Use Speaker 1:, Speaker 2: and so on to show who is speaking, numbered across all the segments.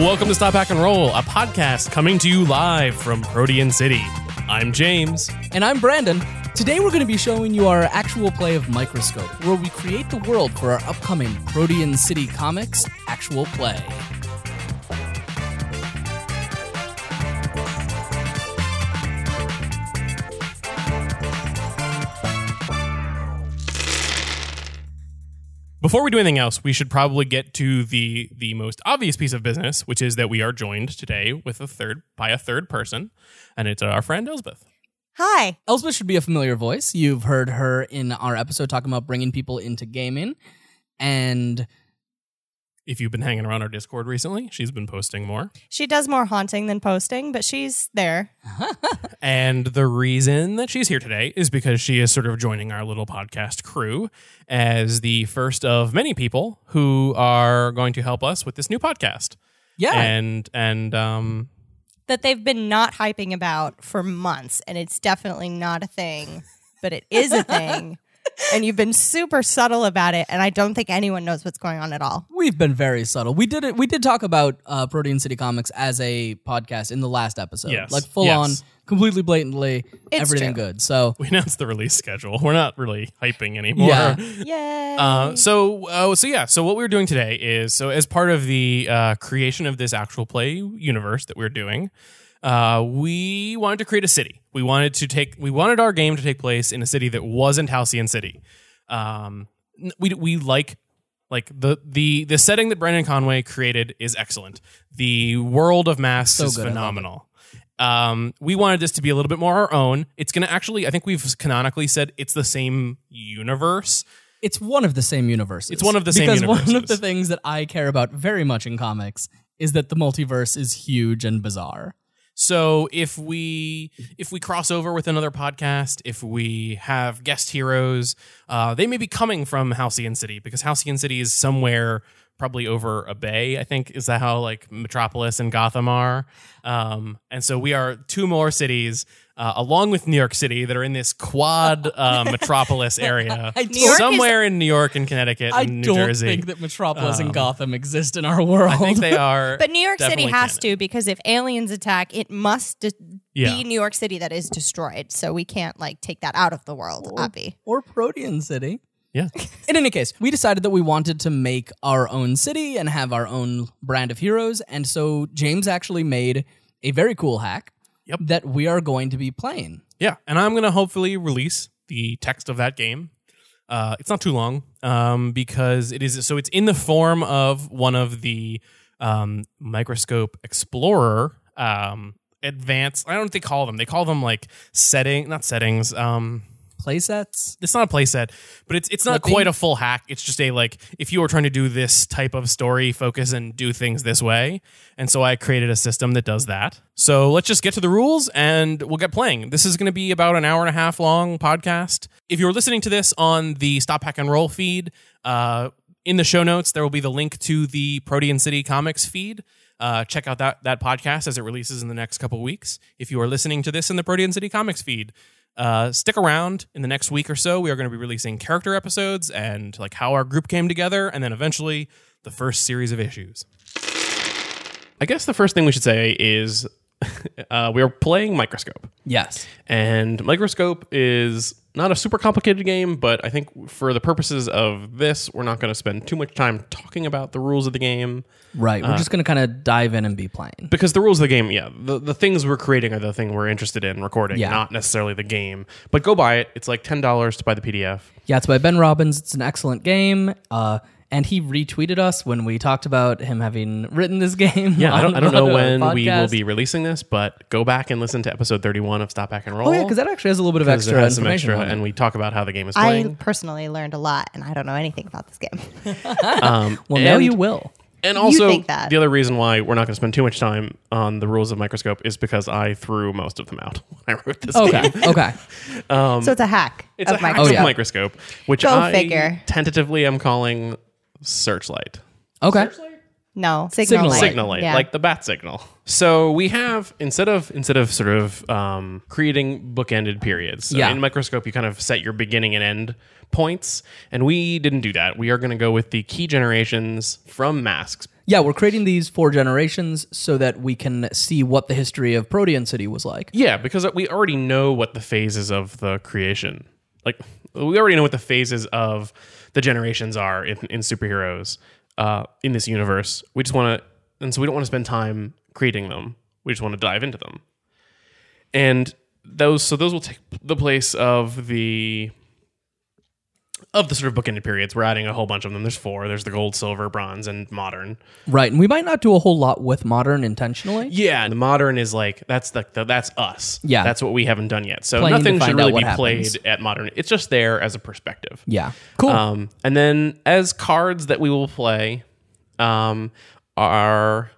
Speaker 1: Welcome to Stop Back and Roll, a podcast coming to you live from Protean City. I'm James.
Speaker 2: And I'm Brandon. Today we're going to be showing you our actual play of Microscope, where we create the world for our upcoming Protean City Comics actual play.
Speaker 1: Before we do anything else, we should probably get to the the most obvious piece of business, which is that we are joined today with a third by a third person, and it's our friend Elspeth.
Speaker 3: Hi.
Speaker 2: Elspeth should be a familiar voice. You've heard her in our episode talking about bringing people into gaming. And
Speaker 1: If you've been hanging around our Discord recently, she's been posting more.
Speaker 3: She does more haunting than posting, but she's there.
Speaker 1: And the reason that she's here today is because she is sort of joining our little podcast crew as the first of many people who are going to help us with this new podcast.
Speaker 2: yeah,
Speaker 1: And and um
Speaker 3: That they've been not hyping about for months, and it's definitely not a thing, but it is a thing. and you've been super subtle about it, and I don't think anyone knows what's going on at all.
Speaker 2: we've been very subtle. We did it. We did talk about uh, Protean City Comics as a podcast in the last episode,
Speaker 1: Yes.
Speaker 2: like full on,
Speaker 1: Yes.
Speaker 2: completely blatantly,
Speaker 3: It's
Speaker 2: everything
Speaker 3: true.
Speaker 2: good. So
Speaker 1: we announced the release schedule. We're not really hyping anymore.
Speaker 2: Yeah.
Speaker 3: Yay.
Speaker 1: Uh, so, uh, so yeah. So, what we're doing today is so as part of the uh, creation of this actual play universe that we're doing, uh, we wanted to create a city. We wanted to take we wanted our game to take place in a city that wasn't Halcyon City. Um, n- we we like like the the the setting that Brendan Conway created is excellent. The world of masks
Speaker 2: So
Speaker 1: is
Speaker 2: good, I love it.
Speaker 1: phenomenal. Um, we wanted this to be a little bit more our own. It's gonna actually, I think we've canonically said it's the same universe.
Speaker 2: it's one of the same universes.
Speaker 1: It's one of the same
Speaker 2: because one of
Speaker 1: universes.
Speaker 2: the things that I care about very much in comics is that the multiverse is huge and bizarre.
Speaker 1: So if we if we cross over with another podcast, if we have guest heroes, uh, they may be coming from Halcyon City because Halcyon City is somewhere probably over a bay. I think is that how like Metropolis and Gotham are. Um, and so we are two more cities. Uh, along with New York City, that are in this quad uh, metropolis area,
Speaker 2: I don't-
Speaker 1: somewhere in New York and Connecticut
Speaker 2: I
Speaker 1: and New
Speaker 2: don't
Speaker 1: Jersey.
Speaker 2: think that Metropolis
Speaker 1: Um,
Speaker 2: and Gotham exist in our world.
Speaker 1: I think they are,
Speaker 3: but New York City
Speaker 1: definitely
Speaker 3: has
Speaker 1: canon.
Speaker 3: to because if aliens attack, it must de-
Speaker 1: Yeah.
Speaker 3: be New York City that is destroyed. So we can't like take that out of the world, Abby.
Speaker 2: or Protean City.
Speaker 1: Yeah.
Speaker 2: In any case, we decided that we wanted to make our own city and have our own brand of heroes, and so James actually made a very cool hack
Speaker 1: Yep.
Speaker 2: that we are going to be playing.
Speaker 1: Yeah, and I'm gonna hopefully release the text of that game. Uh, it's not too long um, because it is so it's in the form of one of the um, microscope explorer um, advanced. I don't know what they call them. They call them like setting, not settings. Um,
Speaker 2: Playsets.
Speaker 1: it's not a playset, but it's it's not
Speaker 2: Clipping?
Speaker 1: quite a full hack. It's just a like if you were trying to do this type of story focus and do things this way. And so I created a system that does that. So let's just get to the rules and we'll get playing. This is going to be about an hour and a half long podcast. If you're listening to this on the Stop Hack and Roll feed, uh, in the show notes there will be the link to the Protean City Comics feed. Uh, check out that that podcast as it releases in the next couple weeks. If you are listening to this in the Protean City Comics feed, uh, stick around. In the next week or so, we are going to be releasing character episodes and like how our group came together, and then eventually the first series of issues. I guess the first thing we should say is uh, we are playing Microscope,
Speaker 2: Yes.
Speaker 1: and Microscope is not a super complicated game, but I think for the purposes of this, we're not going to spend too much time talking about the rules of the game
Speaker 2: Right.
Speaker 1: Uh,
Speaker 2: We're just going to kind of dive in and be playing.
Speaker 1: because the rules of the game, yeah, the, the things we're creating are the thing we're interested in recording,
Speaker 2: Yeah.
Speaker 1: not necessarily the game. But go buy it; it's like ten dollars to buy the PDF.
Speaker 2: Yeah, it's by Ben Robbins. It's an excellent game. Uh, and he retweeted us when we talked about him having written this game.
Speaker 1: Yeah, I
Speaker 2: on-
Speaker 1: don't, I don't know
Speaker 2: on our
Speaker 1: when we will
Speaker 2: podcast.
Speaker 1: be releasing this, but go back and listen to episode 31 of Stop Back and Roll.
Speaker 2: Oh yeah, because that actually has a little bit of
Speaker 1: 'cause it
Speaker 2: extra
Speaker 1: has some
Speaker 2: information.
Speaker 1: extra,
Speaker 2: on it.
Speaker 1: and we talk about how the game is
Speaker 3: I
Speaker 1: playing.
Speaker 3: personally learned a lot, and I don't know anything about this game.
Speaker 1: um,
Speaker 2: well, now
Speaker 1: and-
Speaker 2: you will.
Speaker 1: And also,
Speaker 3: think that.
Speaker 1: the other reason why we're not going to spend too much time on the rules of Microscope is because I threw most of them out when I wrote this
Speaker 2: Okay.
Speaker 1: game.
Speaker 2: okay.
Speaker 3: so it's a hack
Speaker 1: Um, It's
Speaker 3: of
Speaker 1: a
Speaker 3: my
Speaker 1: hack of
Speaker 2: Oh, yeah.
Speaker 1: Microscope, which
Speaker 3: Go
Speaker 1: I
Speaker 3: figure.
Speaker 1: tentatively am calling Searchlight.
Speaker 2: Okay.
Speaker 3: No, signal,
Speaker 2: Signal
Speaker 3: light.
Speaker 2: light.
Speaker 1: signal light,
Speaker 3: Yeah.
Speaker 1: like the bat signal. So we have instead of instead of sort of um, creating bookended periods. So
Speaker 2: Yeah.
Speaker 1: In microscope, you kind of set your beginning and end points, and we didn't do that. We are going to go with the key generations from masks.
Speaker 2: Yeah, we're creating these four generations so that we can see what the history of Protean City was like.
Speaker 1: Yeah, because we already know what the phases of the creation. Like we already know what the phases of the generations are in, in superheroes uh, in this universe. We just want to, and so we don't want to spend time creating them. We just want to dive into them, and those. So those will take the place of the of the sort of bookended periods. We're adding a whole bunch of them. There's four. There's the gold, silver, bronze, and modern.
Speaker 2: Right, and we might not do a whole lot with modern intentionally.
Speaker 1: Yeah, and the modern is like that's the, the that's us.
Speaker 2: Yeah.
Speaker 1: that's what we haven't done yet. So
Speaker 2: Playing to
Speaker 1: nothing should
Speaker 2: find out
Speaker 1: really
Speaker 2: what
Speaker 1: be
Speaker 2: happens.
Speaker 1: played at modern. It's just there as a perspective.
Speaker 2: Yeah. Cool.
Speaker 1: Um, and then as cards that we will play, um, are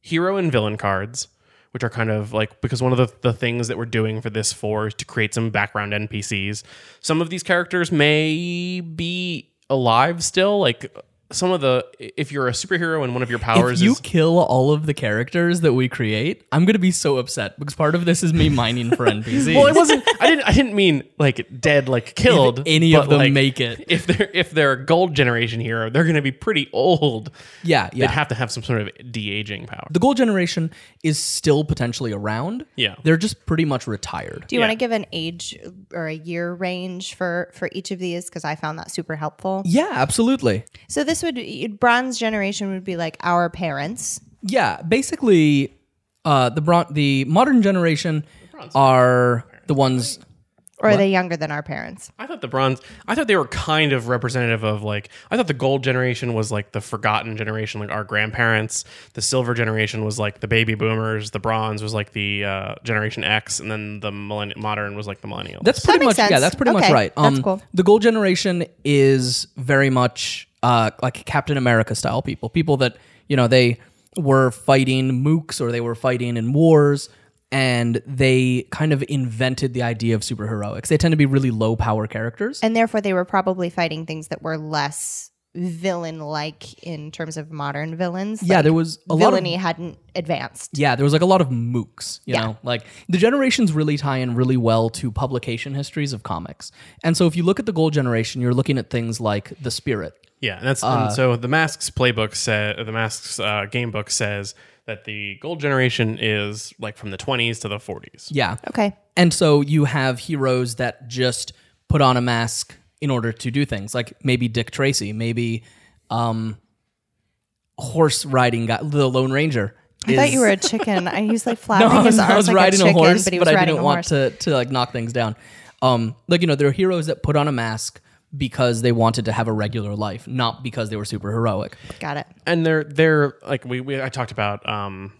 Speaker 1: hero and villain cards, which are kind of like because one of the, the things that we're doing for this four is to create some background NPCs. Some of these characters may be alive still, like. Some of the if you're a superhero and one of your powers
Speaker 2: if you
Speaker 1: is
Speaker 2: kill all of the characters that we create, I'm gonna be so upset because part of this is me mining for NPCs.
Speaker 1: Well, it wasn't. I didn't. I didn't mean like dead, like killed.
Speaker 2: any of
Speaker 1: but,
Speaker 2: them
Speaker 1: like,
Speaker 2: make it.
Speaker 1: If they're if they're a gold generation hero, they're going to be pretty old.
Speaker 2: Yeah, yeah.
Speaker 1: They'd have to have some sort of de aging power.
Speaker 2: the gold generation is still potentially around.
Speaker 1: Yeah.
Speaker 2: They're just pretty much retired.
Speaker 4: Do you
Speaker 1: Yeah.
Speaker 4: want to give an age or a year range for for each of these? Because I found that super helpful.
Speaker 2: Yeah, absolutely.
Speaker 4: So this would bronze generation would be like our parents.
Speaker 2: Yeah, basically, uh, the bron- the modern generation are the ones.
Speaker 4: Or are they younger than our parents?
Speaker 1: I thought the bronze. I thought they were kind of representative of like. I thought the gold generation was like the forgotten generation, like our grandparents. The silver generation was like the baby boomers. The bronze was like the uh, generation X, and then the millenn- modern was like the millennials.
Speaker 2: That's pretty
Speaker 4: makes
Speaker 2: much yeah.
Speaker 4: sense.
Speaker 2: That's pretty much
Speaker 4: Okay,
Speaker 2: right. Um,
Speaker 4: that's cool.
Speaker 2: The gold generation is very much uh, like Captain America style people. People that you know they were fighting mooks or they were fighting in wars, and they kind of invented the idea of superheroics. They tend to be really low power characters.
Speaker 4: And therefore they were probably fighting things that were less villain like in terms of modern villains.
Speaker 2: yeah,
Speaker 4: Like,
Speaker 2: there was a lot of
Speaker 4: villainy hadn't advanced.
Speaker 2: Yeah, there was like a lot of mooks, you
Speaker 4: Yeah.
Speaker 2: know. Like the generations really tie in really well to publication histories of comics. And so if you look at the gold generation, you're looking at things like the spirit.
Speaker 1: Yeah, and that's
Speaker 2: Uh,
Speaker 1: and so the masks playbook said the masks uh, game book says that the gold generation is like from the 20s to the 40s.
Speaker 2: Yeah.
Speaker 4: Okay.
Speaker 2: And so you have heroes that just put on a mask in order to do things, like maybe Dick Tracy, maybe um horse riding guy, the Lone Ranger.
Speaker 4: I thought
Speaker 2: is-
Speaker 4: you were a chicken. I used like
Speaker 2: No,
Speaker 4: flapping
Speaker 2: I was,
Speaker 4: his
Speaker 2: I
Speaker 4: arms
Speaker 2: was
Speaker 4: like
Speaker 2: riding
Speaker 4: a
Speaker 2: a,
Speaker 4: chicken,
Speaker 2: horse,
Speaker 4: but
Speaker 2: but,
Speaker 4: he was
Speaker 2: I
Speaker 4: riding
Speaker 2: didn't
Speaker 4: a
Speaker 2: want
Speaker 4: horse.
Speaker 2: to, to like knock things down. Um, like you know, there are heroes that put on a mask because they wanted to have a regular life, not because they were super heroic.
Speaker 4: Got it.
Speaker 1: And they're they're like we, we I talked about um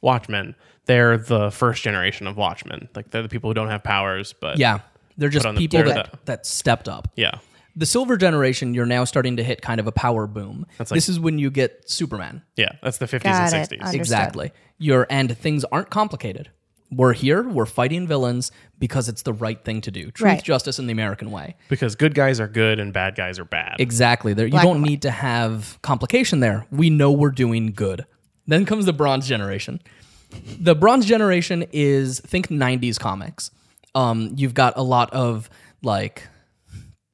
Speaker 1: Watchmen. They're the first generation of Watchmen. Like they're the people who don't have powers, but
Speaker 2: Yeah, they're just
Speaker 1: on the-
Speaker 2: people
Speaker 1: they're
Speaker 2: that
Speaker 1: the-
Speaker 2: that stepped up.
Speaker 1: yeah.
Speaker 2: The silver generation, you're now starting to hit kind of a power boom. this is when you get Superman.
Speaker 1: Yeah, that's the 50s
Speaker 4: Got
Speaker 1: and
Speaker 4: it.
Speaker 1: 60s.
Speaker 4: Understood.
Speaker 2: Exactly. Your and things aren't complicated. We're here. We're fighting villains because it's the right thing to do. Truth,
Speaker 4: Right.
Speaker 2: justice, and the American way.
Speaker 1: Because good guys are good and bad guys are bad.
Speaker 2: Exactly. There, you
Speaker 4: Black
Speaker 2: don't
Speaker 4: and white.
Speaker 2: need to have complication there. We know we're doing good. Then comes the Bronze Generation. The Bronze Generation is think '90s comics. Um, you've got a lot of like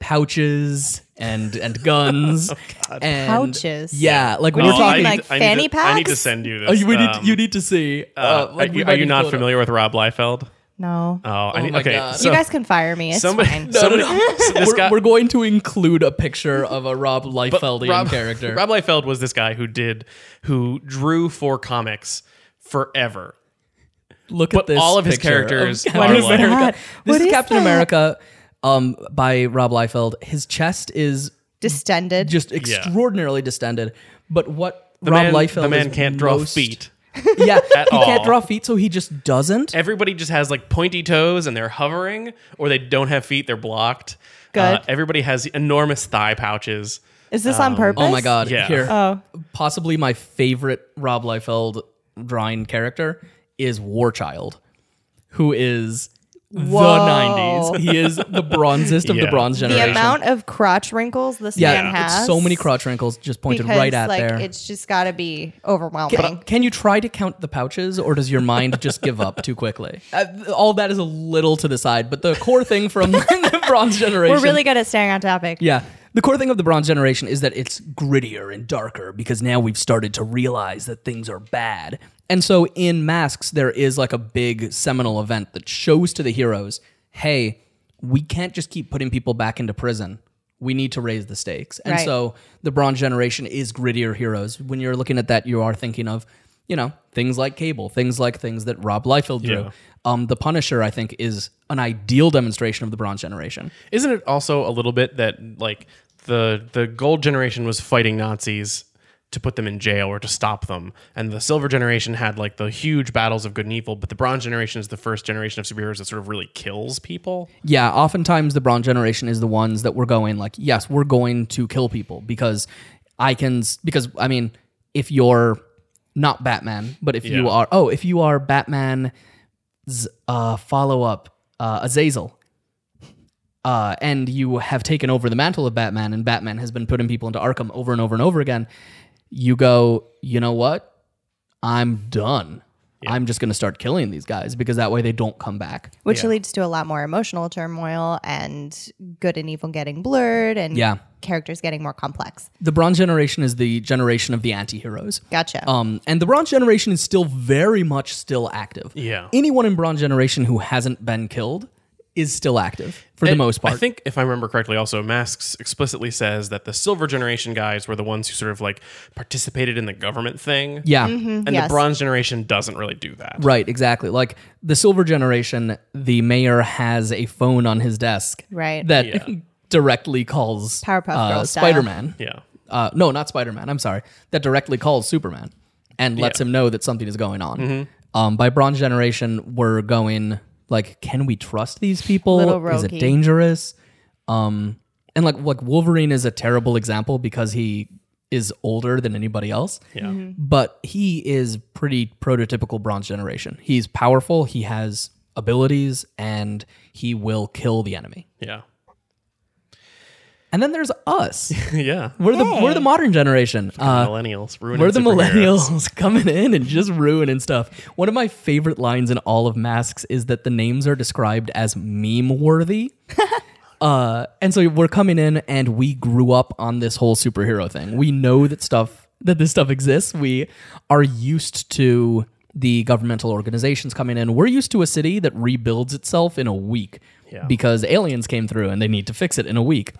Speaker 2: pouches and and guns.
Speaker 1: Oh,
Speaker 2: and,
Speaker 4: Pouches?
Speaker 2: Yeah, like we
Speaker 4: do
Speaker 2: we're
Speaker 4: you
Speaker 1: I
Speaker 2: talking.
Speaker 4: mean?
Speaker 1: need-
Speaker 4: Like
Speaker 1: I need
Speaker 4: fanny
Speaker 1: to- I need to
Speaker 4: packs?
Speaker 1: send you this.
Speaker 2: Oh, you, we need,
Speaker 1: um,
Speaker 2: you need to see. Uh,
Speaker 1: uh,
Speaker 2: like,
Speaker 1: are
Speaker 2: we
Speaker 1: you,
Speaker 2: might
Speaker 1: are
Speaker 2: need
Speaker 1: you
Speaker 2: to
Speaker 1: not
Speaker 2: pull it up.
Speaker 1: familiar with Rob Liefeld?
Speaker 4: No.
Speaker 1: Oh, I need,
Speaker 2: my
Speaker 1: okay.
Speaker 2: God.
Speaker 1: So
Speaker 4: you guys can fire me. It's
Speaker 1: somebody,
Speaker 4: fine.
Speaker 1: somebody, so this
Speaker 2: We're,
Speaker 1: guy,
Speaker 2: we're going to include a picture of a Rob Liefeldian
Speaker 1: Rob,
Speaker 2: character.
Speaker 1: Rob Liefeld was this guy who did who drew for comics forever.
Speaker 2: Look
Speaker 1: But
Speaker 2: at this.
Speaker 1: all of his
Speaker 2: picture
Speaker 1: characters
Speaker 2: of
Speaker 1: are
Speaker 2: Captain
Speaker 1: like-
Speaker 2: America.
Speaker 4: What
Speaker 2: This is
Speaker 4: is
Speaker 2: Captain
Speaker 4: that?
Speaker 2: America um, by Rob Liefeld. His chest is
Speaker 4: Distended.
Speaker 2: just extraordinarily distended. But what
Speaker 1: The
Speaker 2: Rob
Speaker 1: man,
Speaker 2: Liefeld
Speaker 1: the man
Speaker 2: is
Speaker 1: can't draw
Speaker 2: most-
Speaker 1: feet.
Speaker 2: Yeah, he can't
Speaker 1: all.
Speaker 2: draw feet, so he just doesn't.
Speaker 1: Everybody just has like pointy toes and they're hovering, or they don't have feet, they're blocked. Uh,
Speaker 4: Good.
Speaker 1: everybody has enormous thigh pouches.
Speaker 4: Is this on purpose?
Speaker 2: Oh my god!
Speaker 1: Yeah.
Speaker 2: Here,
Speaker 4: Oh.
Speaker 2: possibly my favorite Rob Liefeld drawing character is War Child, who is
Speaker 4: Whoa.
Speaker 2: the '90s. He is the bronzest of the
Speaker 1: Yeah.
Speaker 2: bronze generation.
Speaker 4: The amount of crotch wrinkles this
Speaker 2: yeah,
Speaker 4: man has.
Speaker 2: it's so many crotch wrinkles just pointed
Speaker 4: because,
Speaker 2: right at
Speaker 4: like,
Speaker 2: there.
Speaker 4: It's just got to be overwhelming.
Speaker 2: Can, can you try to count the pouches, or does your mind just give up too quickly? Uh, th- all that is a little to the side, but the core thing from the Bronze Generation.
Speaker 4: We're really good at staying on topic.
Speaker 2: yeah. The core thing of the Bronze Generation is that it's grittier and darker because now we've started to realize that things are bad. And so in Masks, there is like a big seminal event that shows to the heroes hey, we can't just keep putting people back into prison. We need to raise the stakes. And
Speaker 4: Right.
Speaker 2: so the Bronze Generation is grittier heroes. When you're looking at that, you are thinking of, you know, things like Cable, things like things that Rob Liefeld drew.
Speaker 1: Yeah.
Speaker 2: Um, the Punisher, I think, is an ideal demonstration of the Bronze Generation.
Speaker 1: Isn't it also a little bit that like the the gold generation was fighting Nazis to put them in jail or to stop them, and the silver generation had like the huge battles of good and evil, but the bronze generation is the first generation of superheroes that sort of really kills people.
Speaker 2: Yeah, oftentimes the Bronze Generation is the ones that we're going like, yes, we're going to kill people because I can s- because I mean, if you're not Batman, but if you
Speaker 1: Yeah.
Speaker 2: are oh, if you are Batman's uh, follow up uh, Azazel, uh, and you have taken over the mantle of Batman, and Batman has been putting people into Arkham over and over and over again, you go, you know what? I'm done. I'm just going to start killing these guys because that way they don't come back.
Speaker 4: which leads to a lot more emotional turmoil and good and evil getting blurred and
Speaker 2: Yeah.
Speaker 4: characters getting more complex.
Speaker 2: The Bronze Generation is the generation of the anti-heroes.
Speaker 4: Gotcha.
Speaker 2: Um, and the Bronze Generation is still very much still active.
Speaker 1: Yeah.
Speaker 2: Anyone in Bronze Generation who hasn't been killed is still active for the
Speaker 1: And
Speaker 2: most part.
Speaker 1: I think, if I remember correctly, also Masks explicitly says that the Silver Generation guys were the ones who sort of like participated in the government thing.
Speaker 2: yeah.
Speaker 1: and
Speaker 4: Mm-hmm. yes.
Speaker 1: the Bronze Generation doesn't really do that.
Speaker 2: Right, exactly. Like the Silver Generation, the mayor has a phone on his desk
Speaker 4: Right.
Speaker 2: that
Speaker 1: Yeah.
Speaker 2: directly calls
Speaker 4: Powerpuff
Speaker 2: uh,
Speaker 4: Girls style.
Speaker 2: Spider-Man.
Speaker 1: Yeah.
Speaker 2: Uh, no, not Spider-Man. I'm sorry. That directly calls Superman and lets
Speaker 1: Yeah. Mm-hmm.
Speaker 2: him know that something is going on. Um, by Bronze Generation, we're going like, can we trust these people?
Speaker 4: Little
Speaker 2: Is it
Speaker 4: roguey.
Speaker 2: dangerous? Um, and like, like Wolverine is a terrible example because he is older than anybody else.
Speaker 1: Yeah.
Speaker 4: Mm-hmm.
Speaker 2: But he is pretty prototypical Bronze Generation. He's powerful. He has abilities, and he will kill the enemy.
Speaker 1: Yeah.
Speaker 2: And then there's us.
Speaker 1: yeah.
Speaker 2: We're the we're the modern generation. Uh,
Speaker 1: millennials. Ruining
Speaker 2: We're the
Speaker 1: superheroes.
Speaker 2: millennials coming in and just ruining stuff. One of my favorite lines in all of Masks is that the names are described as meme worthy. uh, and so we're coming in and we grew up on this whole superhero thing. We know that stuff that this stuff exists. We are used to the governmental organizations coming in. We're used to a city that rebuilds itself in a week
Speaker 1: Yeah.
Speaker 2: because aliens came through and they need to fix it in a week.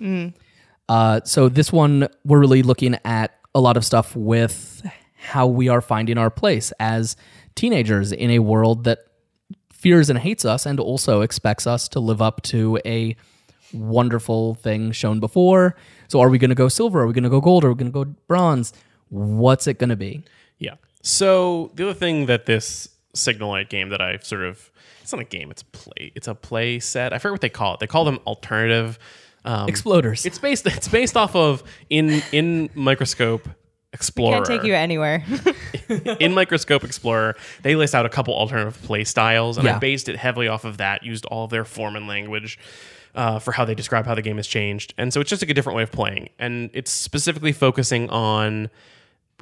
Speaker 2: Uh, so this one, we're really looking at a lot of stuff with how we are finding our place as teenagers in a world that fears and hates us and also expects us to live up to a wonderful thing shown before. So are we going to go silver? Are we going to go gold? Are we going to go bronze? What's it going to be?
Speaker 1: Yeah. So the other thing that this Signal Light game that I've sort of it's not a game, it's a play it's a play set. I forget what they call it. They call them alternative um,
Speaker 2: Exploders.
Speaker 1: It's based it's based off of in in microscope explorer.
Speaker 4: Can't take you anywhere.
Speaker 1: in Microscope Explorer, they list out a couple alternative play styles, and
Speaker 2: Yeah.
Speaker 1: I based it heavily off of that. Used all of their form and language uh, for how they describe how the game has changed, and so it's just like a different way of playing. And it's specifically focusing on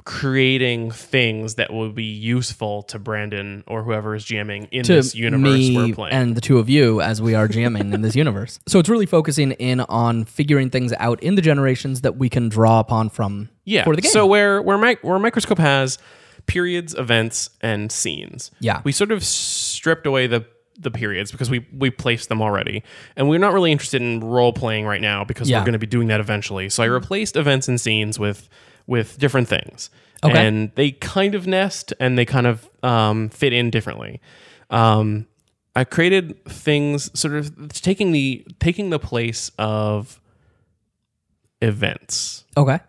Speaker 1: creating things that will be useful to Brandon or whoever is GMing in
Speaker 2: to
Speaker 1: this universe
Speaker 2: me
Speaker 1: we're playing.
Speaker 2: and the two of you as we are jamming in this universe. So it's really focusing in on figuring things out in the generations that we can draw upon from
Speaker 1: yeah.
Speaker 2: for the game.
Speaker 1: So where where mic- where microscope has periods, events, and scenes.
Speaker 2: Yeah.
Speaker 1: We sort of stripped away the the periods because we we placed them already, and we're not really interested in role playing right now because
Speaker 2: Yeah. Mm-hmm.
Speaker 1: we're going to be doing that eventually. So I replaced events and scenes with with different things,
Speaker 2: Okay.
Speaker 1: and they kind of nest and they kind of um, fit in differently. Um, I created things sort of taking the taking the place of events
Speaker 2: okay.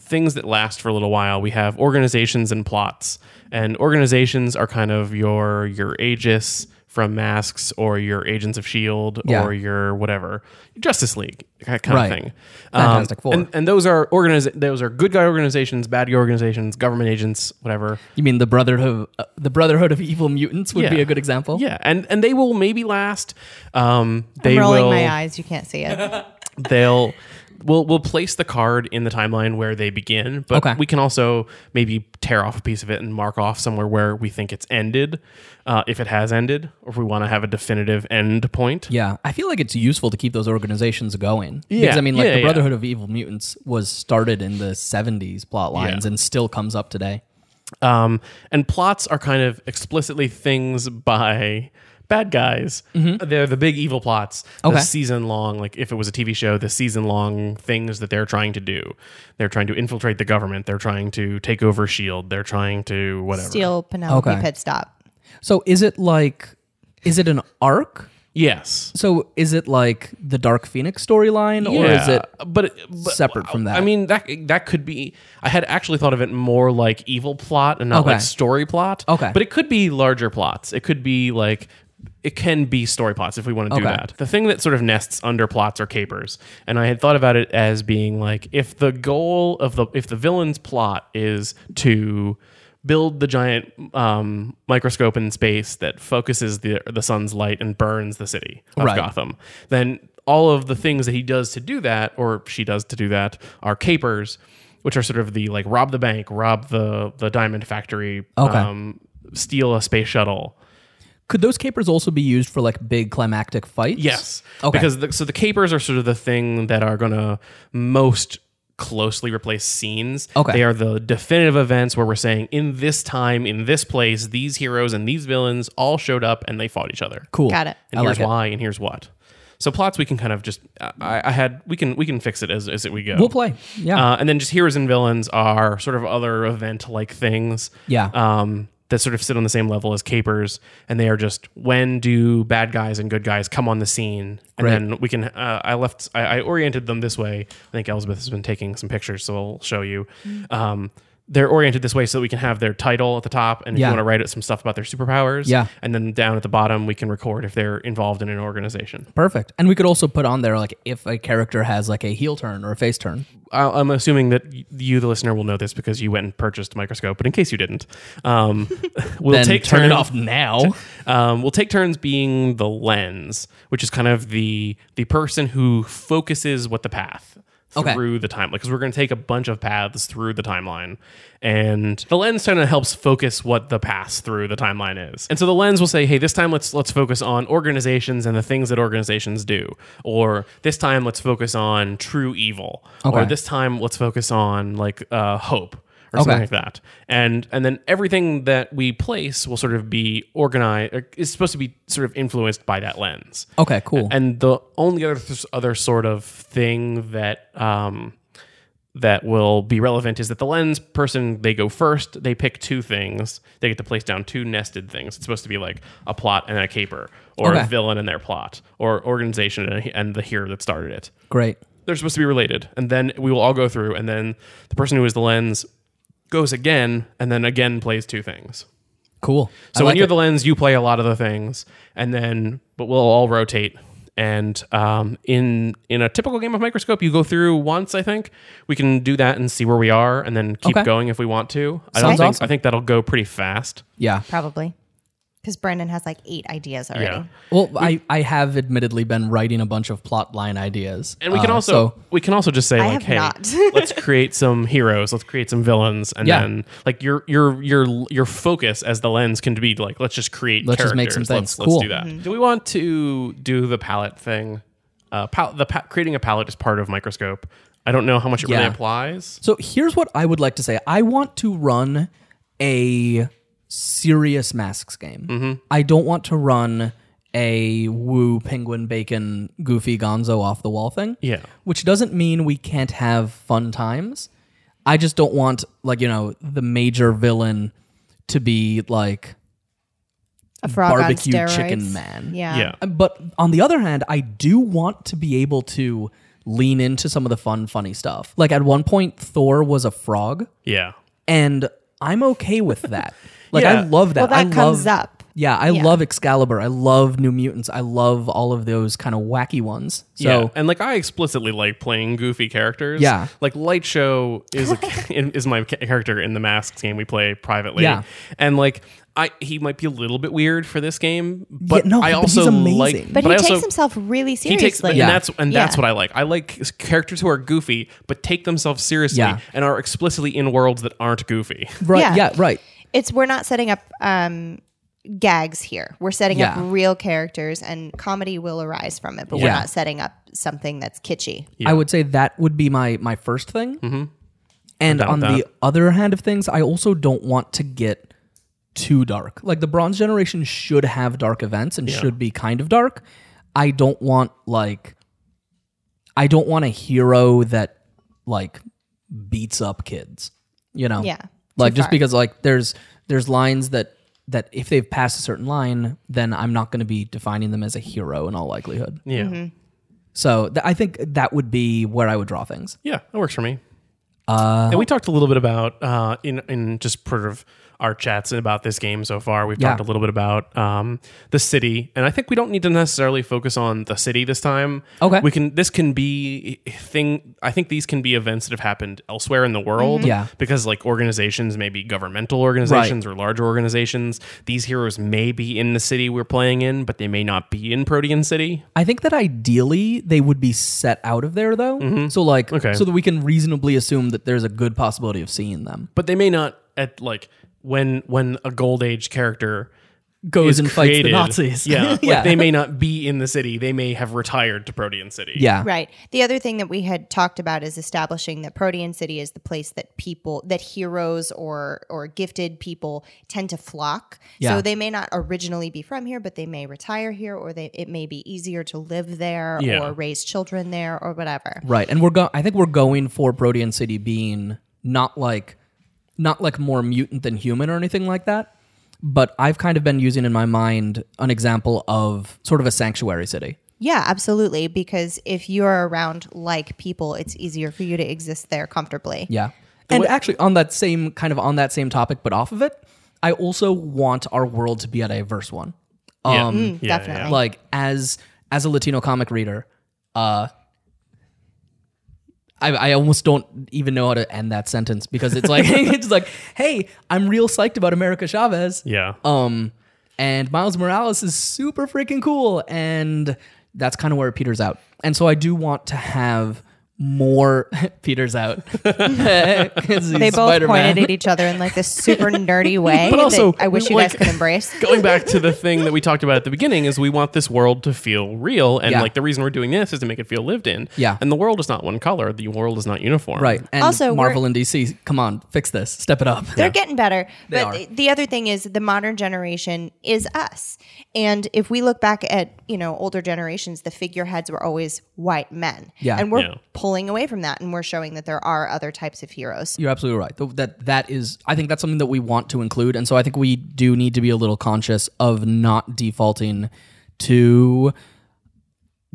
Speaker 1: things that last for a little while. We have organizations and plots, and organizations are kind of your your Aegis from Masks or your Agents of Shield
Speaker 2: Yeah.
Speaker 1: E or your whatever Justice League kind of
Speaker 2: Right.
Speaker 1: thing. Um,
Speaker 2: Fantastic Four.
Speaker 1: and, and those are organiza- those are good guy organizations, bad guy organizations, government agents, whatever.
Speaker 2: You mean the brotherhood? Uh, the Brotherhood of Evil Mutants would be
Speaker 1: Yeah.
Speaker 2: a good example.
Speaker 1: Yeah, and and they will maybe last. Um, they
Speaker 4: I'm rolling
Speaker 1: will.
Speaker 4: my eyes. You can't see it.
Speaker 1: they'll we'll we'll place the card in the timeline where they begin, but
Speaker 2: Okay.
Speaker 1: we can also maybe tear off a piece of it and mark off somewhere where we think it's ended, uh, if it has ended, or if we want to have a definitive end point.
Speaker 2: Yeah, I feel like it's useful to keep those organizations going. Because
Speaker 1: Yeah,
Speaker 2: I mean, like
Speaker 1: yeah,
Speaker 2: the
Speaker 1: yeah.
Speaker 2: Brotherhood of Evil Mutants was started in the '70s plot lines
Speaker 1: Yeah.
Speaker 2: and still comes up today.
Speaker 1: Um, and plots are kind of explicitly things by bad guys. They're the big evil plots.
Speaker 2: Mm-hmm. Okay.
Speaker 1: The season long, like if it was a TV show, the season long things that they're trying to do. They're trying to infiltrate the government. They're trying to take over S.H.I.E.L.D. E They're trying to whatever.
Speaker 4: Steal Penelope
Speaker 2: Okay.
Speaker 4: pit stop.
Speaker 2: So is it like, is it an arc?
Speaker 1: Yes.
Speaker 2: So is it like the Dark Phoenix storyline, or is
Speaker 1: Yeah,
Speaker 2: it?
Speaker 1: but, but-
Speaker 2: separate from that?
Speaker 1: I mean, that that could be. I had actually thought of it more like evil plot and not
Speaker 2: Okay.
Speaker 1: like story plot.
Speaker 2: Okay.
Speaker 1: but it could be larger plots. It could be like. It can be story plots if we want to do
Speaker 2: Okay.
Speaker 1: that. The thing that sort of nests under plots are capers, and I had thought about it as being like if the goal of the if the villain's plot is to build the giant um, microscope in space that focuses the the sun's light and burns the city of
Speaker 2: Right.
Speaker 1: Gotham. Gotham, then all of the things that he does to do that, or she does to do that, are capers, which are sort of the like rob the bank, rob the the diamond factory, um,
Speaker 2: Okay.
Speaker 1: steal a space shuttle.
Speaker 2: Could those capers also be used for like big climactic fights?
Speaker 1: Yes,
Speaker 2: Okay.
Speaker 1: Because the, so the capers are sort of the thing that are going to most closely replace scenes.
Speaker 2: Okay.
Speaker 1: They are the definitive events where we're saying in this time, in this place, these heroes and these villains all showed up and they fought each other.
Speaker 2: cool.
Speaker 4: Got it.
Speaker 1: and
Speaker 2: I
Speaker 1: here's
Speaker 2: like it.
Speaker 1: why and here's what so plots we can kind of just i, I had we can we can fix it as, as we go
Speaker 2: We'll play. Yeah.
Speaker 1: uh, and then just heroes and villains are sort of other event like things
Speaker 2: Yeah.
Speaker 1: um that sort of sit on the same level as capers and they are just when do bad guys and good guys come on the scene and
Speaker 2: Great.
Speaker 1: then we can uh, i left I, I oriented them this way i think elizabeth has been taking some pictures so i'll show you
Speaker 2: Mm.
Speaker 1: um they're oriented this way so that we can have their title at the top and if
Speaker 2: Yeah.
Speaker 1: you want to write it some stuff about their superpowers
Speaker 2: Yeah.
Speaker 1: and then down at the bottom we can record if they're involved in an organization
Speaker 2: Perfect. And we could also put on there like if a character has like a heel turn or a face turn.
Speaker 1: I- I'm assuming that y- you, the listener, will know this because you went and purchased Microscope. But in case you didn't, um, we'll
Speaker 2: then
Speaker 1: take
Speaker 2: turn
Speaker 1: turns,
Speaker 2: it off now.
Speaker 1: Um, we'll take turns being the lens, which is kind of the the person who focuses what the path
Speaker 2: Okay.
Speaker 1: through the timeline. Because we're going to take a bunch of paths through the timeline, and the lens kind of helps focus what the pass through the timeline is. And so the lens will say, "Hey, this time let's let's focus on organizations and the things that organizations do," or "This time let's focus on true evil," or
Speaker 2: Okay.
Speaker 1: "This time let's focus on like uh, hope." Or something
Speaker 2: Okay.
Speaker 1: like that, and and then everything that we place will sort of be organized. Is supposed to be sort of influenced by that lens.
Speaker 2: Okay, cool.
Speaker 1: And the only other other sort of thing that um, that will be relevant is that the lens person they go first. They pick two things. They get to place down two nested things. It's supposed to be like a plot and a caper, or
Speaker 2: Okay.
Speaker 1: a villain and their plot, or organization and, and the hero that started it.
Speaker 2: Great.
Speaker 1: They're supposed to be related, and then we will all go through, and then the person who is the lens goes again, and then again plays two things.
Speaker 2: Cool. I
Speaker 1: So when
Speaker 2: like
Speaker 1: you're
Speaker 2: it.
Speaker 1: the lens, you play a lot of the things, and then but we'll all rotate. And um, in in a typical game of microscope, you go through once. I think we can do that and see where we are, and then keep
Speaker 2: Okay.
Speaker 1: going if we want to. I don't
Speaker 2: Sounds
Speaker 1: think
Speaker 2: awesome.
Speaker 1: I think that'll go pretty fast.
Speaker 2: Yeah.
Speaker 4: Probably. Because Brandon has like eight ideas already.
Speaker 1: Yeah,
Speaker 2: Well, I, I have admittedly been writing a bunch of plot line ideas.
Speaker 1: and we can
Speaker 2: Uh,
Speaker 1: also
Speaker 2: so-
Speaker 1: we can also just say
Speaker 4: I
Speaker 1: like,
Speaker 4: have
Speaker 1: hey,
Speaker 4: not.
Speaker 1: let's create some heroes, let's create some villains, and
Speaker 2: Yeah.
Speaker 1: then like your your your your focus as the lens can be like let's just create
Speaker 2: Let's just
Speaker 1: characters.
Speaker 2: make some
Speaker 1: Let's-
Speaker 2: things.
Speaker 1: Let's,
Speaker 2: Cool.
Speaker 1: do that.
Speaker 4: Mm-hmm.
Speaker 1: Do we want to do the palette thing? Uh, pal- the pa- creating a palette is part of microscope. I don't know how much it really
Speaker 2: Yeah.
Speaker 1: applies.
Speaker 2: so here's what I would like to say. I want to run a serious masks game. I don't want to run a woo penguin bacon goofy gonzo off the wall thing.
Speaker 1: Yeah.
Speaker 2: Which doesn't mean we can't have fun times. I just don't want like, you know, the major villain to be like
Speaker 4: A frog
Speaker 2: Barbecue
Speaker 4: on steroids.
Speaker 2: chicken man.
Speaker 4: Yeah.
Speaker 1: Yeah.
Speaker 2: But on the other hand, I do want to be able to lean into some of the fun, funny stuff. Like at one point, Thor was a frog,
Speaker 1: Yeah.
Speaker 2: and I'm okay with that. Like
Speaker 1: Yeah.
Speaker 2: I love
Speaker 4: Well,
Speaker 2: that.
Speaker 4: that
Speaker 2: I
Speaker 4: comes
Speaker 2: love,
Speaker 4: up.
Speaker 2: Yeah, I love Excalibur. I love New Mutants. I love all of those kind of wacky ones. So
Speaker 1: yeah. and like I explicitly like playing goofy characters.
Speaker 2: Yeah.
Speaker 1: like Light Show is a, is my ca- character in the Masks game we play privately.
Speaker 2: Yeah.
Speaker 1: and like I he might be a little bit weird for this game, but
Speaker 2: no,
Speaker 1: I
Speaker 2: but he's
Speaker 1: also
Speaker 2: amazing.
Speaker 1: like.
Speaker 3: But,
Speaker 1: I
Speaker 3: he
Speaker 1: also,
Speaker 3: takes himself really
Speaker 1: He
Speaker 3: seriously.
Speaker 1: takes, and
Speaker 2: Yeah.
Speaker 1: that's and that's
Speaker 3: Yeah.
Speaker 1: what I like. I like characters who are goofy but take themselves seriously
Speaker 2: Yeah.
Speaker 1: and are explicitly in worlds that aren't goofy.
Speaker 2: right, yeah.
Speaker 3: yeah.
Speaker 2: right.
Speaker 3: it's we're not setting up um gags here. We're setting
Speaker 2: Yeah.
Speaker 3: up real characters and comedy will arise from it, but we're
Speaker 2: Yeah.
Speaker 3: not setting up something that's kitschy.
Speaker 2: I would say that would be my my first thing. And
Speaker 1: down
Speaker 2: on
Speaker 1: with
Speaker 2: the
Speaker 1: that.
Speaker 2: other hand of things, I also don't want to get too dark. Like the Bronze Generation should have dark events and should be kind of dark. I don't want like I don't want a hero that like beats up kids. You know?
Speaker 3: Yeah, too
Speaker 2: Like just
Speaker 3: far.
Speaker 2: because like there's there's lines that that if they've passed a certain line, then I'm not going to be defining them as a hero in all likelihood.
Speaker 1: Yeah,
Speaker 3: Mm-hmm.
Speaker 2: So th- I think that would be where I would draw things.
Speaker 1: Yeah, that works for me. Uh, and we talked a little bit about uh, in in just sort of our chats about this game so far. We've
Speaker 2: Yeah.
Speaker 1: talked a little bit about um, the city, and I think we don't need to necessarily focus on the city this time.
Speaker 2: Okay.
Speaker 1: we can. This can be thing. I think these can be events that have happened elsewhere in the world.
Speaker 2: Mm-hmm. Yeah.
Speaker 1: because like organizations, maybe governmental organizations or larger organizations, these heroes may be in the city we're playing in, but they may not be in Protean City.
Speaker 2: I think that ideally they would be set out of there though. So like
Speaker 1: Mm-hmm. Okay.
Speaker 2: so that we can reasonably assume that there's a good possibility of seeing them.
Speaker 1: but they may not at like when when a gold age character
Speaker 2: Goes
Speaker 1: is
Speaker 2: and fights the
Speaker 1: created,
Speaker 2: Nazis.
Speaker 1: Yeah, like
Speaker 2: yeah.
Speaker 1: they may not be in the city. They may have retired to Protean City.
Speaker 2: yeah.
Speaker 3: Right. The other thing that we had talked about is establishing that Protean City is the place that people that heroes or or gifted people tend to flock.
Speaker 2: Yeah.
Speaker 3: So they may not originally be from here, but they may retire here or they it may be easier to live there
Speaker 1: Yeah.
Speaker 3: or raise children there or whatever.
Speaker 2: Right. And we're go I think we're going for Protean City being not like not like more mutant than human or anything like that. But I've kind of been using in my mind an example of sort of a sanctuary city.
Speaker 3: Yeah, absolutely because if you're around like people, it's easier for you to exist there comfortably.
Speaker 2: Yeah. And actually on that same kind of on that same topic but off of it, I also want our world to be a diverse one.
Speaker 1: Yeah.
Speaker 2: Um
Speaker 1: Yeah, yeah,
Speaker 3: Mm, definitely.
Speaker 2: like as as a Latino comic reader, uh I, I almost don't even know how to end that sentence because it's like it's like, hey, I'm real psyched about America Chavez.
Speaker 1: Yeah.
Speaker 2: Um and Miles Morales is super freaking cool and that's kind of where it peters out. And so I do want to have more peters out. they
Speaker 3: They both pointed at each other in like this super nerdy way.
Speaker 1: But also,
Speaker 3: that I wish you
Speaker 1: like-
Speaker 3: guys could embrace.
Speaker 1: Going back to the thing that we talked about at the beginning is we want this world to feel real, and
Speaker 2: Yeah.
Speaker 1: like the reason we're doing this is to make it feel lived in.
Speaker 2: Yeah.
Speaker 1: And the world is not one color. The world is not uniform.
Speaker 2: Right. And
Speaker 3: Also, we're-
Speaker 2: Marvel and DC, come on, fix this. Step it up.
Speaker 3: They're getting better. but
Speaker 2: are.
Speaker 3: th- the other thing is the modern generation is us. And if we look back at, you know, older generations, the figureheads were always white men.
Speaker 2: Yeah.
Speaker 3: And we're
Speaker 1: Yeah.
Speaker 3: pulling away from that and we're showing that there are other types of heroes.
Speaker 2: You're absolutely right. Th- That that is I think that's something that we want to include and so I think we do need to be a little conscious of not defaulting to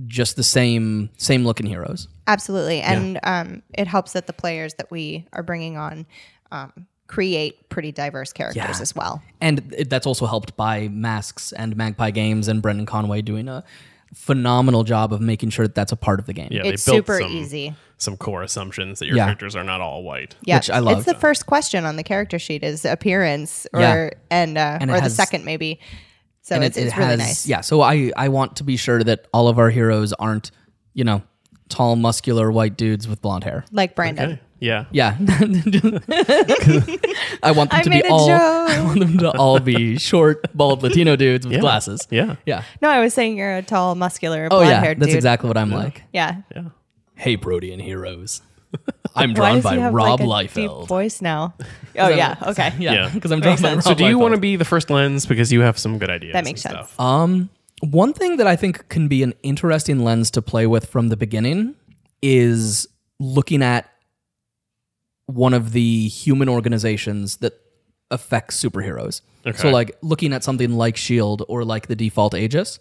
Speaker 2: just the same same looking heroes.
Speaker 3: Absolutely. And um, it helps that the players that we are bringing on um, create pretty diverse characters
Speaker 2: Yeah.
Speaker 3: as well.
Speaker 2: And it, that's also helped by Masks and Magpie Games and Brendan Conway doing a phenomenal job of making sure that that's a part of the game.
Speaker 1: Yeah.
Speaker 3: It's
Speaker 1: they built
Speaker 3: super
Speaker 1: some,
Speaker 3: easy.
Speaker 1: Some core assumptions that your
Speaker 2: Yeah.
Speaker 1: characters are not all white.
Speaker 3: Yeah,
Speaker 2: Which I love.
Speaker 3: It's the first question on the character sheet is appearance or
Speaker 2: Yeah.
Speaker 3: and, uh,
Speaker 2: And it
Speaker 3: or the
Speaker 2: has-
Speaker 3: second maybe. So
Speaker 2: and
Speaker 3: it's, it's really nice.
Speaker 2: Yeah, so I I want to be sure that all of our heroes aren't, you know, tall muscular white dudes with blonde hair.
Speaker 3: Like Brandon.
Speaker 1: Yeah.
Speaker 2: Yeah. I want them
Speaker 3: I
Speaker 2: to be
Speaker 3: made a
Speaker 2: all
Speaker 3: joke.
Speaker 2: I want them to all be short, bald Latino dudes with glasses.
Speaker 1: Yeah.
Speaker 2: Yeah.
Speaker 3: No, I was saying you're a tall, muscular,
Speaker 2: Oh
Speaker 3: blonde
Speaker 2: yeah.
Speaker 3: haired
Speaker 2: That's
Speaker 3: dude.
Speaker 2: exactly what I'm like.
Speaker 3: yeah.
Speaker 1: Yeah.
Speaker 2: Hey Protean heroes. I'm
Speaker 3: Why
Speaker 2: drawn
Speaker 3: does
Speaker 2: by
Speaker 3: he have
Speaker 2: Rob
Speaker 3: like a deep
Speaker 2: Liefeld.
Speaker 3: voice now? Oh yeah. Okay.
Speaker 2: Yeah,
Speaker 1: Yeah.
Speaker 2: because I'm drawn by Rob
Speaker 1: So do you
Speaker 2: Liefeld.
Speaker 1: want to be the first lens because you have some good ideas?
Speaker 3: That makes
Speaker 1: and
Speaker 3: sense.
Speaker 1: Stuff.
Speaker 2: Um, One thing that I think can be an interesting lens to play with from the beginning is looking at one of the human organizations that affects superheroes. So,
Speaker 1: Okay.
Speaker 2: like looking at something like S.H.I.E.L.D. E or like the default Aegis.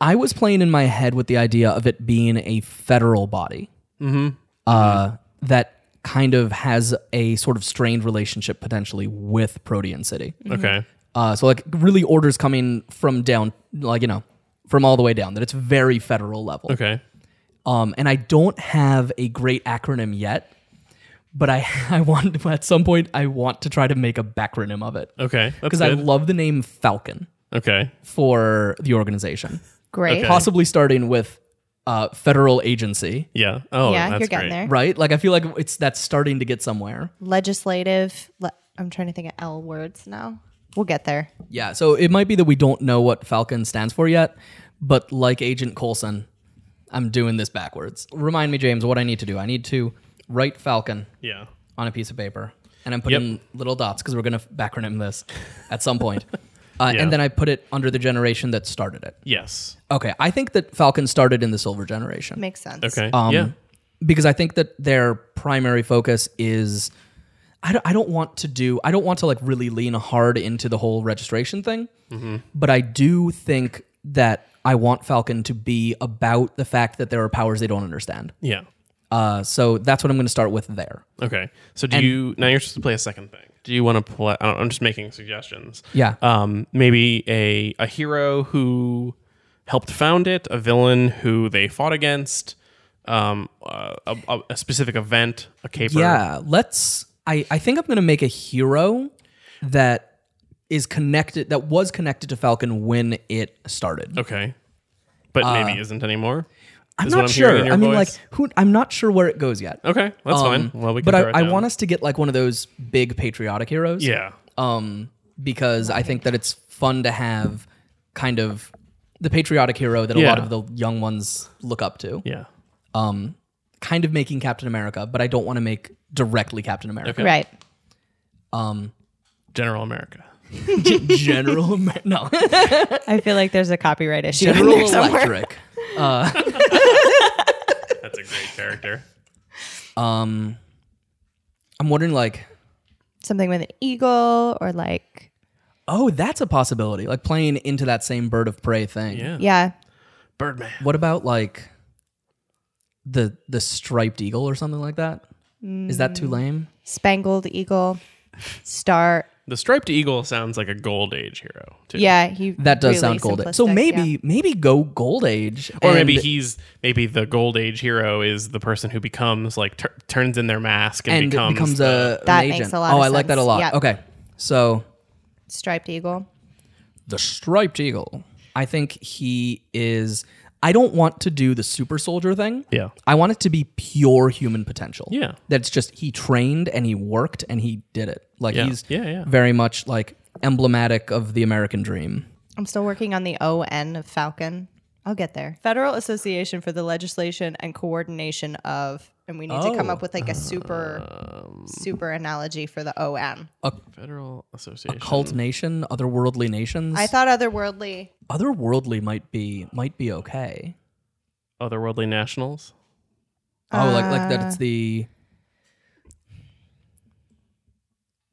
Speaker 2: I was playing in my head with the idea of it being a federal body
Speaker 1: Mm-hmm.
Speaker 2: uh, that kind of has a sort of strained relationship potentially with Protean City
Speaker 1: Okay.
Speaker 2: Uh, so like really orders coming from down, like you know, from all the way down. That it's very federal level.
Speaker 1: Okay.
Speaker 2: Um, and I don't have a great acronym yet, but I I want at some point I want to try to make a backronym of it
Speaker 1: Okay. That's
Speaker 2: because I
Speaker 1: good.
Speaker 2: love the name Falcon
Speaker 1: okay.
Speaker 2: for the organization,
Speaker 4: Great.
Speaker 1: Okay.
Speaker 2: possibly starting with uh, federal agency.
Speaker 1: Yeah. Oh,
Speaker 4: Yeah,
Speaker 1: that's
Speaker 4: you're getting
Speaker 1: great.
Speaker 4: there.
Speaker 2: Right? Like I feel like it's that's starting to get somewhere.
Speaker 4: Legislative. Le- I'm trying to think of L words now. We'll get there.
Speaker 2: Yeah, so it might be that we don't know what Falcon stands for yet, but like Agent Coulson, I'm doing this backwards. Remind me, James, what I need to do. I need to write Falcon
Speaker 1: Yeah.
Speaker 2: on a piece of paper, and I'm putting little dots because we're going to backronym this at some point. Uh,
Speaker 1: Yeah.
Speaker 2: And then I put it under the generation that started it.
Speaker 1: Yes.
Speaker 2: Okay, I think that Falcon started in the Silver Generation
Speaker 4: Makes sense.
Speaker 1: Okay.
Speaker 2: um,
Speaker 1: yeah.
Speaker 2: because I think that their primary focus is I don't, I don't want to do I don't want to like really lean hard into the whole registration thing,
Speaker 1: Mm-hmm.
Speaker 2: but I do think that I want Falcon to be about the fact that there are powers they don't understand.
Speaker 1: Yeah.
Speaker 2: Uh, so that's what I'm going to start with there.
Speaker 1: Okay. So do you now you're supposed to play a second thing. Do you want to play I don't, I'm just making suggestions.
Speaker 2: Yeah.
Speaker 1: Um maybe a a hero who helped found it, a villain who they fought against, um uh, a, a, a specific event, a caper.
Speaker 2: Yeah, let's. I, I think I'm going to make a hero that is connected that was connected to Falcon when it started.
Speaker 1: Okay. But
Speaker 2: Uh,
Speaker 1: maybe isn't anymore.
Speaker 2: I'm
Speaker 1: is
Speaker 2: not
Speaker 1: what I'm hearing
Speaker 2: sure.
Speaker 1: in your
Speaker 2: I mean,
Speaker 1: voice.
Speaker 2: like who? I'm not sure where it goes yet.
Speaker 1: Okay, that's
Speaker 2: Um,
Speaker 1: fine. Well, we can
Speaker 2: but
Speaker 1: throw it
Speaker 2: I, I
Speaker 1: down.
Speaker 2: want us to get like one of those big patriotic heroes.
Speaker 1: Yeah.
Speaker 2: Um, because I think that it's fun to have kind of the patriotic hero that a lot
Speaker 1: Yeah.
Speaker 2: of the young ones look up to.
Speaker 1: Yeah.
Speaker 2: Um, kind of making Captain America, but I don't want to make directly Captain America.
Speaker 4: Right.
Speaker 2: Um,
Speaker 1: General America.
Speaker 2: General Amer- no
Speaker 4: I feel like there's a copyright issue in
Speaker 2: General
Speaker 4: there somewhere.
Speaker 2: Electric.
Speaker 1: That's a great character.
Speaker 2: Um, I'm wondering like.
Speaker 4: Something with an eagle or like
Speaker 2: Oh, that's a possibility. Like playing into that same bird of prey thing.
Speaker 1: Yeah.
Speaker 4: yeah.
Speaker 1: Birdman.
Speaker 2: What about like the the striped eagle or something like that? Is that
Speaker 4: Mm.
Speaker 2: too lame?
Speaker 4: Spangled eagle. Star.
Speaker 1: The striped eagle sounds like a gold age hero too.
Speaker 4: Yeah. He
Speaker 2: That does
Speaker 4: really
Speaker 2: sound gold age. So
Speaker 4: simplistic,
Speaker 2: maybe
Speaker 4: yeah.
Speaker 2: maybe go gold age.
Speaker 1: Or
Speaker 2: and-
Speaker 1: maybe he's maybe the gold age hero is the person who becomes like tur turns in their mask and,
Speaker 2: and it
Speaker 1: becomes,
Speaker 2: becomes,
Speaker 1: the-
Speaker 2: a an
Speaker 4: That makes
Speaker 2: agent.
Speaker 4: a lot
Speaker 2: oh,
Speaker 4: of
Speaker 2: I like that a
Speaker 4: sense.
Speaker 2: lot.
Speaker 4: Yeah.
Speaker 2: Okay. So
Speaker 4: striped eagle.
Speaker 2: the striped eagle. I think he is I don't want to do the super soldier thing.
Speaker 1: Yeah.
Speaker 2: I want it to be pure human potential.
Speaker 1: Yeah.
Speaker 2: That's just he trained and he worked and he did it. Like
Speaker 1: Yeah.
Speaker 2: he's
Speaker 1: Yeah, yeah.
Speaker 2: very much like emblematic of the American dream.
Speaker 4: I'm still working on the ON of Falcon. I'll get there. Federal Association for the Legislation and Coordination of, and we need to come
Speaker 2: Oh. Um.
Speaker 4: up with like a super, super analogy for the ON.
Speaker 1: Federal Association.
Speaker 2: cult nation, otherworldly nations.
Speaker 4: I thought otherworldly.
Speaker 2: otherworldly might be might be okay.
Speaker 1: Otherworldly nationals.
Speaker 2: Oh, like like that it's
Speaker 4: Uh,
Speaker 2: the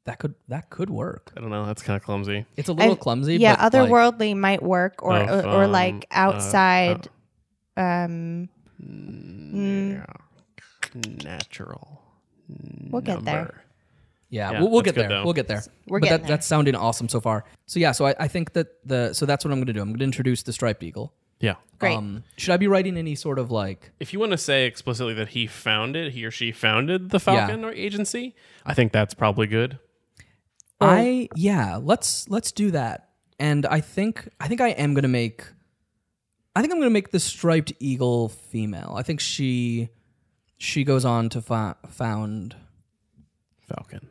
Speaker 2: that could that could work.
Speaker 1: I don't know. That's kind of clumsy.
Speaker 2: It's a little
Speaker 4: I-
Speaker 2: clumsy.
Speaker 4: Yeah,
Speaker 2: but Like,
Speaker 4: otherworldly might work, or
Speaker 1: Of,
Speaker 4: or, or
Speaker 1: um,
Speaker 4: like
Speaker 1: uh, uh,
Speaker 4: outside. um,
Speaker 1: Yeah. Natural.
Speaker 4: we'll get there.
Speaker 1: number.
Speaker 2: yeah,
Speaker 1: yeah,
Speaker 2: we'll, we'll
Speaker 1: that's
Speaker 2: get
Speaker 1: good
Speaker 2: there.
Speaker 1: though.
Speaker 2: We'll get there.
Speaker 4: We're
Speaker 2: but
Speaker 4: getting
Speaker 2: that,
Speaker 4: there.
Speaker 2: That's sounding awesome so far. So yeah, so I, I think that the so that's what I'm going to do. I'm going to introduce the striped eagle.
Speaker 1: Yeah.
Speaker 4: Great.
Speaker 2: Um, should I be writing any sort of like?
Speaker 1: If you want to say explicitly that he founded, he or she founded the Falcon or agency, I think that's probably good.
Speaker 2: I yeah, let's let's do that. And I think I think I am gonna make I think I'm gonna make the striped eagle female. I think she she goes on to fi- found
Speaker 1: Falcon.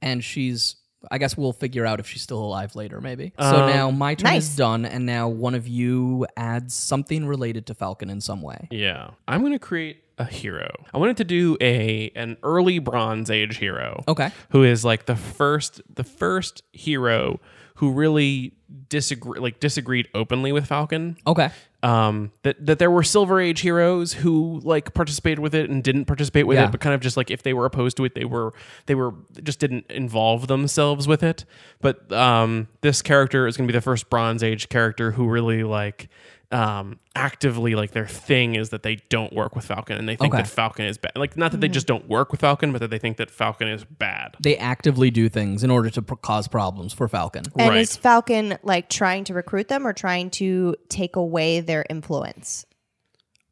Speaker 2: and she's I guess we'll figure out if she's still alive later, maybe. so now my turn is
Speaker 4: Nice.
Speaker 2: done, and now one of you adds something related to Falcon in some way.
Speaker 1: Yeah. I'm going to create a hero. I wanted to do a an early bronze age hero.
Speaker 2: Okay.
Speaker 1: Who is like the first the first hero who really disagree like disagreed openly with Falcon.
Speaker 2: Okay.
Speaker 1: Um that that there were silver age heroes who like participated with it and didn't participate with
Speaker 2: Yeah.
Speaker 1: it but kind of just like if they were opposed to it they were they were just didn't involve themselves with it. But um this character is going to be the first bronze age character who really like um, actively like their thing is that they don't work with Falcon and they think
Speaker 2: Okay. Mm-hmm.
Speaker 1: that Falcon is bad. Like not that they just don't work with Falcon, but that they think that Falcon is bad.
Speaker 2: They actively do things in order to pro- cause problems for Falcon.
Speaker 1: And
Speaker 3: And
Speaker 1: Right. is
Speaker 3: is Falcon like trying to recruit them or trying to take away their influence?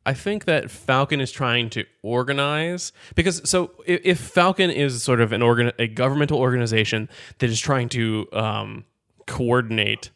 Speaker 1: I think that Falcon is trying to organize because so if, if Falcon is sort of an organ a governmental organization that is trying to um, coordinate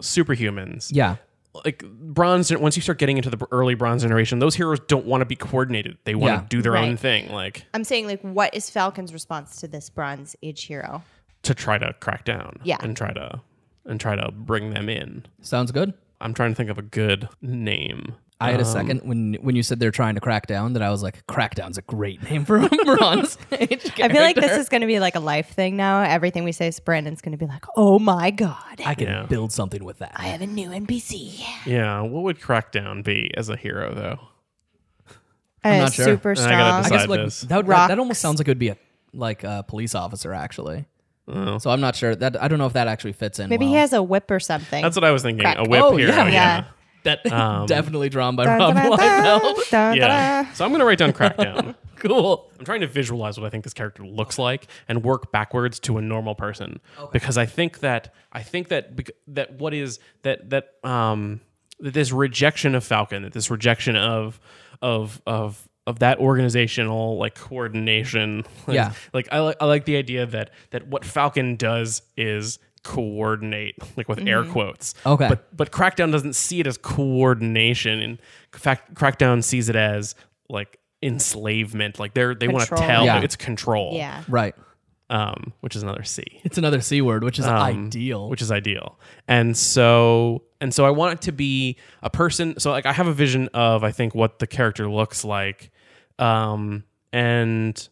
Speaker 1: superhumans,
Speaker 2: Yeah.
Speaker 1: like bronze once you start getting into the early bronze generation those heroes don't want to be coordinated they want
Speaker 2: Yeah.
Speaker 1: to do their own
Speaker 3: Right.
Speaker 1: thing like
Speaker 3: I'm saying like what is Falcon's response to this Bronze Age hero?
Speaker 1: to try to crack down
Speaker 3: Yeah.
Speaker 1: and try to and try to bring them in
Speaker 2: Sounds good.
Speaker 1: i'm trying to think of a good name
Speaker 2: I
Speaker 1: Um,
Speaker 2: had a second when when you said they're trying to crack down that I was like, Crackdown's a great name for a bronze age character.
Speaker 3: I feel like this is going to be like a life thing now. Everything we say, is Brandon's going to be like, "Oh my god,
Speaker 2: I can
Speaker 1: Yeah.
Speaker 2: build something with that.
Speaker 3: I have a new NPC."
Speaker 1: yeah what would crackdown be as a hero though
Speaker 3: I'm
Speaker 2: not sure.
Speaker 3: Uh, Super
Speaker 1: I gotta
Speaker 2: I
Speaker 3: strong.
Speaker 1: decide.
Speaker 2: guess
Speaker 1: Side
Speaker 2: like
Speaker 1: this.
Speaker 2: that, would, that, that
Speaker 3: Rocks.
Speaker 2: almost sounds like it would be a like a police officer actually. So I'm not sure that I don't know if that actually fits in.
Speaker 3: Maybe
Speaker 2: well.
Speaker 3: he has a whip or something.
Speaker 1: that's what i was thinking
Speaker 3: Crack.
Speaker 1: a whip
Speaker 2: Oh,
Speaker 1: hero
Speaker 2: yeah.
Speaker 3: Yeah.
Speaker 2: that
Speaker 1: um,
Speaker 2: definitely drawn by
Speaker 3: Dun,
Speaker 2: Rob
Speaker 3: dun, dun,
Speaker 2: Liefeld.
Speaker 3: dun, dun.
Speaker 1: yeah so i'm gonna write down crackdown
Speaker 2: cool.
Speaker 1: I'm trying to visualize what I think this character looks like and work backwards to a normal person because I think that I think that bec- that what is that that um that this rejection of Falcon that this rejection of of of of that organizational like coordination like,
Speaker 2: Yeah.
Speaker 1: like I like I like the idea that that what Falcon does is coordinate like with air quotes
Speaker 2: Mm-hmm. Okay.
Speaker 1: but but Crackdown doesn't see it as coordination. In fact, Crackdown sees it as like enslavement. Like they're they want to
Speaker 3: Control.
Speaker 1: tell
Speaker 2: Yeah.
Speaker 1: it's control.
Speaker 3: Yeah.
Speaker 2: Right.
Speaker 1: Um, which is another C,
Speaker 2: It's another C word, which is
Speaker 1: um,
Speaker 2: ideal.
Speaker 1: which is ideal. And so and so I want it to be a person. So like I have a vision of I think what the character looks like, um, and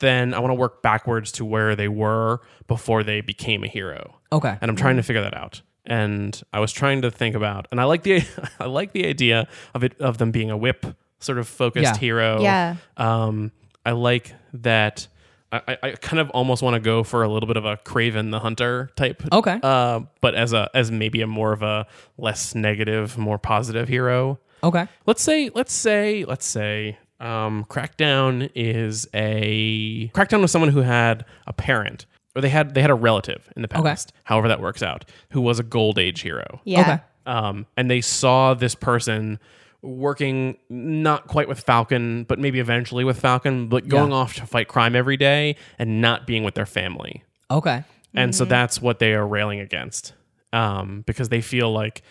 Speaker 1: then I want to work backwards to where they were before they became a hero
Speaker 2: okay.
Speaker 1: and I'm trying
Speaker 3: Mm.
Speaker 1: to figure that out. And I was trying to think about, and I like the I like the idea of it of them being a whip sort of focused
Speaker 2: Yeah.
Speaker 1: hero.
Speaker 3: Yeah.
Speaker 1: Um, I like that. I, I- I kind of almost want to go for a little bit of a Craven the Hunter type.
Speaker 2: Okay.
Speaker 1: Uh, but as a as maybe a more of a less negative, more positive hero.
Speaker 2: okay.
Speaker 1: Let's say let's say let's say um, Crackdown is a Crackdown was someone who had a parent or they had they had a relative in the
Speaker 2: Okay.
Speaker 1: past, however that works out, who was a Gold Age hero.
Speaker 3: Yeah.
Speaker 2: Okay.
Speaker 1: Um, and they saw this person working not quite with Falcon, but maybe eventually with Falcon, but going off to fight crime every day and not being with their family
Speaker 2: Okay.
Speaker 1: and
Speaker 2: Mm-hmm.
Speaker 1: so that's what they are railing against um, because they feel like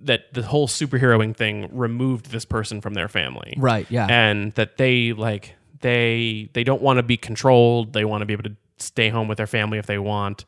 Speaker 1: that the whole superheroing thing removed this person from their family
Speaker 2: Right. Yeah.
Speaker 1: and that they like they they don't want to be controlled they want to be able to stay home with their family if they want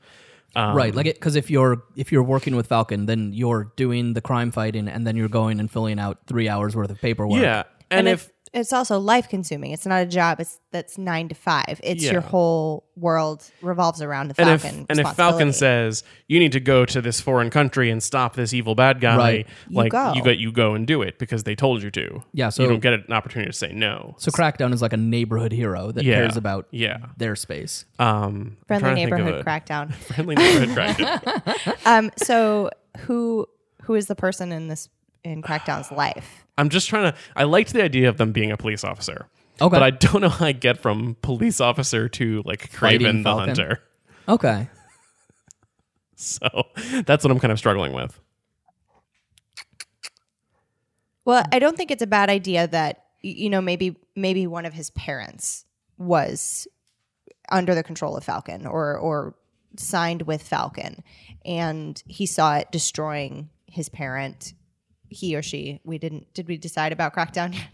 Speaker 1: um,
Speaker 2: right. Like it because if you're if you're working with Falcon, then you're doing the crime fighting, and then you're going and filling out three hours worth of paperwork.
Speaker 1: yeah and,
Speaker 3: And
Speaker 1: if
Speaker 3: it's, it's also life consuming. It's not a job. It's that's nine to five. It's
Speaker 1: Yeah.
Speaker 3: your whole world revolves around the
Speaker 1: and
Speaker 3: Falcon.
Speaker 1: if and if Falcon
Speaker 3: responsibility.
Speaker 1: says you need to go to this foreign country and stop this evil bad guy,
Speaker 2: Right.
Speaker 3: You
Speaker 1: like
Speaker 3: go.
Speaker 1: you got you go and do it because they told you to.
Speaker 2: Yeah, so-
Speaker 1: you don't get an opportunity to say no.
Speaker 2: So Crackdown is like a neighborhood hero that
Speaker 1: Yeah.
Speaker 2: cares about
Speaker 1: Yeah.
Speaker 2: their space.
Speaker 1: Um, I'm
Speaker 3: friendly
Speaker 1: trying to think of
Speaker 3: neighborhood
Speaker 1: a-
Speaker 3: crackdown.
Speaker 1: Friendly neighborhood crackdown.
Speaker 3: um, so who who is the person in this in Crackdown's life?
Speaker 1: I'm just trying to. I liked the idea of them being a police officer.
Speaker 2: Okay.
Speaker 1: But I don't know how I get from police officer to like Craven
Speaker 2: Fighting
Speaker 1: the
Speaker 2: Falcon.
Speaker 1: Hunter.
Speaker 2: Okay.
Speaker 1: So that's what I'm kind of struggling with.
Speaker 3: Well, I don't think it's a bad idea that y- you know maybe maybe one of his parents was under the control of Falcon or or signed with Falcon and he saw it destroying his parent he or she we didn't did we decide about crackdown yet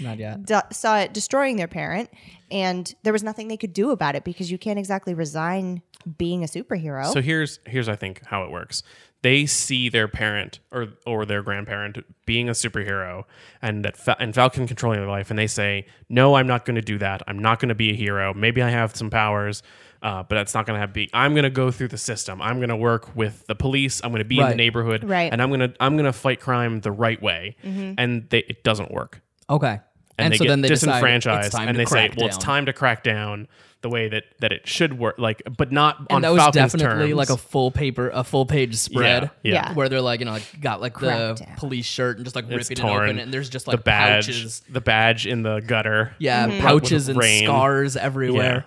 Speaker 2: Not yet.
Speaker 3: d- saw it destroying their parent and there was nothing they could do about it because you can't exactly resign being a superhero
Speaker 2: Oh.
Speaker 1: So here's here's I think how it works. They see their parent or or their grandparent being a superhero, and that Fa- and Falcon controlling their life, and they say, "No, I'm not going to do that. I'm not going to be a hero. Maybe I have some powers, uh, but that's not going to have be. I'm going to go through the system. I'm going to work with the police. I'm going to be in the
Speaker 2: Right.
Speaker 1: neighborhood,
Speaker 3: Right.
Speaker 1: And I'm gonna I'm gonna fight crime the right way. And they, it doesn't work.
Speaker 2: Okay. And
Speaker 1: they
Speaker 2: so
Speaker 1: get
Speaker 2: then they decide it's
Speaker 1: disenfranchised
Speaker 2: time
Speaker 1: and
Speaker 2: to
Speaker 1: they say,
Speaker 2: crack
Speaker 1: "Well, it's
Speaker 2: down."
Speaker 1: time to crack down the way that that it should work." Like, but not on
Speaker 2: and that was
Speaker 1: Falcon's
Speaker 2: definitely
Speaker 1: terms.
Speaker 2: like a full paper, a full page spread.
Speaker 1: Yeah, yeah.
Speaker 3: Yeah.
Speaker 2: Where they're like, you know, like got like the
Speaker 3: Crackdown.
Speaker 2: police shirt and just like
Speaker 1: it's
Speaker 2: ripping
Speaker 1: torn.
Speaker 2: it open, and there's just
Speaker 1: the
Speaker 2: like
Speaker 1: badge,
Speaker 2: pouches,
Speaker 1: the badge in the gutter.
Speaker 2: yeah,
Speaker 3: Mm-hmm.
Speaker 2: pouches
Speaker 1: With
Speaker 2: and
Speaker 1: rain.
Speaker 2: scars everywhere.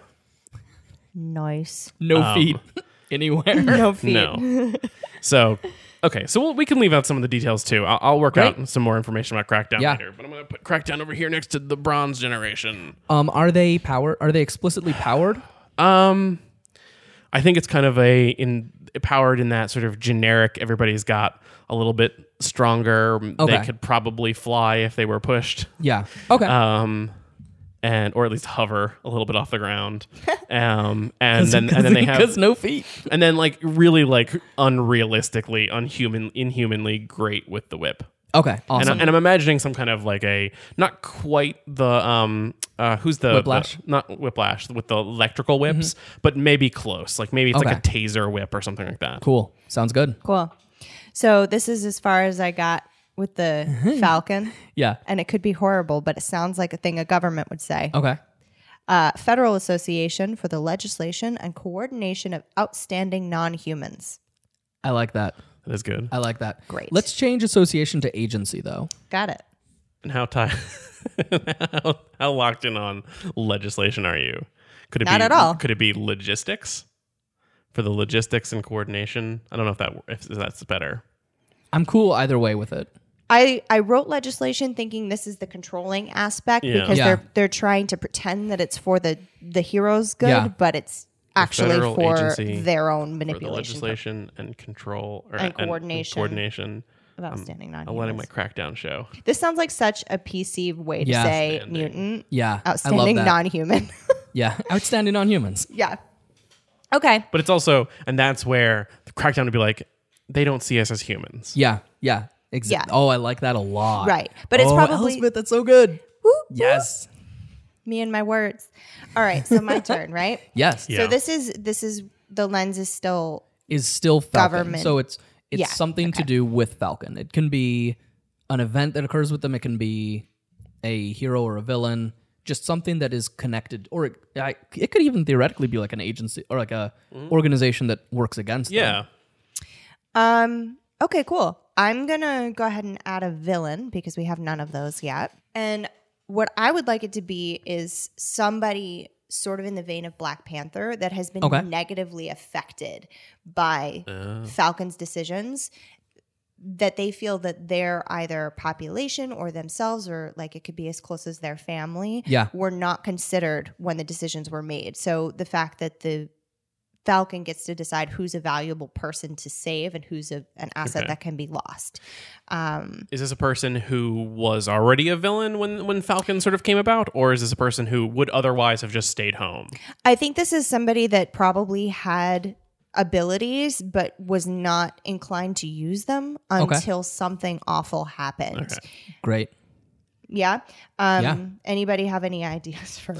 Speaker 3: Nice.
Speaker 2: No
Speaker 1: Um,
Speaker 2: feet anywhere.
Speaker 3: No feet.
Speaker 1: No. so, okay. So we'll, we can leave out some of the details too. I'll, I'll work
Speaker 2: Great.
Speaker 1: out some more information about Crackdown
Speaker 2: Yeah.
Speaker 1: later. But I'm going to put Crackdown over here next to the Bronze Generation.
Speaker 2: Um, are they power? Are they explicitly powered?
Speaker 1: Um, I think it's kind of a in powered in that sort of generic. Everybody's got a little bit stronger. They
Speaker 2: Okay.
Speaker 1: could probably fly if they were pushed.
Speaker 2: Yeah. Okay.
Speaker 1: Um. And or at least hover a little bit off the ground, um, and then
Speaker 2: Because-
Speaker 1: and then they have
Speaker 2: because no feet.
Speaker 1: and then like really like unrealistically unhuman inhumanly great with the whip
Speaker 2: Okay.
Speaker 1: and,
Speaker 2: Awesome.
Speaker 1: I, and i'm imagining some kind of like a not quite the um uh who's the
Speaker 2: Whiplash?
Speaker 1: the- not whiplash with the electrical whips but maybe close like maybe it's like a
Speaker 2: Okay.
Speaker 1: taser whip or something like that
Speaker 2: cool. Sounds good.
Speaker 3: Cool. So this is as far as I got with the
Speaker 1: Mm-hmm.
Speaker 3: Falcon.
Speaker 2: Yeah.
Speaker 3: And it could be horrible, but it sounds like a thing a government would
Speaker 1: Oh.
Speaker 3: say.
Speaker 2: Okay.
Speaker 3: Uh, Federal Association for the Legislation and Coordination of Outstanding Non Humans.
Speaker 2: I like that.
Speaker 1: that is good
Speaker 2: I like that.
Speaker 3: Great.
Speaker 2: Let's change association to agency though.
Speaker 3: Got it.
Speaker 1: and how tied how, how locked in on legislation are you could it
Speaker 3: Not
Speaker 1: be
Speaker 3: at all.
Speaker 1: could it be logistics for the logistics and coordination i don't know if that if that's better
Speaker 2: I'm cool either way with it.
Speaker 3: I, I wrote legislation thinking this is the controlling aspect
Speaker 1: Yeah.
Speaker 3: because
Speaker 2: Yeah.
Speaker 3: they're they're trying to pretend that it's for the the heroes good,
Speaker 2: Yeah.
Speaker 3: but it's actually
Speaker 1: federal
Speaker 3: for
Speaker 1: agency
Speaker 3: their own
Speaker 1: for the
Speaker 3: manipulation
Speaker 1: legislation and control or,
Speaker 3: And coordination.
Speaker 1: coordination.
Speaker 3: of outstanding non
Speaker 1: I'm letting my
Speaker 3: humans.
Speaker 1: crackdown show.
Speaker 3: This sounds like such a PC way to
Speaker 2: Yeah.
Speaker 3: say
Speaker 1: Outstanding.
Speaker 3: mutant.
Speaker 2: Yeah. I
Speaker 3: Outstanding
Speaker 2: love that.
Speaker 3: non human.
Speaker 2: yeah. Outstanding on humans.
Speaker 3: yeah. Okay.
Speaker 1: But it's also, and that's where the crackdown would be like, they don't see us as humans.
Speaker 2: Yeah. Yeah. Exactly.
Speaker 3: Yeah.
Speaker 2: Oh, I like that a lot.
Speaker 3: Right. But it's
Speaker 2: Oh,
Speaker 3: probably-
Speaker 2: Elspeth, that's so good.
Speaker 3: Whoop, whoop.
Speaker 2: Yes.
Speaker 3: me and my words. All right, so my turn, right?
Speaker 2: Yes.
Speaker 1: Yeah.
Speaker 3: So this is this is the lens is still
Speaker 2: Is still Falcon.
Speaker 3: Government.
Speaker 2: So it's it's
Speaker 3: Yeah,
Speaker 2: something to do with Falcon. It can be an event that occurs with them. It can be a hero or a villain. Just something that is connected, or it, I, it could even theoretically be like an agency or like a organization that works against. them.
Speaker 1: Yeah.
Speaker 3: um okay, cool. I'm going to go ahead and add a villain because we have none of those yet. And what I would like it to be is somebody sort of in the vein of Black Panther that has been
Speaker 2: Okay.
Speaker 3: negatively affected by
Speaker 1: Mm.
Speaker 3: Falcon's decisions that they feel that their either population or themselves or like it could be as close as their family
Speaker 2: Yeah.
Speaker 3: were not considered when the decisions were made. So the fact that the Falcon gets to decide who's a valuable person to save and who's a, an asset
Speaker 1: Okay.
Speaker 3: that can be lost. Um,
Speaker 1: Is this a person who was already a villain when, when Falcon sort of came about? Or is this a person who would otherwise have just stayed home?
Speaker 3: I think this is somebody that probably had abilities but was not inclined to use them
Speaker 2: Okay.
Speaker 3: until something awful happened.
Speaker 2: Great.
Speaker 3: Yeah. Um,
Speaker 2: Yeah.
Speaker 3: Anybody have any ideas for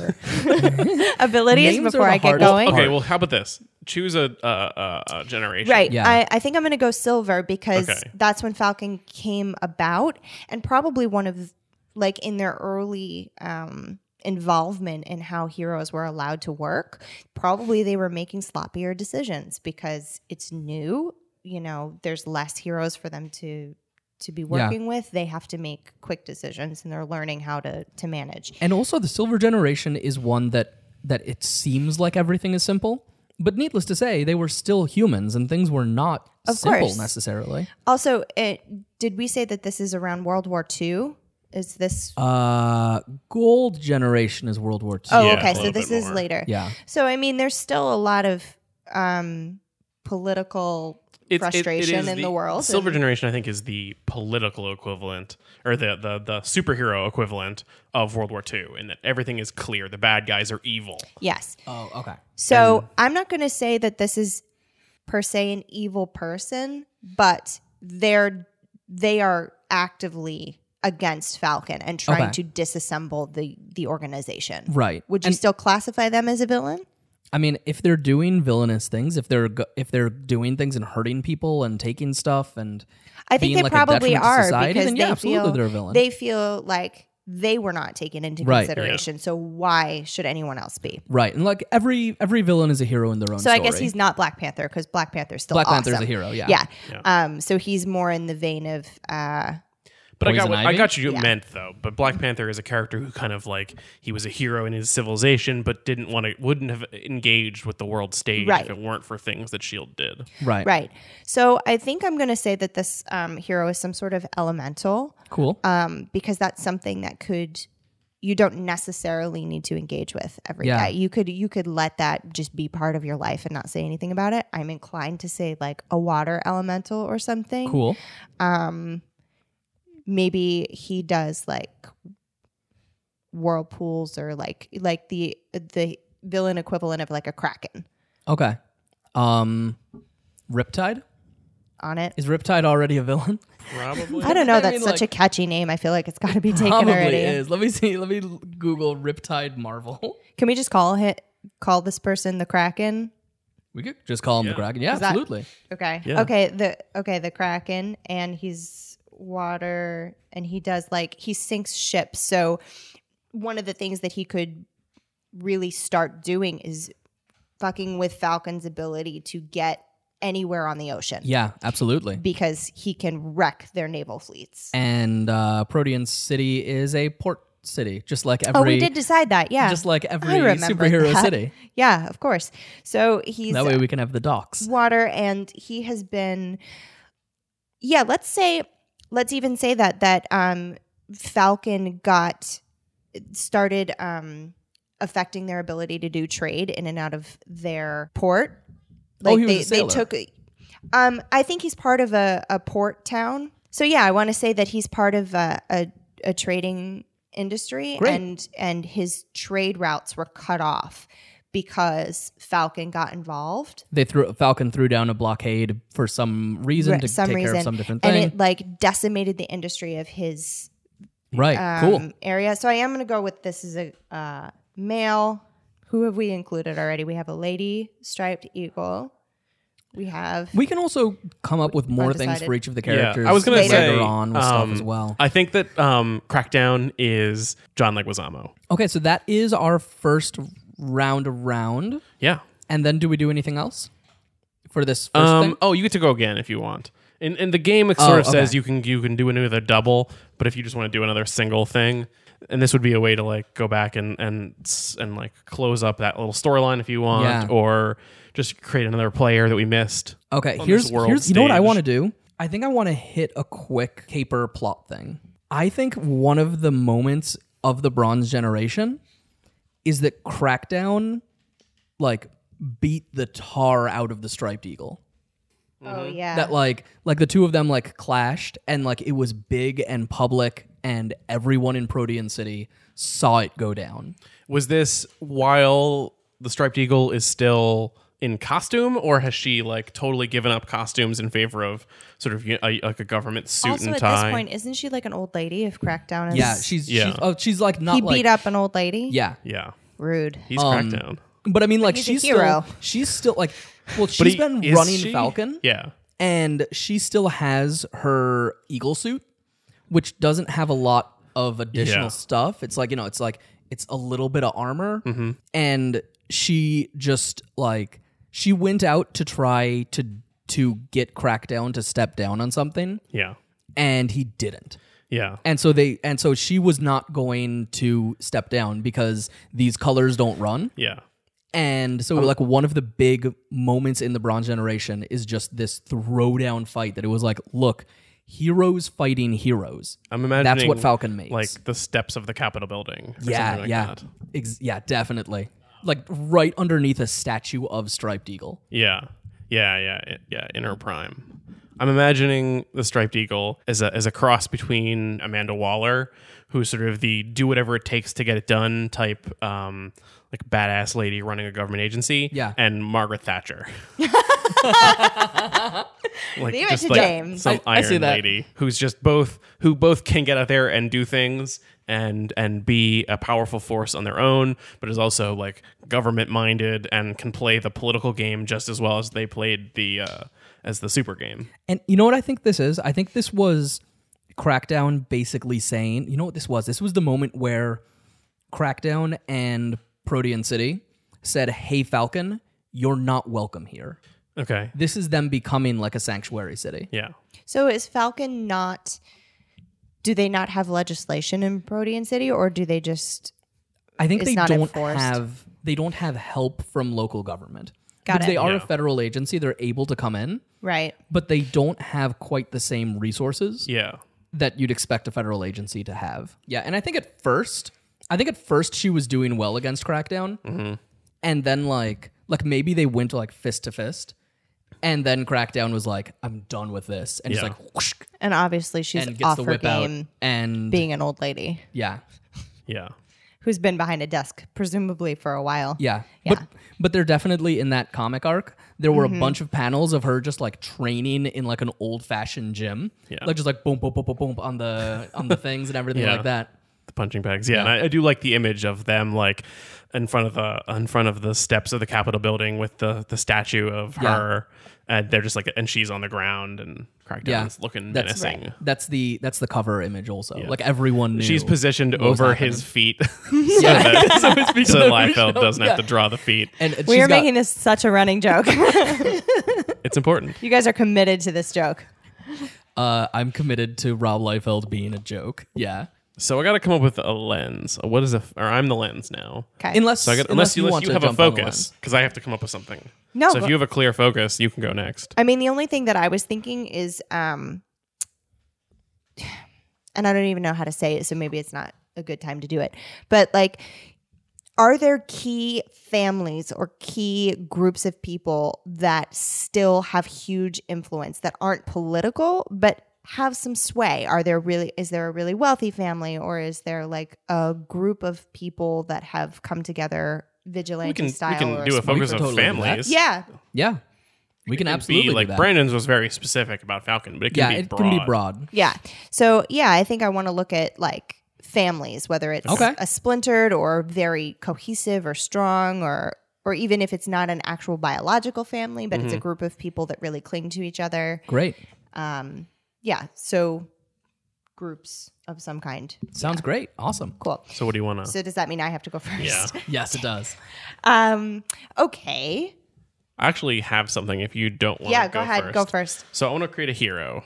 Speaker 3: abilities
Speaker 2: Names are
Speaker 3: before
Speaker 2: the
Speaker 3: I get
Speaker 2: hardest
Speaker 3: going?
Speaker 2: part.
Speaker 1: Okay, well, how about this? Choose a, a, a, a generation.
Speaker 3: Right.
Speaker 2: Yeah.
Speaker 3: I, I think I'm going to go silver because
Speaker 1: Okay.
Speaker 3: that's when Falcon came about and probably one of, like, in their early um, involvement in how heroes were allowed to work, probably they were making sloppier decisions because it's new. You know, there's less heroes for them to to be working with. They have to make quick decisions and they're learning how to to manage.
Speaker 2: And also, the silver generation is one that that it seems like everything is simple, but needless to say, they were still humans and things were not
Speaker 3: Of
Speaker 2: simple
Speaker 3: course.
Speaker 2: necessarily.
Speaker 3: Also, it, did we say that this is around World War II? Is this?
Speaker 2: Uh, gold generation is World War II.
Speaker 3: oh,
Speaker 1: yeah, a
Speaker 3: okay. So
Speaker 1: little
Speaker 3: this
Speaker 1: bit
Speaker 3: is
Speaker 1: more.
Speaker 3: later.
Speaker 2: Yeah,
Speaker 3: So I mean, there's still a lot of um, political
Speaker 1: It's- it- it
Speaker 3: frustration
Speaker 1: is
Speaker 3: in the, world.
Speaker 1: Silver
Speaker 3: and-
Speaker 1: Generation, I think, is the political equivalent or the, the, the superhero equivalent of World War II, in that everything is clear. The bad guys are evil.
Speaker 3: yes.
Speaker 2: Oh, okay.
Speaker 3: So I'm not going to say that this is per se an evil person, but they're they are actively against Falcon and trying
Speaker 2: Okay.
Speaker 3: to disassemble the the organization.
Speaker 2: Right.
Speaker 3: Would you still classify them as a villain?
Speaker 2: I mean, if they're doing villainous things, if they're go- if they're doing things and hurting people and taking stuff and
Speaker 3: I think
Speaker 2: being
Speaker 3: they
Speaker 2: like a
Speaker 3: probably
Speaker 2: detriment to
Speaker 3: are
Speaker 2: society,
Speaker 3: because
Speaker 2: then
Speaker 3: they
Speaker 2: yeah, absolutely
Speaker 3: feel
Speaker 2: they're a villain.
Speaker 3: they feel like they were not taken into
Speaker 2: Right.
Speaker 3: consideration. So why should anyone else be?
Speaker 2: Right. And like every every villain is a hero in their own
Speaker 3: So
Speaker 2: story.
Speaker 3: I guess he's not Black Panther because Black Panther's still
Speaker 2: Black
Speaker 3: awesome.
Speaker 2: Panther's a hero, yeah.
Speaker 3: Yeah. Um, so he's more in the vein of uh,
Speaker 1: But I got
Speaker 2: Poison
Speaker 1: what, I
Speaker 2: Ivy?
Speaker 1: got you meant though. But Black Panther is a character who kind of like he was a hero in his civilization, but didn't want to wouldn't have engaged with the world stage
Speaker 3: Right.
Speaker 1: if it weren't for things that Shield E did.
Speaker 2: Right.
Speaker 3: right. So I think I'm going to say that this um, hero is some sort of elemental
Speaker 2: Cool.
Speaker 3: um, because that's something that could you don't necessarily need to engage with every day.
Speaker 2: Yeah.
Speaker 3: You could you could let that just be part of your life and not say anything about it. I'm inclined to say like a water elemental or something. Um,
Speaker 2: cool.
Speaker 3: maybe he does like whirlpools or like like the the villain equivalent of like a kraken
Speaker 2: Okay. Um Riptide?
Speaker 3: on it.
Speaker 2: Is Riptide already a villain?
Speaker 1: Probably.
Speaker 3: I don't know.
Speaker 2: I
Speaker 3: That's
Speaker 2: mean,
Speaker 3: such
Speaker 2: like-
Speaker 3: a catchy name. I feel like it's got to be taken
Speaker 2: Probably
Speaker 3: already.
Speaker 2: is. Let me see. Let me l- Google Riptide Marvel.
Speaker 3: Can we just call it call this person the kraken?
Speaker 2: We could just call him the Kraken. Yeah,
Speaker 3: Is that-
Speaker 2: absolutely.
Speaker 3: Okay.
Speaker 1: Yeah.
Speaker 3: Okay. The okay the kraken, and he's water, and he does like he sinks ships. So one of the things that he could really start doing is fucking with Falcon's ability to get anywhere on the ocean
Speaker 2: Yeah, absolutely.
Speaker 3: because he can wreck their naval fleets.
Speaker 2: And uh Protean City is a port city, just like every
Speaker 3: oh, we did decide that. Yeah.
Speaker 2: just like every
Speaker 3: I remember
Speaker 2: superhero
Speaker 3: that.
Speaker 2: city.
Speaker 3: Yeah, of course. So he's
Speaker 2: That way we can have the docks.
Speaker 3: water and he has been yeah let's say let's even say that that um falcon got started um affecting their ability to do trade in and out of their port
Speaker 2: Oh, he was a
Speaker 3: they, they
Speaker 2: sailor.
Speaker 3: took um i think he's part of a, a port town so yeah i want to say that he's part of a, a, a trading industry
Speaker 2: Great.
Speaker 3: and and his trade routes were cut off because falcon got involved
Speaker 2: They threw Falcon threw down a blockade for some reason
Speaker 3: Right,
Speaker 2: to
Speaker 3: some
Speaker 2: take care
Speaker 3: reason.
Speaker 2: of some different
Speaker 3: and
Speaker 2: thing.
Speaker 3: it like decimated the industry of his
Speaker 2: right.
Speaker 3: um,
Speaker 2: cool.
Speaker 3: area. So I am going to go with this is a uh, male. Who have we included already? We have a lady striped eagle. We have
Speaker 2: We can also come up with more things
Speaker 3: Undecided.
Speaker 2: for each of the
Speaker 1: Yeah,
Speaker 2: characters.
Speaker 1: I was gonna
Speaker 3: later.
Speaker 1: say
Speaker 2: on with stuff
Speaker 1: um,
Speaker 2: as well.
Speaker 1: I think that um, Crackdown is John Leguizamo.
Speaker 2: okay, so that is our first round around,
Speaker 1: Yeah.
Speaker 2: and then do we do anything else for this first
Speaker 1: Um,
Speaker 2: thing?
Speaker 1: oh, you get to go again if you want. And, and the game it
Speaker 2: Oh,
Speaker 1: sort of says
Speaker 2: okay.
Speaker 1: you can you can do another double, but if you just want to do another single thing, and this would be a way to like go back and and s- and like close up that little storyline if you want,
Speaker 2: Yeah.
Speaker 1: or just create another player that we missed.
Speaker 2: Okay,
Speaker 1: on
Speaker 2: here's
Speaker 1: this world
Speaker 2: here's you know what I
Speaker 1: stage.
Speaker 2: want to do. I think I want to hit a quick caper plot thing. I think one of the moments of the Bronze Generation is that Crackdown, like beat the tar out of the Striped Eagle.
Speaker 3: oh
Speaker 1: Mm-hmm.
Speaker 3: yeah
Speaker 2: that like like the two of them like clashed and like it was big and public and everyone in Protean City saw it go down.
Speaker 1: Was this while the striped eagle is still in costume, or has she like totally given up costumes in favor of sort of you- a, like a government suit
Speaker 3: also
Speaker 1: and
Speaker 3: at
Speaker 1: tie?
Speaker 3: this point isn't she like an old lady? If Crackdown is
Speaker 2: Yeah, she's
Speaker 1: Yeah.
Speaker 2: she's, oh, she's like not
Speaker 3: he
Speaker 2: like
Speaker 3: beat up an old lady.
Speaker 2: yeah.
Speaker 1: yeah,
Speaker 3: rude.
Speaker 1: he's
Speaker 2: um,
Speaker 1: Crackdown.
Speaker 2: But I mean like
Speaker 3: he's a
Speaker 2: she's
Speaker 3: hero.
Speaker 2: still she's still like well she's
Speaker 1: But he-
Speaker 2: been
Speaker 1: is
Speaker 2: running
Speaker 1: she?
Speaker 2: Falcon
Speaker 1: Yeah.
Speaker 2: and she still has her eagle suit which doesn't have a lot of additional
Speaker 1: Yeah.
Speaker 2: stuff. It's like, you know, it's like it's a little bit of armor
Speaker 1: Mm-hmm.
Speaker 2: and she just like she went out to try to to get Crackdown to step down on something
Speaker 1: Yeah.
Speaker 2: and he didn't.
Speaker 1: Yeah.
Speaker 2: And so they and so she was not going to step down because these colors don't run.
Speaker 1: Yeah.
Speaker 2: And so, like, one of the big moments in the Bronze Generation is just this throwdown fight that it was like, look, heroes fighting heroes.
Speaker 1: I'm imagining
Speaker 2: That's what Falcon makes.
Speaker 1: Like the steps of the Capitol building. Or
Speaker 2: yeah,
Speaker 1: something like
Speaker 2: yeah,
Speaker 1: That.
Speaker 2: Ex- yeah, definitely. Like right underneath a statue of Striped Eagle.
Speaker 1: Yeah. Yeah. Yeah. it- Yeah. In her prime. I'm imagining the striped eagle as a as a cross between Amanda Waller, who's sort of the do whatever it takes to get it done type, um, like badass lady running a government agency,
Speaker 2: Yeah.
Speaker 1: and Margaret Thatcher. like
Speaker 3: Leave it
Speaker 1: just
Speaker 3: to
Speaker 1: like
Speaker 3: James.
Speaker 1: some
Speaker 2: I- I
Speaker 1: iron
Speaker 2: see that.
Speaker 1: lady who's just both who both can get out there and do things and and be a powerful force on their own, but is also like government minded and can play the political game just as well as they played the uh, as the super game.
Speaker 2: And you know what I think this is? I think this was Crackdown basically saying, you know what this was? This was the moment where Crackdown and Protean City said, "Hey Falcon, you're not welcome here."
Speaker 1: Okay.
Speaker 2: This is them becoming like a sanctuary city.
Speaker 1: Yeah.
Speaker 3: So is Falcon not? Do they not have legislation in Protean City, or do they just?
Speaker 2: I think
Speaker 3: It's
Speaker 2: they
Speaker 3: not
Speaker 2: don't
Speaker 3: enforced.
Speaker 2: have they don't have help from local government.
Speaker 3: Got
Speaker 2: Because
Speaker 3: it.
Speaker 2: They are a
Speaker 1: Yeah.
Speaker 2: federal agency; they're able to come in,
Speaker 3: Right.
Speaker 2: but they don't have quite the same resources
Speaker 1: Yeah.
Speaker 2: that you'd expect a federal agency to have. Yeah, and I think at first, I think at first she was doing well against Crackdown,
Speaker 1: Mm-hmm.
Speaker 2: and then like like maybe they went like fist to fist, and then Crackdown was like, "I'm done with this," and it's
Speaker 1: Yeah.
Speaker 2: like whoosh,
Speaker 3: And obviously, she's
Speaker 2: and gets
Speaker 3: off
Speaker 2: the
Speaker 3: her
Speaker 2: whip
Speaker 3: game
Speaker 2: out and
Speaker 3: being an old lady
Speaker 2: yeah.
Speaker 1: Yeah.
Speaker 3: who's been behind a desk, presumably for a while.
Speaker 2: Yeah.
Speaker 3: Yeah. Mm-hmm.
Speaker 2: But but they're definitely in that comic arc. There were a bunch of panels of her just like training in like an old fashioned gym.
Speaker 1: Yeah.
Speaker 2: Like just like boom boom boom boom boom on the on the things and everything
Speaker 1: Yeah.
Speaker 2: like that.
Speaker 1: The punching bags. Yeah. And I, I do like the image of them like in front of the in front of the steps of the Capitol building with the the statue of
Speaker 2: Yeah.
Speaker 1: her. And they're just like and she's on the ground and cracked
Speaker 2: Yeah.
Speaker 1: down is looking
Speaker 2: That's
Speaker 1: menacing.
Speaker 2: that's the that's the cover image also. Like everyone knew.
Speaker 1: She's positioned
Speaker 2: was
Speaker 1: over
Speaker 2: happening.
Speaker 1: his feet so that so Liefeld doesn't have to draw the feet.
Speaker 2: and and
Speaker 3: We
Speaker 2: she's
Speaker 3: are
Speaker 2: got-
Speaker 3: making this such a running joke.
Speaker 1: It's important.
Speaker 3: you guys are committed to this joke.
Speaker 2: uh, I'm committed to Rob Liefeld being a joke. Yeah.
Speaker 1: So I got to come up with a lens. What is a f- or I'm the lens now.
Speaker 3: Okay.
Speaker 2: Unless,
Speaker 1: So I got, unless, you, unless
Speaker 2: want
Speaker 1: you
Speaker 2: to
Speaker 1: have a
Speaker 2: jump on the
Speaker 1: focus,
Speaker 2: lens.
Speaker 1: because I have to come up with something.
Speaker 3: No,
Speaker 1: So if
Speaker 3: but-
Speaker 1: you have a clear focus, you can go next.
Speaker 3: I mean, the only thing that I was thinking is, um, and I don't even know how to say it, so maybe it's not a good time to do it. But like, are there key families or key groups of people that still have huge influence that aren't political but have some sway? Are there really is there a really wealthy family or is there like a group of people that have come together vigilante
Speaker 1: We can we
Speaker 3: style?
Speaker 1: can
Speaker 3: or
Speaker 1: do a
Speaker 3: something?
Speaker 1: focus
Speaker 2: can
Speaker 1: of
Speaker 2: totally do that.
Speaker 1: families.
Speaker 3: yeah,
Speaker 2: Yeah. We
Speaker 1: It can
Speaker 2: can absolutely
Speaker 1: be like
Speaker 2: do that.
Speaker 1: Brandon's was very specific about Falcon, but it can
Speaker 2: yeah,
Speaker 1: be
Speaker 2: it
Speaker 1: broad.
Speaker 2: can be broad.
Speaker 3: Yeah. So yeah, I think I want to look at like families, whether it's
Speaker 2: Okay.
Speaker 3: a splintered or very cohesive or strong or or even if it's not an actual biological family, but it's a group of people that really cling to each other.
Speaker 2: Great.
Speaker 3: Um, yeah. So groups of some kind.
Speaker 2: Sounds great. Awesome.
Speaker 3: Cool.
Speaker 1: So what do you want to?
Speaker 3: So does that mean I have to go first?
Speaker 1: Yeah.
Speaker 2: Yes, it does.
Speaker 3: Um, okay.
Speaker 1: I actually have something. If you don't want,
Speaker 3: yeah.
Speaker 1: to
Speaker 3: Go, ahead.
Speaker 1: First.
Speaker 3: Go first.
Speaker 1: So I want to create a hero,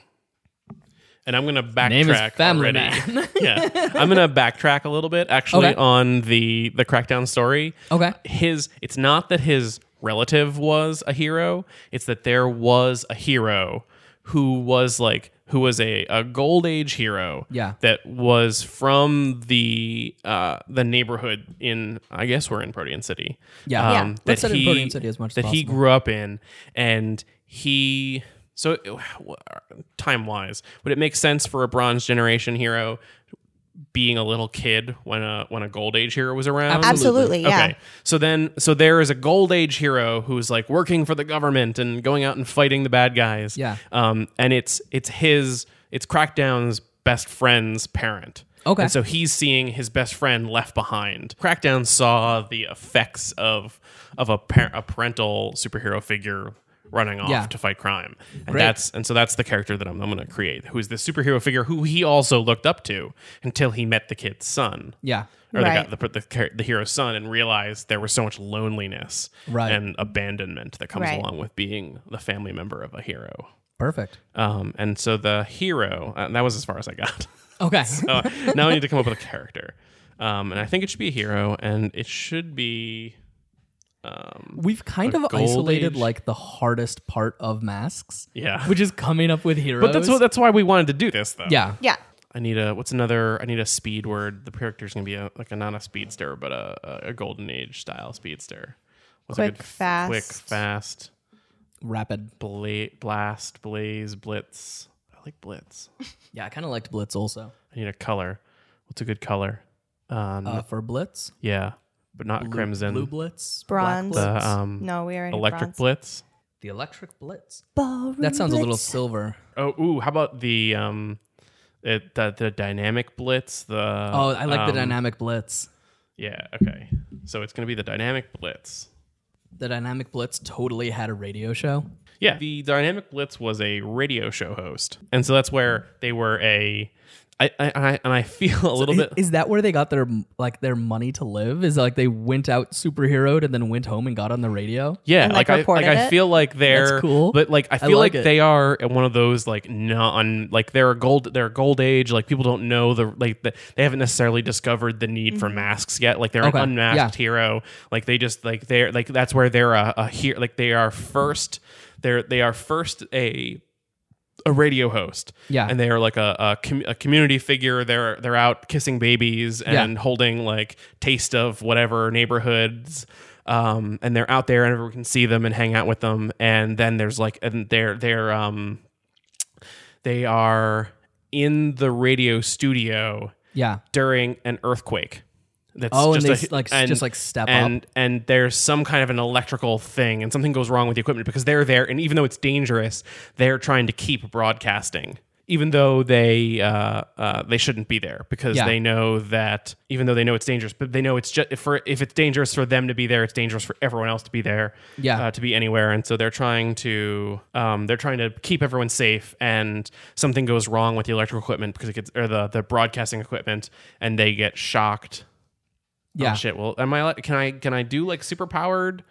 Speaker 1: and I'm going to backtrack.
Speaker 2: Name is Family
Speaker 1: already.
Speaker 2: Man.
Speaker 1: yeah, I'm going to backtrack a little bit actually
Speaker 2: Okay.
Speaker 1: on the the crackdown story.
Speaker 2: Okay.
Speaker 1: his it's not that his relative was a hero it's that there was a hero who was like who was a, a gold age hero
Speaker 2: Yeah.
Speaker 1: that was from the uh the neighborhood in i guess we're in protean city
Speaker 2: Yeah. Yeah.
Speaker 1: um,
Speaker 2: Let's
Speaker 1: that
Speaker 2: set it in
Speaker 1: he,
Speaker 2: Protean City as much as
Speaker 1: that he
Speaker 2: possible.
Speaker 1: grew up in and he so time wise would it make sense for a bronze generation hero being a little kid when a when a gold age hero was around
Speaker 3: Absolutely.
Speaker 2: Absolutely.
Speaker 3: yeah.
Speaker 1: Okay. So then, so there is a gold age hero who's like working for the government and going out and fighting the bad guys.
Speaker 2: Yeah.
Speaker 1: Um, and it's it's his it's Crackdown's best friend's parent.
Speaker 2: Okay.
Speaker 1: And so he's seeing his best friend left behind. Crackdown saw the effects of of a, par- a parental superhero figure running off
Speaker 2: Yeah.
Speaker 1: to fight crime. And
Speaker 2: Great.
Speaker 1: that's and so that's the character that I'm, I'm going to create, who is the superhero figure who he also looked up to until he met the kid's son
Speaker 2: Yeah.
Speaker 1: or
Speaker 3: Right.
Speaker 1: the, guy, the, the, char- the hero's son and realized there was so much loneliness
Speaker 2: Right.
Speaker 1: and abandonment that comes
Speaker 3: Right.
Speaker 1: along with being the family member of a hero.
Speaker 2: Perfect.
Speaker 1: Um, and so the hero, and that was as far as I got.
Speaker 2: Okay.
Speaker 1: Uh, now I need to come up with a character. Um, and I think it should be a hero, and it should be.
Speaker 2: We've kind
Speaker 1: a
Speaker 2: of
Speaker 1: gold
Speaker 2: isolated
Speaker 1: age.
Speaker 2: like the hardest part of masks.
Speaker 1: Yeah.
Speaker 2: Which is coming up with heroes.
Speaker 1: But that's what, that's why we wanted to do this, though.
Speaker 2: Yeah.
Speaker 3: Yeah.
Speaker 1: I need a what's another? I need a speed word. The character's gonna be a, like a not a speedster, but a, a, a golden age style speedster. What's
Speaker 3: Quick,
Speaker 1: f-
Speaker 3: fast.
Speaker 1: Quick, fast.
Speaker 2: Rapid.
Speaker 1: Bla- blast, blaze, blitz. I like blitz.
Speaker 2: Yeah, I kind of liked Blitz also.
Speaker 1: I need a color. What's a good color? Um,
Speaker 2: Uh, for Blitz,
Speaker 1: yeah, but not
Speaker 2: blue-
Speaker 1: crimson.
Speaker 2: blue Blitz,
Speaker 3: Bronze.
Speaker 2: black
Speaker 1: the
Speaker 2: Blitz,
Speaker 1: um,
Speaker 3: No, we already
Speaker 1: electric
Speaker 3: bronze.
Speaker 1: blitz.
Speaker 2: the electric Blitz.
Speaker 3: Ballroom
Speaker 2: That sounds a little
Speaker 3: blitz.
Speaker 2: silver.
Speaker 1: Oh, ooh, how about the um, it, the the dynamic blitz? The
Speaker 2: Oh, I like the
Speaker 1: Uh, um,
Speaker 2: dynamic Blitz.
Speaker 1: Yeah. Okay. So it's gonna be the dynamic blitz.
Speaker 2: The Dynamic Blitz totally had a radio show.
Speaker 1: Yeah, the Dynamic Blitz was a radio show host, and so that's where they were a. I, I, I and I feel a little
Speaker 2: Is,
Speaker 1: bit.
Speaker 2: is that where they got their like their money to live? Is like they went out superheroed and then went home and got on the radio?
Speaker 1: Yeah,
Speaker 4: And,
Speaker 1: like,
Speaker 4: like,
Speaker 1: I like
Speaker 4: reported
Speaker 1: I
Speaker 4: it?
Speaker 1: feel like they're
Speaker 2: That's cool.
Speaker 1: but like I
Speaker 2: I
Speaker 1: feel like,
Speaker 2: like it.
Speaker 1: they are one of those like non like they're a gold they're a gold age like people don't know the like the, they haven't necessarily discovered the need
Speaker 4: Mm-hmm.
Speaker 1: for masks yet like they're
Speaker 2: Okay,
Speaker 1: an unmasked hero like they just like they're like that's where they're a, a here like they are first they're they are first a a radio host
Speaker 2: Yeah.
Speaker 1: and they are like a a, com- a community figure they're they're out kissing babies
Speaker 2: Yeah.
Speaker 1: and holding like taste of whatever neighborhoods um and they're out there and everyone can see them and hang out with them and then there's like and they're they're um they are in the radio studio
Speaker 2: Yeah.
Speaker 1: Oh, during an earthquake that's
Speaker 2: Oh, and
Speaker 1: just
Speaker 2: they
Speaker 1: a-
Speaker 2: s- like s-
Speaker 1: and-
Speaker 2: just, like, step
Speaker 1: and and there's some kind of an electrical thing and something goes wrong with the equipment because they're there and even though it's dangerous they're trying to keep broadcasting even though they uh, uh, they shouldn't be there because
Speaker 2: Yeah.
Speaker 1: they know that even though they know it's dangerous but they know it's just if for if it's dangerous for them to be there it's dangerous for everyone else to be there
Speaker 2: Yeah.
Speaker 1: uh, to be anywhere and so they're trying to um, they're trying to keep everyone safe and something goes wrong with the electrical equipment because it gets or the the broadcasting equipment and they get shocked
Speaker 2: Yeah.
Speaker 1: Oh, shit. Well, am I? allowed- Can I? Can I do like super powered?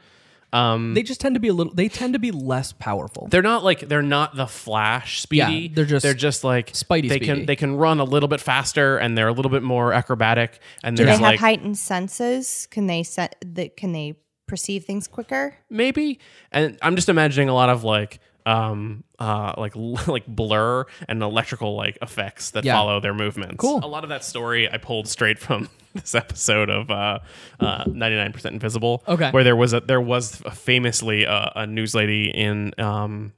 Speaker 1: Um,
Speaker 2: They just tend to be a little they tend to be less powerful.
Speaker 1: they're not like they're not the Flash speedy.
Speaker 2: Yeah, they're just
Speaker 1: they're just like
Speaker 2: Spidey
Speaker 1: They
Speaker 2: speedy.
Speaker 1: can they can run a little bit faster and they're a little bit more acrobatic. And
Speaker 3: Do they
Speaker 1: there's
Speaker 3: have
Speaker 1: like
Speaker 3: heightened senses? Can they set that? Can they perceive things quicker?
Speaker 1: maybe. And I'm just imagining a lot of like um uh like like blur and electrical like effects that
Speaker 2: Yeah.
Speaker 1: follow their movements.
Speaker 2: Cool.
Speaker 1: A lot of that story I pulled straight from this episode of uh, uh 99% Invisible.
Speaker 2: Okay.
Speaker 1: Where there was a there was famously a, a news lady in um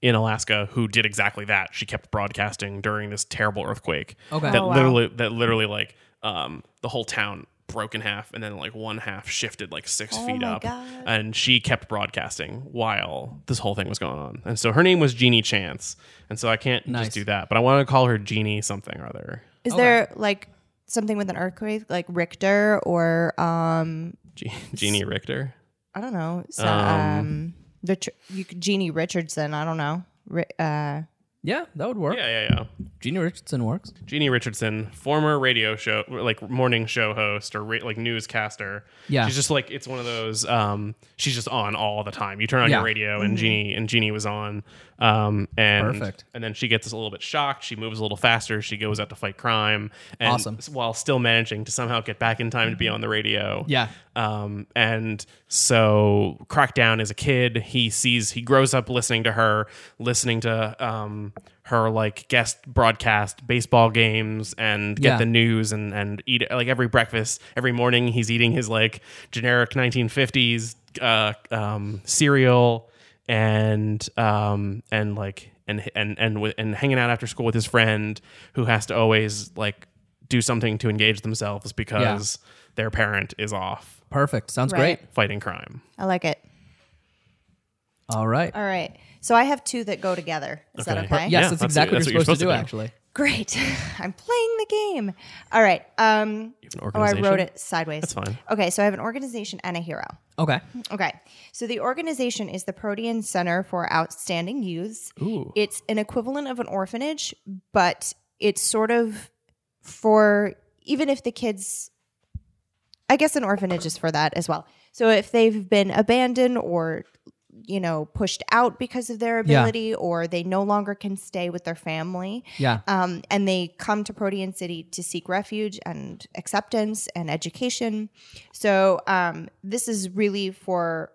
Speaker 1: in Alaska who did exactly that. She kept broadcasting during this terrible earthquake.
Speaker 2: Okay.
Speaker 1: That
Speaker 2: Oh,
Speaker 1: literally that literally like um the whole town broke in half and then like one half shifted like six feet
Speaker 3: Oh my
Speaker 1: up
Speaker 3: God.
Speaker 1: and she kept broadcasting while this whole thing was going on and so her name was jeannie chance and so i can't
Speaker 2: Nice.
Speaker 1: just do that but i want to call her jeannie something or other
Speaker 3: Is there like something with an earthquake, like Richter or um,
Speaker 1: Je- jeannie richter
Speaker 3: I don't know, so, um, the tr- you could, Jeannie Richardson. I don't know. Ri- Uh,
Speaker 2: Yeah, that would work.
Speaker 1: yeah yeah yeah
Speaker 2: Gina Richardson works.
Speaker 1: Jeannie Richardson, former radio show, like morning show host or ra- like newscaster.
Speaker 2: Yeah.
Speaker 1: she's just like it's one of those. Um, she's just on all the time. You turn on
Speaker 2: Yeah.
Speaker 1: your radio, and Jeannie and Jeannie was on. Um, and
Speaker 2: Perfect.
Speaker 1: And then she gets a little bit shocked. She moves a little faster. She goes out to fight crime. And
Speaker 2: Awesome. Mm-hmm.
Speaker 1: s- While still managing to somehow get back in time to be on the radio.
Speaker 2: Yeah.
Speaker 1: Um, and so Crackdown is a kid. He sees he grows up listening to her, listening to um, her like guest broadcast baseball games and get
Speaker 2: Yeah.
Speaker 1: the news and and eat like every breakfast every morning. He's eating his like generic 1950s uh, um, cereal and um, and like and and and with, and hanging out after school with his friend who has to always like do something to engage themselves because their parent is off
Speaker 2: Perfect. Sounds
Speaker 3: Right.
Speaker 2: great.
Speaker 1: fighting crime.
Speaker 3: I like it.
Speaker 2: All right.
Speaker 3: All right. So I have two that go together. Is that
Speaker 1: Okay.
Speaker 3: okay?
Speaker 2: Yes,
Speaker 1: Yeah,
Speaker 2: that's,
Speaker 1: that's-
Speaker 2: exactly
Speaker 1: that's
Speaker 2: what you're supposed, to do, actually.
Speaker 3: Great. I'm playing the game. All right. Um,
Speaker 1: an
Speaker 3: oh, I
Speaker 1: organization?
Speaker 3: wrote it sideways. That's
Speaker 1: fine.
Speaker 3: Okay. So I have an organization and a hero.
Speaker 2: Okay.
Speaker 3: Okay. So the organization is the Protean Center for Outstanding Youths. It's an equivalent of an orphanage, but it's sort of for even if the kids I guess an orphanage is for that as well. So if they've been abandoned or you know, pushed out because of their
Speaker 2: Yeah.
Speaker 3: ability or they no longer can stay with their family.
Speaker 2: Yeah.
Speaker 3: Um, and they come to Protean City to seek refuge and acceptance and education. So um, this is really for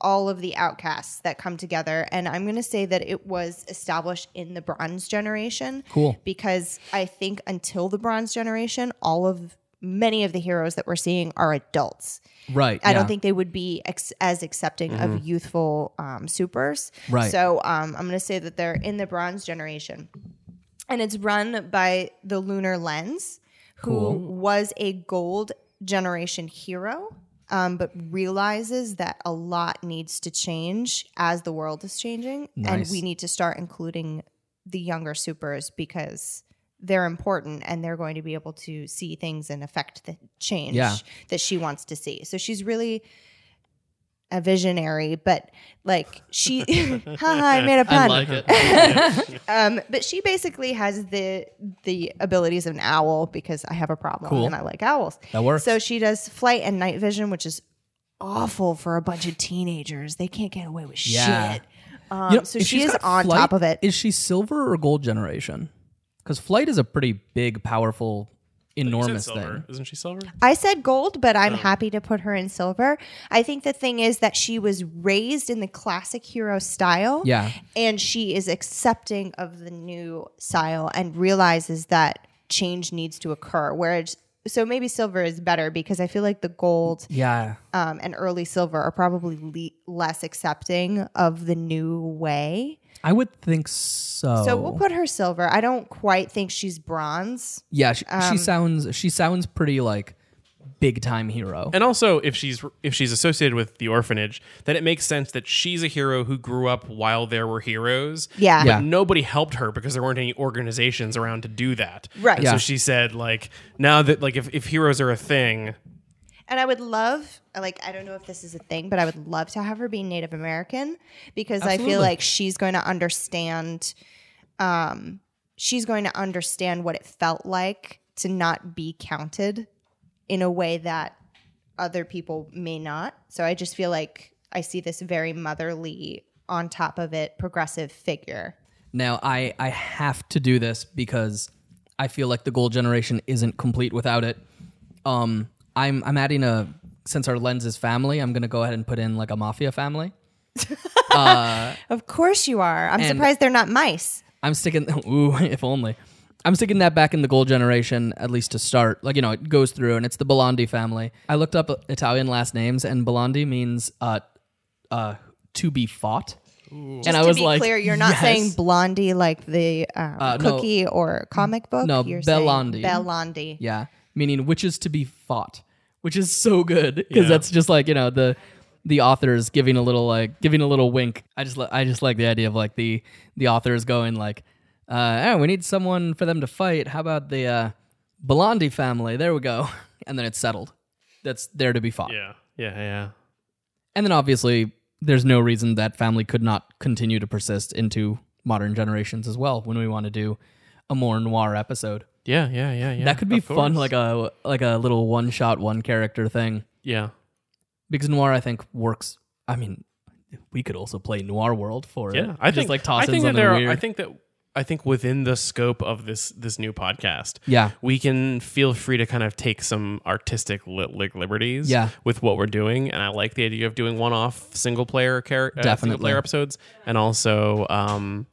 Speaker 3: all of the outcasts that come together. And I'm going to say that it was established in the Bronze Generation.
Speaker 2: Cool.
Speaker 3: Because I think until the Bronze Generation, all of many of the heroes that we're seeing are adults.
Speaker 2: Right.
Speaker 3: I
Speaker 2: yeah. Mm-hmm.
Speaker 3: don't think they would be ex- as accepting of youthful um, supers.
Speaker 2: Right.
Speaker 3: So um, I'm going to say that they're in the Bronze Generation, and it's run by the Lunar Lens, who
Speaker 2: Cool.
Speaker 3: was a Gold Generation hero, um, but realizes that a lot needs to change as the world is changing, and
Speaker 2: Nice.
Speaker 3: we need to start including the younger supers because they're important and they're going to be able to see things and affect the change
Speaker 2: Yeah.
Speaker 3: that she wants to see. So she's really a visionary, but like she, haha, I made a pun.
Speaker 2: I like it.
Speaker 3: Um, but she basically has the the abilities of an owl because I have a problem
Speaker 2: Cool.
Speaker 3: and I like owls.
Speaker 2: That works.
Speaker 3: So she does flight and night vision, which is awful for a bunch of teenagers. They can't get away with
Speaker 2: Yeah.
Speaker 3: shit. Um,
Speaker 2: You know,
Speaker 3: so
Speaker 2: if
Speaker 3: she
Speaker 2: she's
Speaker 3: is
Speaker 2: got
Speaker 3: on
Speaker 2: flight,
Speaker 3: top of it.
Speaker 2: Is she silver or gold generation? Because flight is a pretty big, powerful, enormous
Speaker 1: silver.
Speaker 2: thing.
Speaker 1: Isn't she silver?
Speaker 3: I said gold, but I'm happy to put her in silver. I think the thing is that she was raised in the classic hero style.
Speaker 2: Yeah.
Speaker 3: And she is accepting of the new style and realizes that change needs to occur. Whereas, so maybe silver is better because I feel like the gold
Speaker 2: Yeah.
Speaker 3: um, and early silver are probably le- less accepting of the new way.
Speaker 2: I would think so.
Speaker 3: So we'll put her silver. I don't quite think she's bronze.
Speaker 2: yeah, she, she
Speaker 3: um,
Speaker 2: sounds she sounds pretty like big time hero.
Speaker 1: And also, if she's if she's associated with the orphanage, then it makes sense that she's a hero who grew up while there were heroes.
Speaker 3: Yeah.
Speaker 2: Yeah.
Speaker 1: Nobody helped her because there weren't any organizations around to do that.
Speaker 3: Right.
Speaker 1: And
Speaker 2: Yeah.
Speaker 1: So she said, like, now that like if, if heroes are a thing,
Speaker 3: And I would love, like, I don't know if this is a thing, but I would love to have her be Native American because I
Speaker 2: Absolutely.
Speaker 3: feel like she's going to understand. Um, she's going to understand what it felt like to not be counted in a way that other people may not. So I just feel like I see this very motherly, on top of it, progressive figure.
Speaker 2: Now I I have to do this because I feel like the gold generation isn't complete without it. Um, I'm I'm adding a since our lens is family, I'm gonna go ahead and put in like a mafia family.
Speaker 3: Of course you are. I'm
Speaker 2: And-
Speaker 3: surprised they're not mice.
Speaker 2: I'm sticking. Ooh, if only. I'm sticking that back in the gold generation, at least to start. Like you know, it goes through, and it's the Bellondi family. I looked up Italian last names, and Bellondi means uh, uh, to be fought. and I
Speaker 3: to
Speaker 2: was
Speaker 3: be
Speaker 2: like,
Speaker 3: clear, you're not saying
Speaker 2: yes. Uh,
Speaker 3: Blondie like the
Speaker 2: no.
Speaker 3: um, cookie or comic book.
Speaker 2: No,
Speaker 3: you're saying
Speaker 2: Bellondi.
Speaker 3: Bellondi.
Speaker 2: Yeah, meaning witches to be fought, which is so good because that's just like you know the the authors giving a little like giving a little wink. I just li- I just like the idea of like the the authors going like, uh, oh, we need someone for them to fight. How about the uh, Blondie family? There we go, and then it's settled. That's there to be fought.
Speaker 1: yeah, yeah, yeah.
Speaker 2: And then obviously there's no reason that family could not continue to persist into modern generations as well when we want to do a more noir episode.
Speaker 1: Yeah, yeah, yeah, yeah.
Speaker 2: That could be
Speaker 1: Of
Speaker 2: fun,
Speaker 1: course.
Speaker 2: like a like a little one shot, one character thing.
Speaker 1: yeah.
Speaker 2: Because noir, I think, works. I mean, we could also play noir world for it.
Speaker 1: Yeah, I
Speaker 2: Just,
Speaker 1: think
Speaker 2: like toss
Speaker 1: I think
Speaker 2: in
Speaker 1: that
Speaker 2: something
Speaker 1: there. Are,
Speaker 2: weird.
Speaker 1: I think that I think within the scope of this this new podcast,
Speaker 2: Yeah.
Speaker 1: we can feel free to kind of take some artistic li- like liberties,
Speaker 2: Yeah.
Speaker 1: with what we're doing. And I like the idea of doing one off single player character, uh,
Speaker 2: Definitely.
Speaker 1: single player episodes, and also um,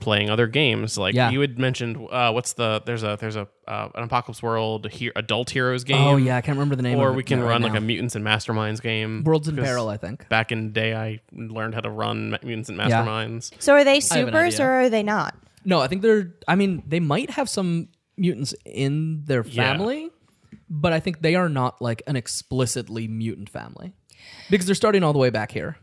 Speaker 1: playing other games. Like
Speaker 2: Yeah.
Speaker 1: you had mentioned, uh, what's the there's a there's a uh, an apocalypse world he- adult heroes game.
Speaker 2: oh yeah, I can't remember the name.
Speaker 1: Or
Speaker 2: of it
Speaker 1: we can
Speaker 2: right
Speaker 1: run like
Speaker 2: now.
Speaker 1: a mutants and masterminds game.
Speaker 2: worlds in
Speaker 1: 'Cause
Speaker 2: peril. I think.
Speaker 1: Back in the day, I learned how to run Ma- mutants and masterminds.
Speaker 3: So are they
Speaker 2: have an
Speaker 3: supers
Speaker 2: idea.
Speaker 3: or are they not?
Speaker 2: No, I think they're. I mean, they might have some mutants in their
Speaker 1: Yeah.
Speaker 2: family, but I think they are not like an explicitly mutant family because they're starting all the way back here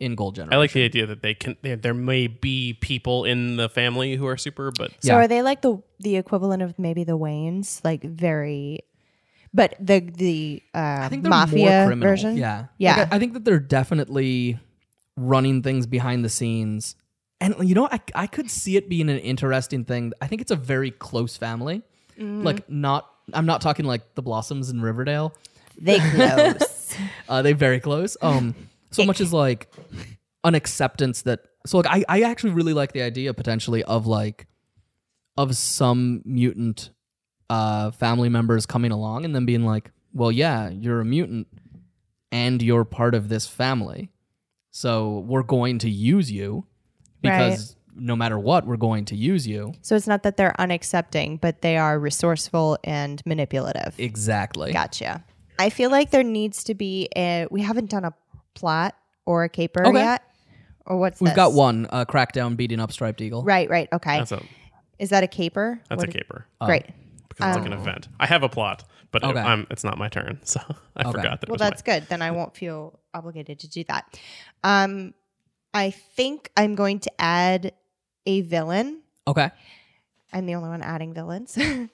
Speaker 2: in Gold Generation.
Speaker 1: I like the idea that they can. There, there may be people in the family who are super, but
Speaker 3: So
Speaker 2: Yeah.
Speaker 3: are they like the the equivalent of maybe the Waynes, like very, but the the uh,
Speaker 2: I think they're more
Speaker 3: mafia
Speaker 2: criminal.
Speaker 3: version.
Speaker 2: Yeah,
Speaker 3: yeah.
Speaker 2: Like, I, I think that they're definitely running things behind the scenes, and you know, I I could see it being an interesting thing. I think it's a very close family,
Speaker 3: Mm.
Speaker 2: like not. I'm not talking like the Blossoms in Riverdale.
Speaker 3: they close.
Speaker 2: Uh, they very close. Um, so much as like an acceptance that. So like, I I actually really like the idea potentially of like of some mutant uh family members coming along and then being like, well, yeah, you're a mutant and you're part of this family, so we're going to use you because no matter what, we're going to use you.
Speaker 3: so it's not that they're unaccepting, but they are resourceful and manipulative.
Speaker 2: Exactly.
Speaker 3: Gotcha. I feel like there needs to be a. We haven't done a plot or a caper
Speaker 2: Okay.
Speaker 3: yet. Or what's
Speaker 2: We've
Speaker 3: this?
Speaker 2: got one uh, crackdown beating up Striped Eagle.
Speaker 3: Right, right. Okay.
Speaker 1: that's a
Speaker 3: Is that a caper?
Speaker 1: that's a
Speaker 3: What Oh.
Speaker 1: Oh,
Speaker 3: is-
Speaker 1: caper
Speaker 3: Great.
Speaker 1: because it's like an event. I have a plot, but
Speaker 2: Okay.
Speaker 1: I'm, it's not my turn, so I forgot that.
Speaker 3: well,
Speaker 1: it was
Speaker 3: that's good. Then I won't feel obligated to do that. Um, I think I'm going to add a villain.
Speaker 2: Okay.
Speaker 3: I'm the only one adding villains. um,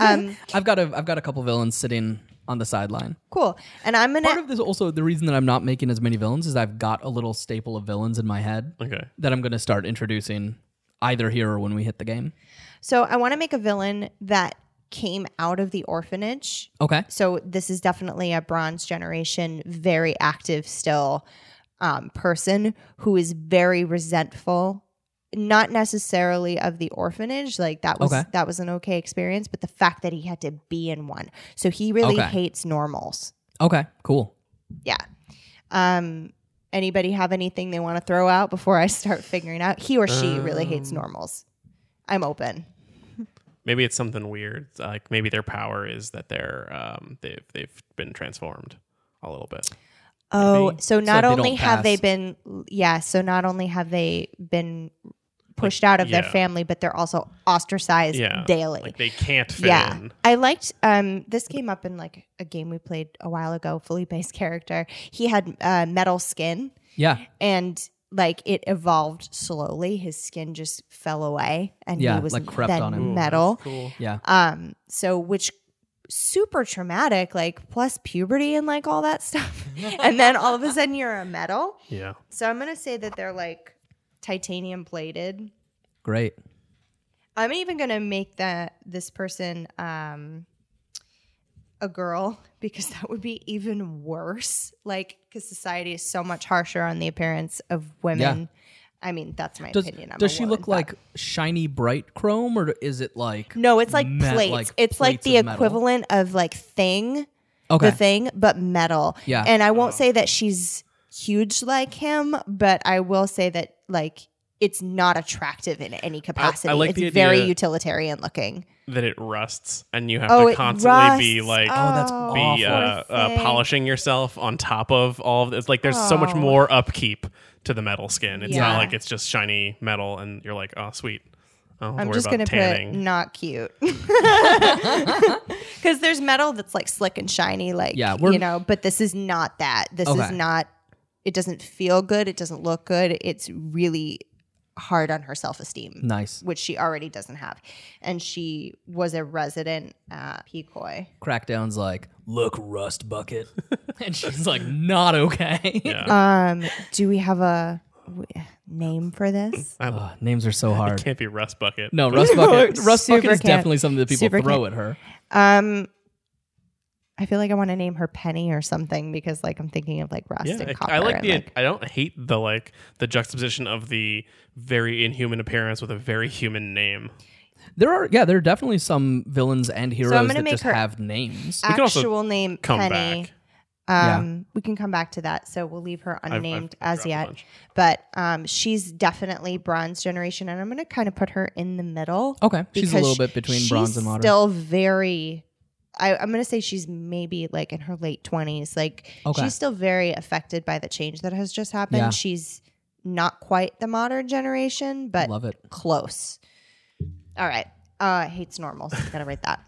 Speaker 2: I've got a I've got a couple villains sitting on the sideline.
Speaker 3: Cool. And I'm gonna
Speaker 2: Part of this also the reason that I'm not making as many villains is I've got a little staple of villains in my head
Speaker 1: Okay.
Speaker 2: that I'm going to start introducing either here or when we hit the game.
Speaker 3: so I want to make a villain that came out of the orphanage.
Speaker 2: Okay.
Speaker 3: So this is definitely a Bronze Generation, very active still um, person who is very resentful. Not necessarily of the orphanage, like that was
Speaker 2: Okay.
Speaker 3: that was an okay experience, but the fact that he had to be in one, so he really
Speaker 2: Okay.
Speaker 3: hates normals.
Speaker 2: Okay. Cool.
Speaker 3: Yeah. Um, anybody have anything they want to throw out before I start figuring out? He or she really
Speaker 2: Um,
Speaker 3: hates normals. I'm open.
Speaker 1: Maybe it's something weird. Like maybe their power is that they're um, they've they've been transformed a little bit.
Speaker 3: Oh, so not
Speaker 2: they don't
Speaker 3: only have they
Speaker 2: pass.
Speaker 3: been, yeah, so not only have they been pushed out of
Speaker 1: yeah.
Speaker 3: their family, but they're also ostracized
Speaker 1: Yeah.
Speaker 3: daily.
Speaker 1: Like they can't fit
Speaker 3: yeah.
Speaker 1: in.
Speaker 3: I liked um this came up in like a game we played a while ago, Felipe's character. He had uh, metal skin
Speaker 2: Yeah.
Speaker 3: and like it evolved slowly. His skin just fell away and
Speaker 2: Yeah,
Speaker 3: he was
Speaker 2: like crept
Speaker 3: then
Speaker 2: on him. Ooh, that's
Speaker 3: metal.
Speaker 1: Cool.
Speaker 2: Yeah.
Speaker 3: Um, so which super traumatic, like plus puberty and like all that stuff. and then all of a sudden you're a metal.
Speaker 1: Yeah.
Speaker 3: So I'm gonna say that they're like titanium plated.
Speaker 2: Great.
Speaker 3: I'm even gonna make that this person um a girl because that would be even worse. Like because society is so much harsher on the appearance of women. I mean, that's my
Speaker 2: Does,
Speaker 3: opinion. I'm
Speaker 2: does
Speaker 3: a
Speaker 2: she
Speaker 3: woman,
Speaker 2: look
Speaker 3: but-
Speaker 2: like shiny bright chrome or is it like
Speaker 3: No, it's like
Speaker 2: met-
Speaker 3: plates.
Speaker 2: like
Speaker 3: it's like
Speaker 2: plates
Speaker 3: the
Speaker 2: of metal?
Speaker 3: equivalent of like thing.
Speaker 2: Okay.
Speaker 3: the thing, but metal.
Speaker 2: Yeah.
Speaker 3: And I won't say that she's huge like him, but I will say that like it's not attractive in any capacity.
Speaker 1: like
Speaker 3: it's
Speaker 1: the
Speaker 3: very
Speaker 1: idea-
Speaker 3: utilitarian looking.
Speaker 1: That it rusts and you have
Speaker 3: Oh,
Speaker 1: to
Speaker 3: it
Speaker 1: constantly be
Speaker 3: rusts.
Speaker 1: like
Speaker 3: Oh,
Speaker 2: that's
Speaker 1: be uh,
Speaker 3: poor
Speaker 1: uh,
Speaker 3: thing.
Speaker 1: polishing yourself on top of all of this. Like there's so much
Speaker 3: Oh.
Speaker 1: more upkeep to the metal skin. It's
Speaker 3: Yeah.
Speaker 1: not like it's just shiny metal and you're like, oh sweet. I don't have to
Speaker 3: I'm
Speaker 1: worry
Speaker 3: just
Speaker 1: about
Speaker 3: gonna
Speaker 1: tanning.
Speaker 3: put not cute. Because there's metal that's like slick and shiny, like
Speaker 2: Yeah, we're-
Speaker 3: you know, but this is not that. This is
Speaker 2: Okay.
Speaker 3: not it doesn't feel good, it doesn't look good. It's really hard on her self esteem.
Speaker 2: nice
Speaker 3: which she already doesn't have. And she was a resident at Pecoy.
Speaker 2: crackdown's like look rust bucket and she's like not okay.
Speaker 1: Yeah.
Speaker 3: Um, do we have a w- name for this?
Speaker 2: Ugh, names are so hard.
Speaker 1: Can't be rust bucket.
Speaker 2: No, rust bucket. rust
Speaker 3: super
Speaker 2: bucket is
Speaker 3: can't.
Speaker 2: definitely something that people
Speaker 3: Super
Speaker 2: throw at her.
Speaker 3: Um, I feel like I want to name her Penny or something because, like, I'm thinking of like rust
Speaker 1: Yeah,
Speaker 3: and
Speaker 1: I-
Speaker 3: copper.
Speaker 1: I like
Speaker 3: and,
Speaker 1: the. I don't hate the like the juxtaposition of the very inhuman appearance with a very human name.
Speaker 2: There are yeah, there are definitely some villains and heroes
Speaker 3: gonna
Speaker 2: that
Speaker 3: make
Speaker 2: just
Speaker 3: her-
Speaker 2: have names.
Speaker 1: can also
Speaker 3: actual name
Speaker 1: Come
Speaker 3: Penny.
Speaker 1: back.
Speaker 3: Um, we can come back to that. So we'll leave her
Speaker 1: I've- I've
Speaker 3: unnamed as
Speaker 1: dropped a
Speaker 3: yet.
Speaker 1: bunch.
Speaker 3: But um, she's definitely bronze generation, and I'm going to kind of put her in the middle.
Speaker 2: Okay, she's a
Speaker 3: because
Speaker 2: little
Speaker 3: sh-
Speaker 2: bit between
Speaker 3: she's
Speaker 2: bronze and modern.
Speaker 3: Still very. I, I'm going to say she's maybe like in her late 20s. Like
Speaker 2: Okay.
Speaker 3: she's still very affected by the change that has just happened.
Speaker 2: Yeah.
Speaker 3: She's not quite the modern generation, but
Speaker 2: Love it.
Speaker 3: close. All right. Uh, hates normals. Gotta write that.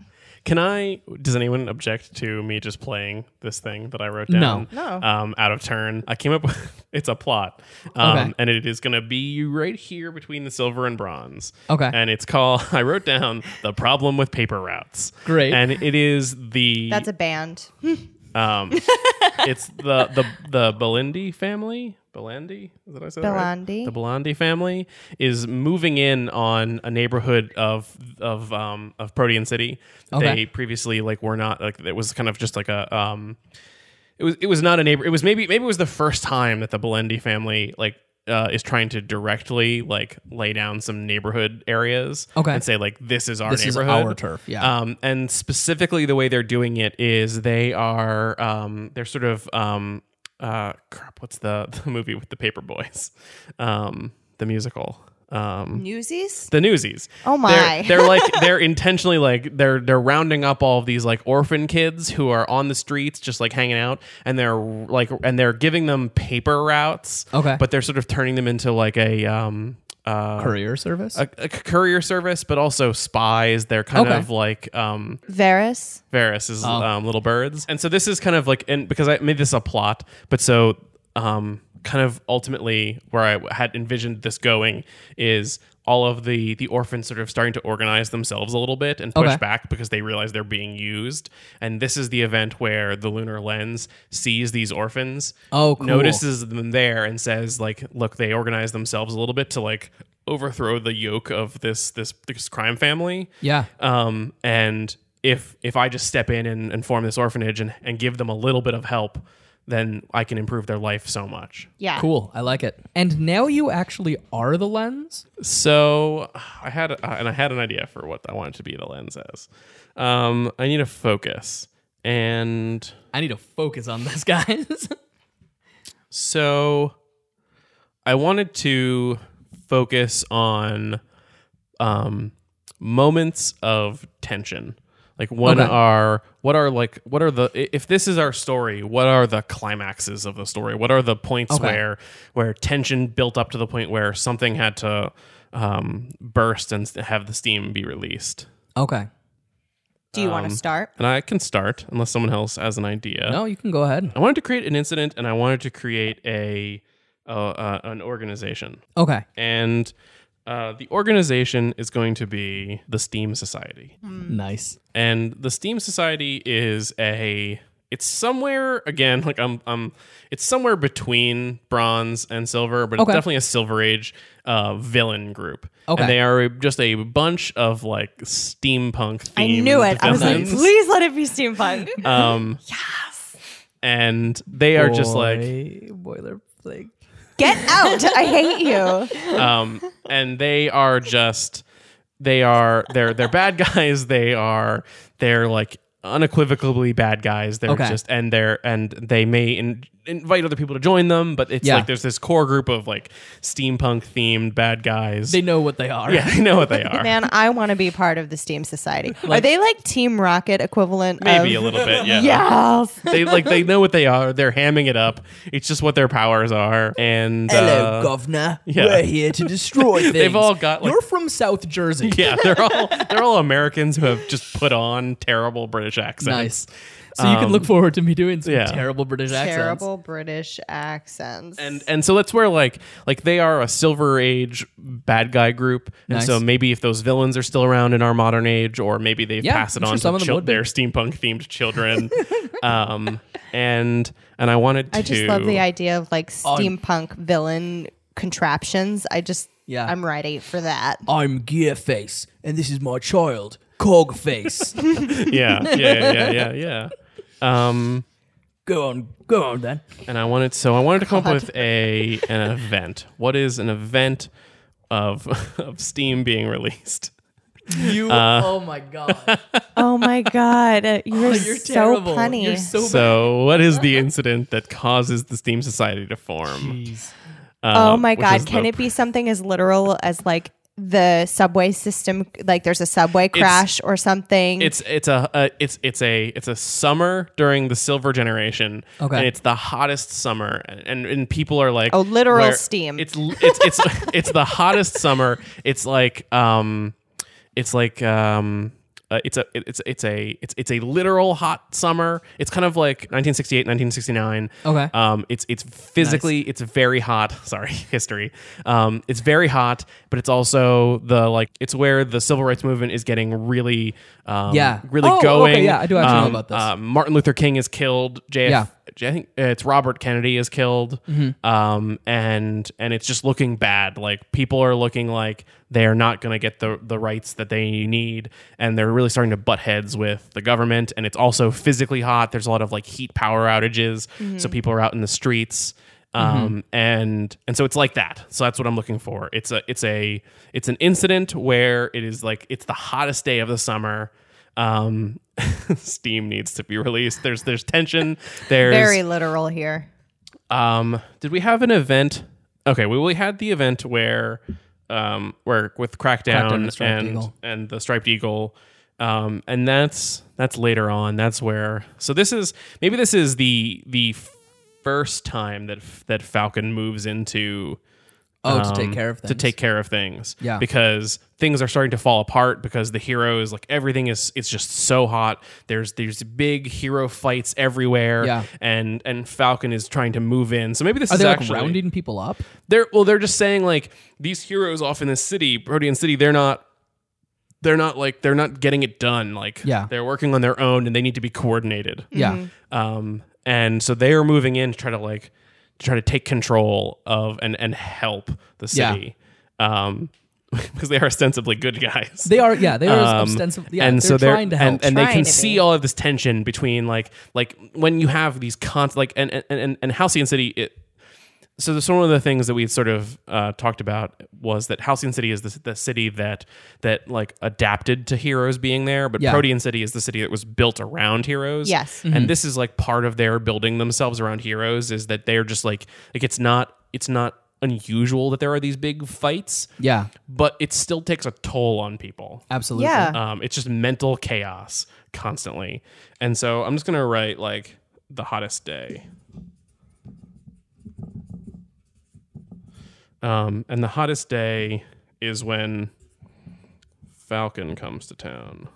Speaker 1: Can I? Does anyone object to me just playing this thing that I wrote down?
Speaker 3: No. No.
Speaker 1: Um, out of turn. I came up with. It's a plot, um,
Speaker 2: Okay.
Speaker 1: and it is going to be right here between the silver and bronze.
Speaker 2: Okay.
Speaker 1: And it's called. I wrote down the problem with paper routes.
Speaker 2: Great.
Speaker 1: And it is the.
Speaker 3: That's a band.
Speaker 1: Um, it's the the the Belindi family. Belandi, is that what I said? that right?
Speaker 3: Belandi.
Speaker 1: The Belandi family is moving in on a neighborhood of of um of Protean City. that
Speaker 2: Okay.
Speaker 1: They previously like were not like it was kind of just like a um. It was it was not a neighbor. It was maybe maybe it was the first time that the Belendi family like. Uh, is trying to directly like lay down some neighborhood areas
Speaker 2: Okay.
Speaker 1: and say like this is our
Speaker 2: This is
Speaker 1: neighborhood
Speaker 2: our turf, yeah.
Speaker 1: um, and specifically the way they're doing it is they are um, they're sort of um, uh, crap. What's the, the movie with the paper boys? Um, the musical. Um,
Speaker 3: Newsies?
Speaker 1: the Newsies.
Speaker 3: Oh my.
Speaker 1: They're, they're like they're intentionally like they're they're rounding up all of these like orphan kids who are on the streets just like hanging out, and they're like and they're giving them paper routes.
Speaker 2: Okay.
Speaker 1: but they're sort of turning them into like a um uh,
Speaker 2: Courier service.
Speaker 1: a, a courier service, but also spies. They're kind
Speaker 2: Okay.
Speaker 1: of like um
Speaker 3: Varus?
Speaker 1: Varys is
Speaker 2: Oh.
Speaker 1: um, little birds, and so this is kind of like and because I made this a plot, but so um kind of ultimately where I had envisioned this going is all of the the orphans sort of starting to organize themselves a little bit and push
Speaker 2: Okay.
Speaker 1: back because they realize they're being used. And this is the event where the lunar lens sees these orphans,
Speaker 2: Oh, cool.
Speaker 1: notices them there, and says like, "Look, they organize themselves a little bit to like." overthrow the yoke of this this this crime family
Speaker 2: Yeah.
Speaker 1: um, and if if I just step in and, and form this orphanage and, and give them a little bit of help, then I can improve their life so much.
Speaker 3: Yeah.
Speaker 2: Cool. I like it. And now you actually are the lens.
Speaker 1: So I had uh, and I had an idea for what I wanted to be the lens as. Um, I need a focus, and
Speaker 2: I need to focus on this, guys.
Speaker 1: so I wanted to focus on um, moments of tension. Like what
Speaker 2: Okay.
Speaker 1: are what are like what are the i- if this is our story, what are the climaxes of the story? What are the points
Speaker 2: Okay.
Speaker 1: where where tension built up to the point where something had to um, burst and s- have the steam be released?
Speaker 2: okay.
Speaker 3: Do you want to start?
Speaker 1: And I can start unless someone else has an idea.
Speaker 2: No, you can go ahead.
Speaker 1: I wanted to create an incident, and I wanted to create a uh, uh, an organization,
Speaker 2: Okay.
Speaker 1: and uh, the organization is going to be the Steam Society,
Speaker 2: Nice.
Speaker 1: and the Steam Society is a it's somewhere again like I'm I'm it's somewhere between bronze and silver, but
Speaker 2: Okay.
Speaker 1: it's definitely a Silver Age uh, villain group.
Speaker 2: Okay.
Speaker 1: and they are just a bunch of like steampunk.
Speaker 3: I knew it. I was like,
Speaker 1: villains.
Speaker 3: please let it be steampunk.
Speaker 1: Um, yes. And they are just like
Speaker 2: boilerplate.
Speaker 3: Get out. I hate you.
Speaker 1: um, and they are just they are they're they're bad guys they are they're like unequivocally bad guys they're
Speaker 2: Okay.
Speaker 1: just and they're and they may in, invite other people to join them but it's
Speaker 2: Yeah.
Speaker 1: like there's this core group of like steampunk themed bad guys
Speaker 2: They know what they are.
Speaker 1: yeah they know what they are
Speaker 3: Man, I want to be part of the Steam Society. Are they like Team Rocket equivalent?
Speaker 1: maybe a
Speaker 3: of-
Speaker 1: little bit yeah
Speaker 3: Yes.
Speaker 1: they like they know what they are they're hamming it up it's just what their powers are and uh,
Speaker 2: governor.
Speaker 1: yeah. We're
Speaker 2: here to destroy things.
Speaker 1: They've all got, like-
Speaker 2: You're from South Jersey.
Speaker 1: yeah they're all they're all americans who have just put on terrible british accents
Speaker 2: Nice. So you can look forward to me doing some
Speaker 1: Um, yeah.
Speaker 2: terrible British accents.
Speaker 3: Terrible British accents.
Speaker 1: and and so that's where like like they are a silver age bad guy group and
Speaker 2: Nice.
Speaker 1: so maybe if those villains are still around in our modern age or maybe they've
Speaker 2: Yeah,
Speaker 1: passed it
Speaker 2: I'm sure
Speaker 1: on
Speaker 2: some
Speaker 1: to
Speaker 2: of them
Speaker 1: chil-
Speaker 2: would be.
Speaker 1: their steampunk themed children um and and i wanted to
Speaker 3: I just love the idea of like steampunk villain contraptions. I just,
Speaker 2: Yeah.
Speaker 3: I'm ready for that.
Speaker 2: I'm Gearface, and this is my child, Cogface.
Speaker 1: yeah yeah yeah yeah yeah, yeah. um
Speaker 2: go on, go on, then.
Speaker 1: and i wanted so i wanted to come up with a an event what is an event of of steam being released
Speaker 2: You,
Speaker 1: Uh,
Speaker 2: oh my god,
Speaker 3: Oh my God. Oh, You're,
Speaker 2: you're
Speaker 3: so
Speaker 2: terrible.
Speaker 3: punny.
Speaker 2: You're so,
Speaker 1: so what is the incident that causes the steam society to form
Speaker 2: bad.
Speaker 1: Uh,
Speaker 3: oh my
Speaker 1: which is
Speaker 3: God. Can
Speaker 1: the-
Speaker 3: it be something as literal as like the subway system? Like there's a subway crash or something?
Speaker 1: It's it's a uh, it's it's a it's a summer during the silver generation.
Speaker 2: Okay.
Speaker 1: and it's the hottest summer, and and people are like
Speaker 3: Oh, literal
Speaker 1: where-
Speaker 3: steam.
Speaker 1: It's l- it's it's it's the hottest summer. It's like um, it's like um. Uh, it's a it's it's a it's it's a literal hot summer. It's kind of like 1968, 1969.
Speaker 2: Okay.
Speaker 1: Um, it's it's physically it's very hot. Sorry, history. Um, it's very hot, but it's also the like it's where the civil rights movement is getting really um,
Speaker 2: Yeah.
Speaker 1: really
Speaker 2: Oh, okay,
Speaker 1: going.
Speaker 2: yeah, I do actually know about this.
Speaker 1: Uh, Martin Luther King is killed. JF,
Speaker 2: Yeah.
Speaker 1: J- I think uh, it's Robert Kennedy is killed. Um, and and it's just looking bad. Like people are looking like they're not going to get the the rights that they need, and they're really starting to butt heads with the government. And it's also physically hot. There's a lot of like heat power outages, so people are out in the streets. Um and and so it's like that. So that's what I'm looking for. It's a it's a it's an incident where it is like it's the hottest day of the summer um steam needs to be released there's there's tension there's
Speaker 3: very literal here.
Speaker 1: um did we have an event okay we, we had the event where um where with crackdown,
Speaker 2: Crackdown and Striped
Speaker 1: and
Speaker 2: Eagle.
Speaker 1: and the striped eagle um and that's that's later on that's where so this is maybe this is the the first time that that falcon moves into
Speaker 2: Oh, to
Speaker 1: um,
Speaker 2: take care of
Speaker 1: to
Speaker 2: things.
Speaker 1: take care of things.
Speaker 2: Yeah.
Speaker 1: because things are starting to fall apart because the heroes like everything is it's just so hot. There's there's big hero fights everywhere.
Speaker 2: Yeah.
Speaker 1: and and Falcon is trying to move in. So maybe this
Speaker 2: Are
Speaker 1: is
Speaker 2: they like
Speaker 1: actually
Speaker 2: rounding people up?
Speaker 1: they're well they're just saying like these heroes off in this city protean city they're not they're not like they're not getting it done like
Speaker 2: Yeah.
Speaker 1: they're working on their own and they need to be coordinated
Speaker 2: Yeah.
Speaker 1: um and so they are moving in to try to like to try to take control of and and help the
Speaker 2: Yeah.
Speaker 1: city um because they are ostensibly good guys
Speaker 2: They are. Yeah, they are
Speaker 1: um,
Speaker 2: ostensibly. Yeah,
Speaker 1: and
Speaker 2: they're
Speaker 1: so they're
Speaker 2: trying to help.
Speaker 1: and, and they
Speaker 3: Trying
Speaker 1: can
Speaker 3: to
Speaker 1: see
Speaker 3: be.
Speaker 1: all of this tension between like like when you have these cons like and and and, and Halcyon City. It, so that's one of the things that we had sort of uh, talked about was that Halcyon City is the, the city that that like adapted to heroes being there, but
Speaker 2: Yeah. Mm-hmm.
Speaker 1: Protean City is the city that was built around heroes.
Speaker 3: Yes.
Speaker 1: and this is like part of their building themselves around heroes is that they're just like like it's not it's not unusual that there are these big fights,
Speaker 2: yeah,
Speaker 1: but it still takes a toll on people.
Speaker 2: absolutely.
Speaker 3: Yeah.
Speaker 1: Um, it's just mental chaos constantly. And so I'm just going to write like the hottest day. Um, and the hottest day is when Falcon comes to town.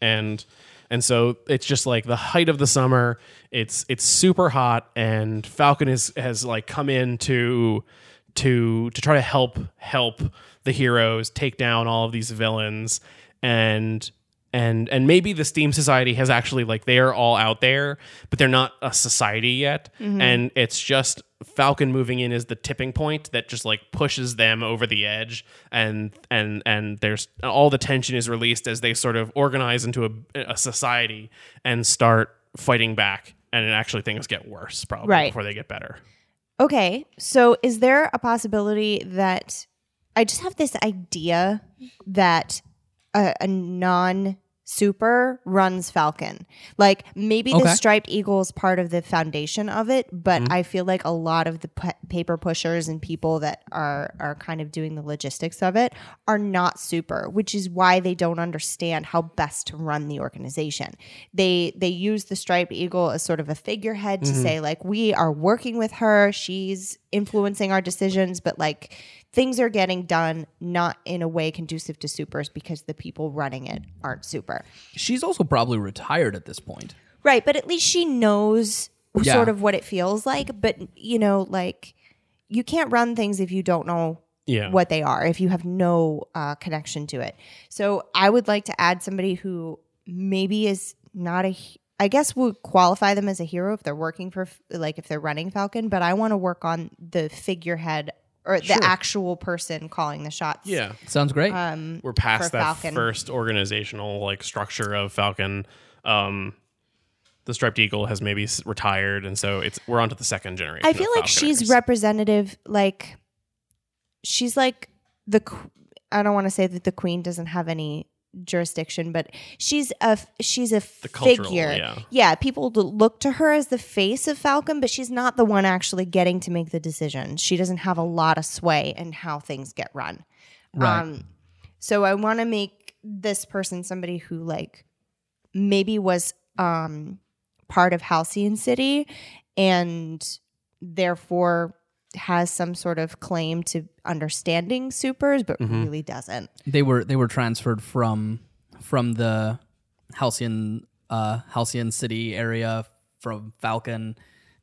Speaker 1: And and so it's just like the height of the summer. It's it's super hot and Falcon is has like come in to to to try to help help the heroes take down all of these villains and and and maybe the steam society has actually like they're all out there but they're not a society yet
Speaker 3: Mm-hmm.
Speaker 1: and it's just falcon moving in is the tipping point that just like pushes them over the edge and and and there's all the tension is released as they sort of organize into a, a society and start fighting back and actually things get worse probably
Speaker 3: Right.
Speaker 1: before they get better
Speaker 3: Okay, so is there a possibility that I just have this idea that a, a non super runs Falcon? Like maybe
Speaker 2: Okay.
Speaker 3: the striped eagle is part of the foundation of it, but I feel like a lot of the p- paper pushers and people that are are kind of doing the logistics of it are not super, which is why they don't understand how best to run the organization. They they use the striped eagle as sort of a figurehead to say like we are working with her, she's influencing our decisions, but like things are getting done not in a way conducive to supers because the people running it aren't super.
Speaker 2: She's also probably retired at this point.
Speaker 3: Right, but at least she knows
Speaker 2: Yeah.
Speaker 3: sort of what it feels like. But you know, like you can't run things if you don't know
Speaker 1: Yeah.
Speaker 3: what they are, if you have no uh, connection to it. So I would like to add somebody who maybe is not a. he- I guess would qualify them as a hero if they're working for, like, if they're running Falcon. But I want to work on the figurehead or the actual person calling the shots. Um,
Speaker 1: yeah
Speaker 2: Sounds great.
Speaker 1: we're past
Speaker 3: for
Speaker 1: that
Speaker 3: Falcon.
Speaker 1: first organizational like structure of Falcon. Um, the Striped Eagle has maybe s- retired, and so it's we're on to the second generation.
Speaker 3: I
Speaker 1: of
Speaker 3: feel like she's
Speaker 1: Falconers.
Speaker 3: representative. Like she's like the. qu- I don't want to say that the queen doesn't have any jurisdiction, but she's a f- she's a
Speaker 1: The cultural,
Speaker 3: figure.
Speaker 1: yeah.
Speaker 3: people to look to her as the face of Falcon, but she's not the one actually getting to make the decisions. She doesn't have a lot of sway in how things get run.
Speaker 2: Right.
Speaker 3: Um, so I want to make this person somebody who like maybe was um part of Halcyon City and therefore has some sort of claim to understanding supers but really doesn't.
Speaker 2: they were they were transferred from from the Halcyon uh, Halcyon City area from Falcon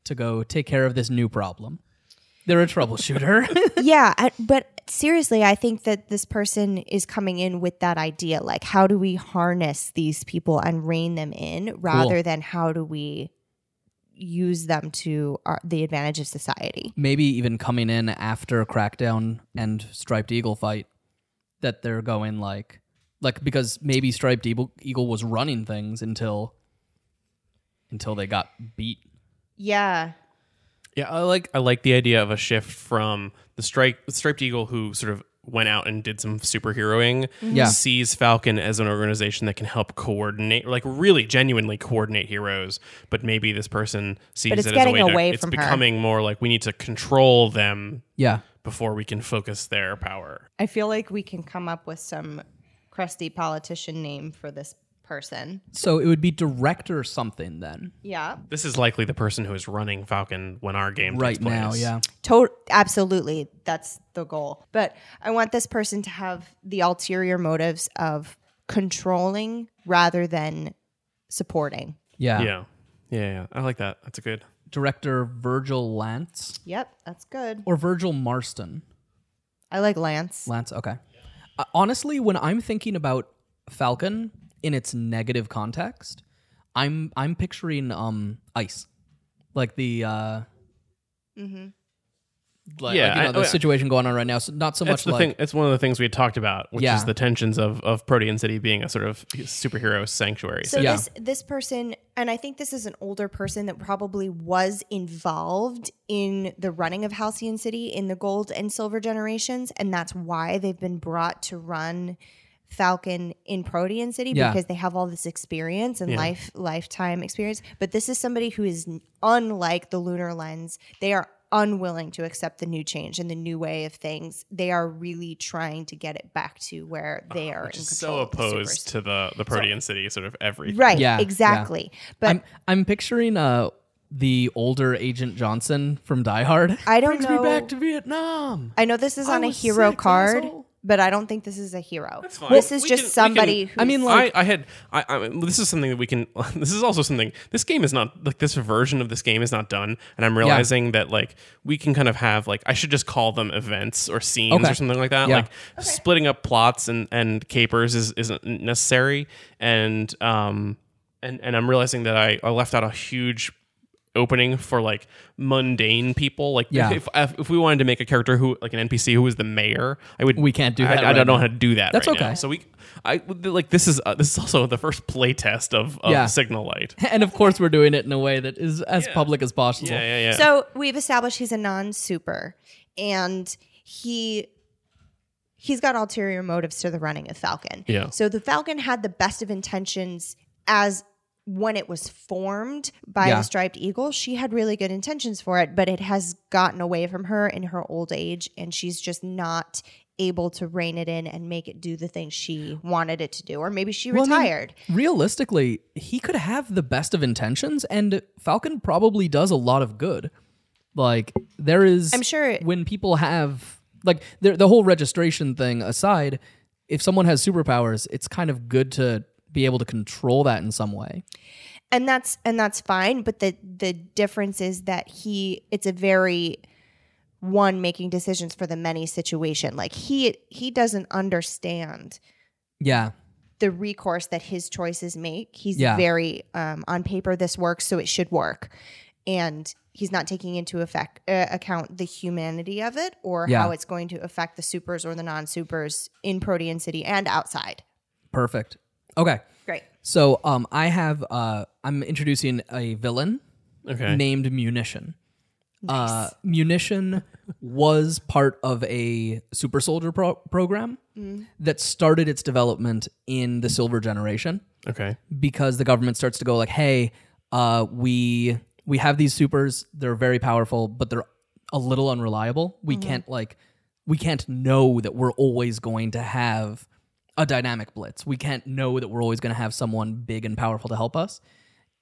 Speaker 2: to go take care of this new problem. They're a troubleshooter.
Speaker 3: yeah, I, but seriously, I think that this person is coming in with that idea like how do we harness these people and rein them in rather than how do we use them to our, the advantage of society.
Speaker 2: Maybe even coming in after Crackdown and Striped Eagle fight, that they're going like like because maybe Striped Eagle Eagle was running things until until they got beat.
Speaker 3: Yeah.
Speaker 1: Yeah, I like I like the idea of a shift from the strike striped eagle who sort of went out and did some superheroing
Speaker 3: Mm-hmm.
Speaker 2: Yeah.
Speaker 1: sees Falcon as an organization that can help coordinate like really genuinely coordinate heroes, but maybe this person sees
Speaker 3: it's
Speaker 1: it
Speaker 3: getting
Speaker 1: as a way
Speaker 3: away
Speaker 1: to, it's
Speaker 3: from her.
Speaker 1: becoming more like we need to control them
Speaker 2: Yeah.
Speaker 1: before we can focus their power.
Speaker 3: I feel like we can come up with some crusty politician name for this person.
Speaker 2: So it would be director something then.
Speaker 3: Yeah.
Speaker 1: This is likely the person who is running Falcon when our game
Speaker 2: Right
Speaker 1: takes place.
Speaker 2: now, yeah.
Speaker 3: To- absolutely. That's the goal. But I want this person to have the ulterior motives of controlling rather than supporting.
Speaker 2: Yeah.
Speaker 1: yeah, yeah, yeah. I like that. That's good.
Speaker 2: Director Virgil Lance
Speaker 3: Yep, that's good.
Speaker 2: or Virgil Marston.
Speaker 3: I like Lance.
Speaker 2: Lance, okay. Uh, honestly, when I'm thinking about Falcon in its negative context, I'm I'm picturing um ice. Like the uh
Speaker 3: Mm-hmm.
Speaker 2: like,
Speaker 1: Yeah,
Speaker 2: like, you
Speaker 1: I-
Speaker 2: know, the
Speaker 1: oh, yeah.
Speaker 2: situation going on right now. So not so
Speaker 1: That's
Speaker 2: much
Speaker 1: the
Speaker 2: like
Speaker 1: thing. It's one of the things we had talked about, which
Speaker 2: Yeah.
Speaker 1: is the tensions of of Protean City being a sort of superhero sanctuary.
Speaker 3: So
Speaker 1: city.
Speaker 2: Yeah.
Speaker 3: this this person, and I think this is an older person that probably was involved in the running of Halcyon City in the gold and silver generations, and that's why they've been brought to run Falcon in Protean City
Speaker 2: Yeah.
Speaker 3: because they have all this experience and life lifetime experience. But this is somebody who is n- unlike the Lunar Lens. They are unwilling to accept the new change and the new way of things. They are really trying to get it back to where they are in
Speaker 1: so
Speaker 3: control of the super
Speaker 1: opposed to the the Protean City sort of everything.
Speaker 3: Right.
Speaker 2: Yeah, yeah.
Speaker 3: Exactly. But
Speaker 2: I'm I'm picturing uh the older Agent Johnson from Die Hard.
Speaker 3: I don't know.
Speaker 2: Vietnam.
Speaker 3: I know this is
Speaker 2: I
Speaker 3: on a
Speaker 2: was
Speaker 3: hero
Speaker 2: sick,
Speaker 3: card,
Speaker 2: asshole.
Speaker 3: but I don't think this is a hero.
Speaker 1: fine.
Speaker 3: This
Speaker 1: Well,
Speaker 3: is
Speaker 1: we
Speaker 3: just
Speaker 1: can- we
Speaker 3: somebody
Speaker 1: can-
Speaker 3: who.
Speaker 2: I mean, like
Speaker 1: I, I had I, I this is something that we can this is also something this game is not like this version of this game is not done and I'm realizing that like we can kind of have like I should just call them events or scenes
Speaker 2: Okay.
Speaker 1: or something like that
Speaker 2: Yeah.
Speaker 1: like splitting up plots and and capers is isn't necessary and um and and I'm realizing that I, I left out a huge opening for like mundane people like
Speaker 2: Yeah.
Speaker 1: if, if if we wanted to make a character who like an NPC who was the mayor I would
Speaker 2: We can't do
Speaker 1: I-
Speaker 2: that
Speaker 1: I,
Speaker 2: right
Speaker 1: don't know
Speaker 2: now.
Speaker 1: how to do that
Speaker 2: That's
Speaker 1: right
Speaker 2: okay.
Speaker 1: now. so we I like this is uh, this is also the first playtest of, of
Speaker 2: Yeah.
Speaker 1: Signal Light.
Speaker 2: and of course we're doing it in a way that is as public as possible.
Speaker 1: Yeah, yeah, yeah.
Speaker 3: So we've established he's a non-super, and he he's got ulterior motives to the running of Falcon.
Speaker 1: Yeah.
Speaker 3: So the Falcon had the best of intentions as when it was formed by
Speaker 2: Yeah.
Speaker 3: the Striped Eagle. She had really good intentions for it, but it has gotten away from her in her old age, and she's just not able to rein it in and make it do the thing she wanted it to do or maybe she
Speaker 2: Well, I mean,
Speaker 3: retired
Speaker 2: Realistically, he could have the best of intentions, and Falcon probably does a lot of good. Like there is,
Speaker 3: I'm sure it-
Speaker 2: when people have like the the whole registration thing aside, if someone has superpowers, it's kind of good to be able to control that in some way.
Speaker 3: and that's and that's fine but the the difference is that he it's a very one making decisions for the many situation like he he doesn't understand
Speaker 2: Yeah,
Speaker 3: the recourse that his choices make he's
Speaker 2: Yeah.
Speaker 3: very um, on paper this works so it should work and he's not taking into effect uh, account the humanity of it or
Speaker 2: Yeah.
Speaker 3: how it's going to affect the supers or the non-supers in protean city and outside
Speaker 2: perfect. Okay,
Speaker 3: great
Speaker 2: so um, I have uh, I'm introducing a villain
Speaker 1: okay.
Speaker 2: named Munition. Uh, Munition was part of a super soldier pro- program that started its development in the silver generation
Speaker 1: okay.
Speaker 2: because the government starts to go like, "Hey, uh, we we have these supers. They're very powerful, but they're a little unreliable. We can't like we can't know that we're always going to have a dynamic blitz. We can't know that we're always going to have someone big and powerful to help us.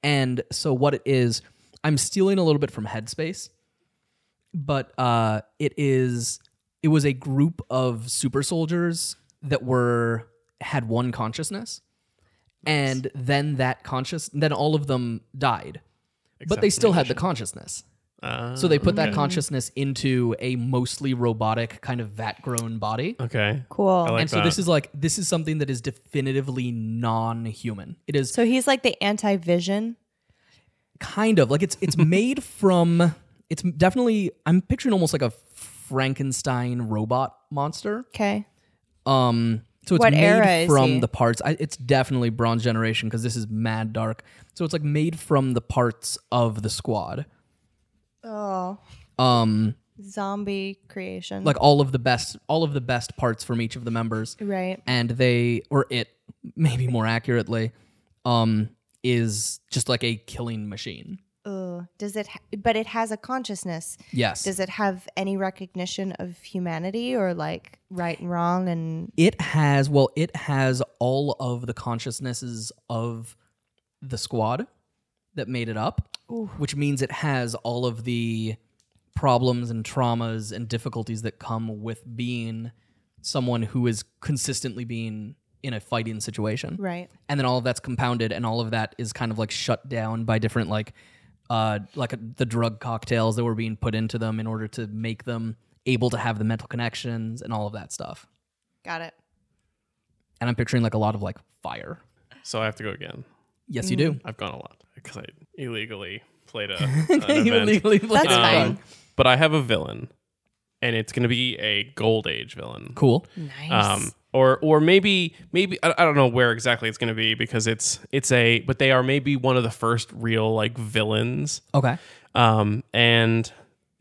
Speaker 2: And so what it is, I'm stealing a little bit from Headspace, but uh, it is it was a group of super soldiers that were had one consciousness and then that conscious then all of them died but they still had the consciousness
Speaker 1: Uh,
Speaker 2: so they put that consciousness into a mostly robotic kind of vat grown body
Speaker 1: okay.
Speaker 3: cool
Speaker 1: I like
Speaker 2: and so
Speaker 1: that.
Speaker 2: this is like this is something that is definitively non-human it is
Speaker 3: so he's like the anti-vision
Speaker 2: kind of like it's it's made from it's definitely i'm picturing almost like a frankenstein robot monster
Speaker 3: okay
Speaker 2: Um, so it's
Speaker 3: What
Speaker 2: made
Speaker 3: era is
Speaker 2: from
Speaker 3: he?
Speaker 2: the parts. I, it's definitely Bronze Generation because this is mad dark. So it's like made from the parts of the squad.
Speaker 3: oh
Speaker 2: Um,
Speaker 3: zombie creation.
Speaker 2: like all of the best, all of the best parts from each of the members,
Speaker 3: right.
Speaker 2: and they or it, maybe more accurately, um, is just like a killing machine.
Speaker 3: Ugh. do? Does it? Ha- but it has a consciousness.
Speaker 2: Yes.
Speaker 3: Does it have any recognition of humanity or like right and wrong and
Speaker 2: It has well, it has all of the consciousnesses of the squad that made it up, which means it has all of the problems and traumas and difficulties that come with being someone who is consistently being in a fighting situation.
Speaker 3: right?
Speaker 2: And then all of that's compounded and all of that is kind of like shut down by different like uh like uh the drug cocktails that were being put into them in order to make them able to have the mental connections and all of that stuff
Speaker 3: Got it.
Speaker 2: and I'm picturing like a lot of like fire.
Speaker 1: So I have to go again.
Speaker 2: Yes, you do.
Speaker 1: I've gone a lot because I illegally played a an event. Um,
Speaker 2: That's
Speaker 3: That's fine.
Speaker 1: But I have a villain, and it's going to be a Gold Age villain.
Speaker 2: Cool.
Speaker 3: Nice.
Speaker 1: Um, or or maybe maybe I, I don't know where exactly it's going to be because it's it's a but they are maybe one of the first real like villains.
Speaker 2: Okay.
Speaker 1: Um, and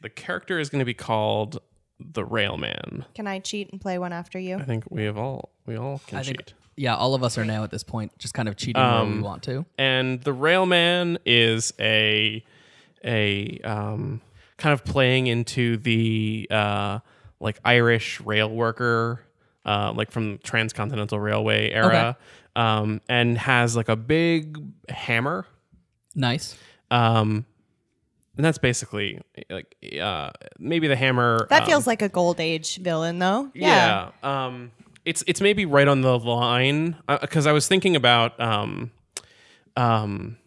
Speaker 1: the character is going to be called the Railman.
Speaker 3: Can I cheat and play one after you?
Speaker 1: I think we have all we all can
Speaker 2: I
Speaker 1: cheat.
Speaker 2: think yeah, all of us are now at this point just kind of cheating
Speaker 1: Um,
Speaker 2: where we want to.
Speaker 1: and the railman is a a um, kind of playing into the uh, like Irish rail worker, uh, like from transcontinental railway era, um, and has like a big hammer.
Speaker 2: Nice.
Speaker 1: Um, and that's basically like uh, maybe the hammer.
Speaker 3: That
Speaker 1: um,
Speaker 3: feels like a gold age villain, though.
Speaker 1: yeah. Um, it's it's maybe right on the line because I was thinking about um, um,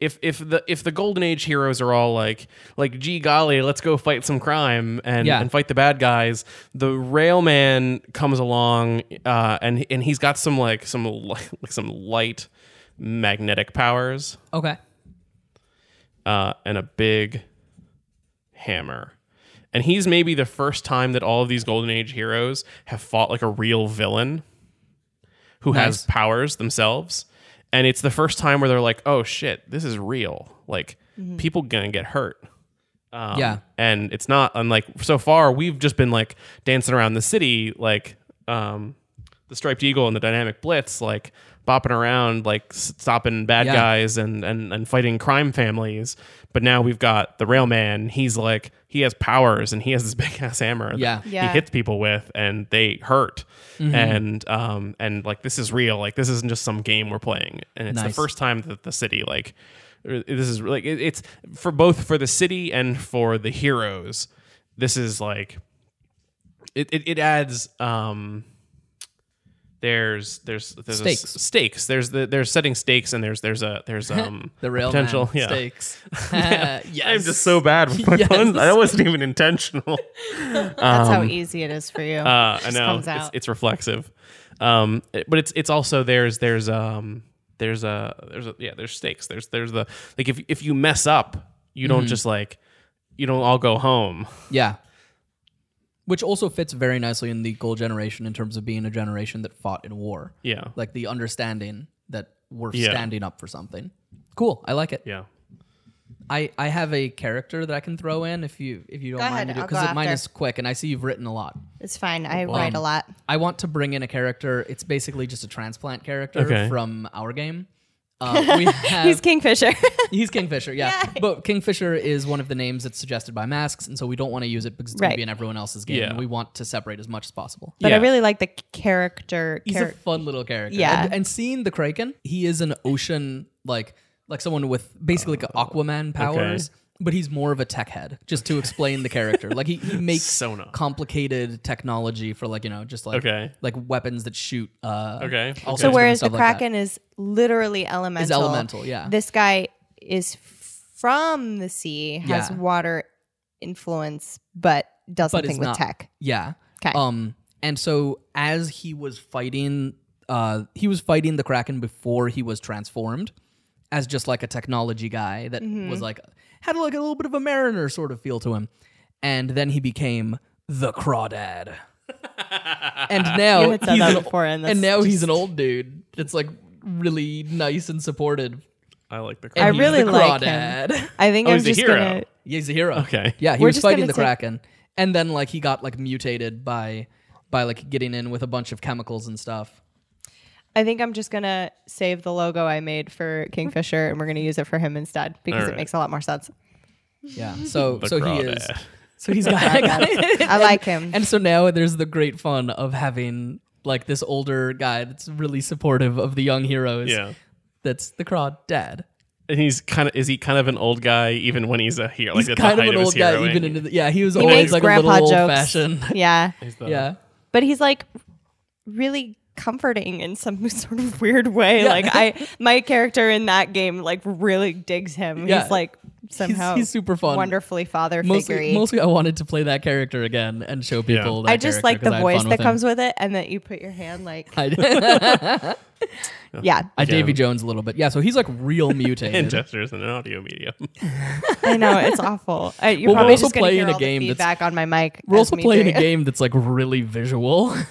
Speaker 1: if if the if the golden age heroes are all like like gee golly let's go fight some crime and
Speaker 2: Yeah.
Speaker 1: and fight the bad guys the railman comes along uh, and and he's got some like some li- like some light magnetic powers
Speaker 2: Okay.
Speaker 1: uh, and a big hammer. And he's maybe the first time that all of these Golden Age heroes have fought like a real villain who has
Speaker 2: Nice.
Speaker 1: powers themselves. And it's the first time where they're like, oh shit, this is real. Like, people gonna get hurt. Um,
Speaker 2: Yeah.
Speaker 1: And it's not unlike so far, we've just been like dancing around the city, like um, the Striped Eagle and the Dynamic Blitz, like bopping around, like s- stopping bad
Speaker 2: Yeah.
Speaker 1: guys and, and, and fighting crime families. But now we've got the Railman. He's like, he has powers and he has this big ass hammer that
Speaker 2: Yeah.
Speaker 3: Yeah.
Speaker 1: he hits people with and they hurt.
Speaker 2: Mm-hmm.
Speaker 1: And, um, and like, this is real. Like, this isn't just some game we're playing. And it's the
Speaker 2: Nice.
Speaker 1: first time that the city, like, uh, this is like it- it's for both for the city and for the heroes this is like it, it, it adds um there's there's there's a s-
Speaker 2: Stakes.
Speaker 1: stakes there's the there's setting stakes and there's there's a there's um
Speaker 2: The
Speaker 1: a
Speaker 2: rail
Speaker 1: potential yeah
Speaker 2: stakes. yes.
Speaker 1: i'm just so bad with my
Speaker 2: Yes.
Speaker 1: puns that wasn't even intentional
Speaker 3: That's how easy it is for you.
Speaker 1: uh, I
Speaker 3: Just
Speaker 1: know
Speaker 3: comes
Speaker 1: it's,
Speaker 3: out.
Speaker 1: it's reflexive, um, it- but it's it's also there's there's um there's a there's a yeah there's stakes there's there's the like if if you mess up you don't just like you don't all go home
Speaker 2: Yeah. Which also fits very nicely in the gold generation in terms of being a generation that fought in war.
Speaker 1: yeah
Speaker 2: Like the understanding that we're
Speaker 1: Yeah.
Speaker 2: standing up for something. Cool. I like it.
Speaker 1: yeah
Speaker 2: I, I have a character that I can throw in if you if you don't
Speaker 3: Go
Speaker 2: mind
Speaker 3: ahead,
Speaker 2: me do
Speaker 3: I'll go
Speaker 2: because mine
Speaker 3: after.
Speaker 2: is quick and I see you've written a lot.
Speaker 3: It's fine. I write a lot.
Speaker 2: I want to bring in a character. It's basically just a transplant character
Speaker 1: Okay.
Speaker 2: from our game. Uh, we have, he's,
Speaker 3: He's Kingfisher.
Speaker 2: Kingfisher, yeah. But Kingfisher is one of the names that's suggested by Masks, and so we don't want to use it because it's going to
Speaker 3: Right.
Speaker 2: be in everyone else's game.
Speaker 1: Yeah.
Speaker 2: And we want to separate as much as possible.
Speaker 3: but
Speaker 1: Yeah.
Speaker 3: I really like the character.
Speaker 2: He's
Speaker 3: char-
Speaker 2: a fun little character.
Speaker 3: Yeah.
Speaker 2: And, and seeing the Kraken, he is an ocean like like someone with basically like Aquaman powers, but he's more of a tech head. Just to explain the character, like he, he makes
Speaker 1: Sona.
Speaker 2: complicated technology for like you know just like
Speaker 1: Okay.
Speaker 2: like weapons that shoot. Uh,
Speaker 1: Okay.
Speaker 2: all
Speaker 1: So
Speaker 2: sorts
Speaker 3: so
Speaker 2: of
Speaker 3: whereas the
Speaker 2: stuff like that.
Speaker 3: Kraken is literally elemental.
Speaker 2: elemental, yeah.
Speaker 3: This guy is from the sea, has
Speaker 2: Yeah.
Speaker 3: water influence, but does
Speaker 2: But
Speaker 3: something
Speaker 2: is
Speaker 3: with
Speaker 2: not-
Speaker 3: tech.
Speaker 2: Yeah.
Speaker 3: 'Kay.
Speaker 2: Um, and so as he was fighting, uh, he was fighting the Kraken before he was transformed, as just like a technology guy that
Speaker 3: Mm-hmm.
Speaker 2: was like had like a little bit of a mariner sort of feel to him, and then he became the Crawdad. and now
Speaker 3: haven't said
Speaker 2: he's
Speaker 3: that
Speaker 2: an-
Speaker 3: before, and
Speaker 2: and
Speaker 3: that's
Speaker 2: now he's an old dude. It's like really nice and supportive.
Speaker 1: i like the
Speaker 2: And
Speaker 3: I
Speaker 2: he's
Speaker 3: really
Speaker 2: the
Speaker 3: like him.
Speaker 2: Crawdad.
Speaker 3: I think
Speaker 1: Oh,
Speaker 3: I'm
Speaker 1: he's a
Speaker 3: just
Speaker 1: hero.
Speaker 3: gonna.
Speaker 2: Yeah, he's a hero.
Speaker 1: Okay.
Speaker 2: Yeah, he
Speaker 3: We're
Speaker 2: was
Speaker 3: just
Speaker 2: fighting
Speaker 3: gonna
Speaker 2: the
Speaker 3: take-
Speaker 2: kraken, and then like he got like mutated by by like getting in with a bunch of chemicals and stuff.
Speaker 3: I think I'm just gonna save the logo I made for Kingfisher, and we're gonna use it for him instead because
Speaker 1: All right.
Speaker 3: it makes a lot more sense.
Speaker 2: Yeah. So
Speaker 1: The
Speaker 2: so he
Speaker 1: crawdad.
Speaker 2: is. So he's got.
Speaker 3: I like him.
Speaker 2: and so now there's the great fun of having like this older guy that's really supportive of the young heroes.
Speaker 1: Yeah.
Speaker 2: That's the crowd dad.
Speaker 1: And he's kind of is he kind of an old guy even when he's a hero? Like at the
Speaker 2: kind of
Speaker 1: height
Speaker 2: an
Speaker 1: his
Speaker 2: old guy,
Speaker 1: heroing?
Speaker 2: even in the, yeah, he was
Speaker 3: he
Speaker 2: always
Speaker 3: makes
Speaker 2: like a little
Speaker 3: grandpa
Speaker 2: old
Speaker 3: jokes.
Speaker 2: fashioned.
Speaker 3: Yeah,
Speaker 1: He's the-
Speaker 2: yeah.
Speaker 3: but he's like really comforting in some sort of weird way.
Speaker 2: Yeah.
Speaker 3: Like I, my character in that game like really digs him.
Speaker 2: Yeah.
Speaker 3: He's like somehow
Speaker 2: he's super fun.
Speaker 3: wonderfully father
Speaker 2: Mostly,
Speaker 3: figure.
Speaker 2: mostly, I wanted to play that character again and show people. That
Speaker 3: I
Speaker 2: character
Speaker 3: just like
Speaker 2: 'cause I
Speaker 3: the
Speaker 2: had
Speaker 3: voice
Speaker 2: fun
Speaker 3: that
Speaker 2: with
Speaker 3: comes with it, and that you put your hand like
Speaker 2: him. I,
Speaker 3: yeah.
Speaker 2: I Davy Jones a little bit. Yeah, so he's like real mutated.
Speaker 1: and gestures in an audio medium.
Speaker 3: I know it's awful. Uh, you're
Speaker 2: Well, we're
Speaker 3: probably
Speaker 2: also
Speaker 3: just gonna
Speaker 2: playing
Speaker 3: hear
Speaker 2: a
Speaker 3: all the
Speaker 2: game that's-
Speaker 3: feedback on my mic.
Speaker 2: We're
Speaker 3: as
Speaker 2: also
Speaker 3: me
Speaker 2: playing a
Speaker 3: doing it.
Speaker 2: game that's like really visual.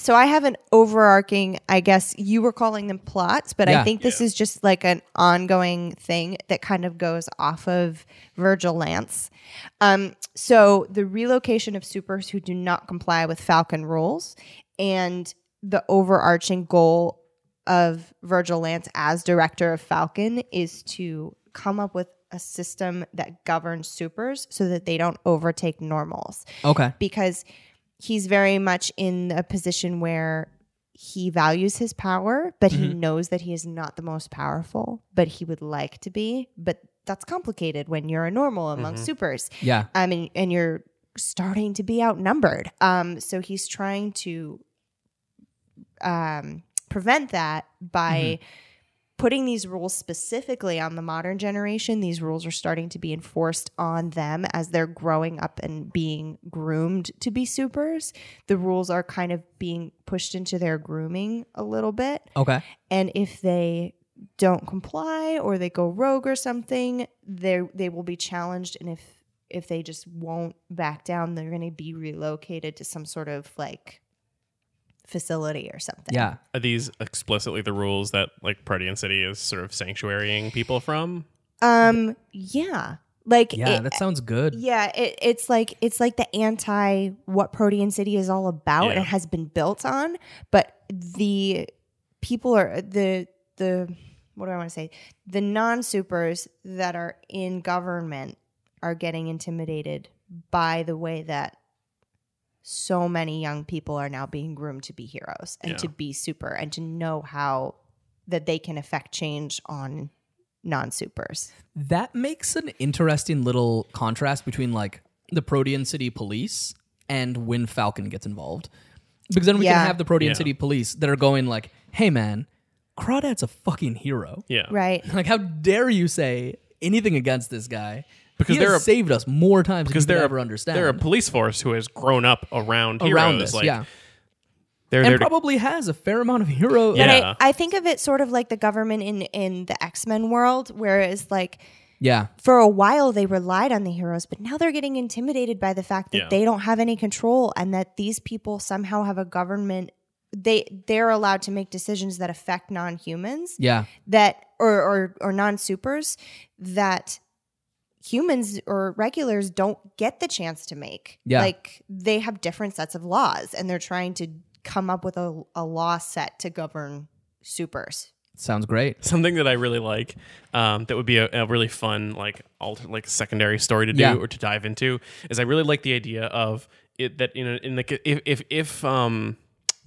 Speaker 3: So I have an overarching. I guess you were calling them plots, but
Speaker 2: Yeah.
Speaker 3: I think this is just like an ongoing thing that kind of goes off of Virgil Lance. Um, so the relocation of supers who do not comply with Falcon rules, and the overarching goal of Virgil Lance as director of Falcon is to come up with a system that governs supers so that they don't overtake normals
Speaker 2: okay.
Speaker 3: because he's very much in a position where he values his power, but he knows that he is not the most powerful, but he would like to be. But that's complicated when you're a normal among supers.
Speaker 2: Yeah.
Speaker 3: I mean, and you're starting to be outnumbered. Um, so he's trying to um, prevent that by putting these rules specifically on the modern generation. These rules are starting to be enforced on them as they're growing up and being groomed to be supers. The rules are kind of being pushed into their grooming a little bit.
Speaker 2: Okay.
Speaker 3: And if they don't comply or they go rogue or something, they they will be challenged. And if if they just won't back down, they're going to be relocated to some sort of like facility or something.
Speaker 2: Yeah.
Speaker 1: Are these explicitly the rules that like Party and City is sort of sanctuarying people from?
Speaker 3: Um. Yeah. Like.
Speaker 2: Yeah.
Speaker 3: it-
Speaker 2: that sounds good.
Speaker 3: yeah, it, it's like it's like the anti what Protean City is all about
Speaker 1: Yeah.
Speaker 3: and has been built on, but the people are the the what do I want to say? The non supers that are in government are getting intimidated by the way that so many young people are now being groomed to be heroes and
Speaker 1: Yeah.
Speaker 3: to be super and to know how that they can affect change on non supers.
Speaker 2: That makes an interesting little contrast between like the Protean City Police and when Falcon gets involved. Because then we
Speaker 3: Yeah.
Speaker 2: can have the Protean
Speaker 1: Yeah.
Speaker 2: City Police that are going like, "Hey man, Crawdad's a fucking hero.
Speaker 1: Yeah.
Speaker 3: Right.
Speaker 2: Like how dare you say anything against this guy?
Speaker 1: Because
Speaker 2: he has
Speaker 1: they're a-
Speaker 2: saved us more times
Speaker 1: Because
Speaker 2: than you
Speaker 1: they're
Speaker 2: could ever understand
Speaker 1: They're a police force who has grown up around
Speaker 2: around
Speaker 1: heroes.
Speaker 2: this.
Speaker 1: like,
Speaker 2: yeah.
Speaker 1: They're
Speaker 2: And
Speaker 1: there to
Speaker 2: probably has a fair amount of hero
Speaker 1: Yeah.
Speaker 3: But I, I think of it sort of like the government in, in the X Men world, whereas like
Speaker 2: Yeah.
Speaker 3: for a while they relied on the heroes, but now they're getting intimidated by the fact that
Speaker 1: Yeah.
Speaker 3: they don't have any control and that these people somehow have a government. They they're allowed to make decisions that affect non humans
Speaker 2: Yeah.
Speaker 3: that or or, or non supers that humans or regulars don't get the chance to make.
Speaker 2: Yeah.
Speaker 3: Like they have different sets of laws and they're trying to come up with a, a law set to govern supers.
Speaker 2: Sounds great.
Speaker 1: something that I really like um, that would be a, a really fun like alter, like secondary story to do
Speaker 2: Yeah.
Speaker 1: or to dive into is I really like the idea of it that you know in the if if if um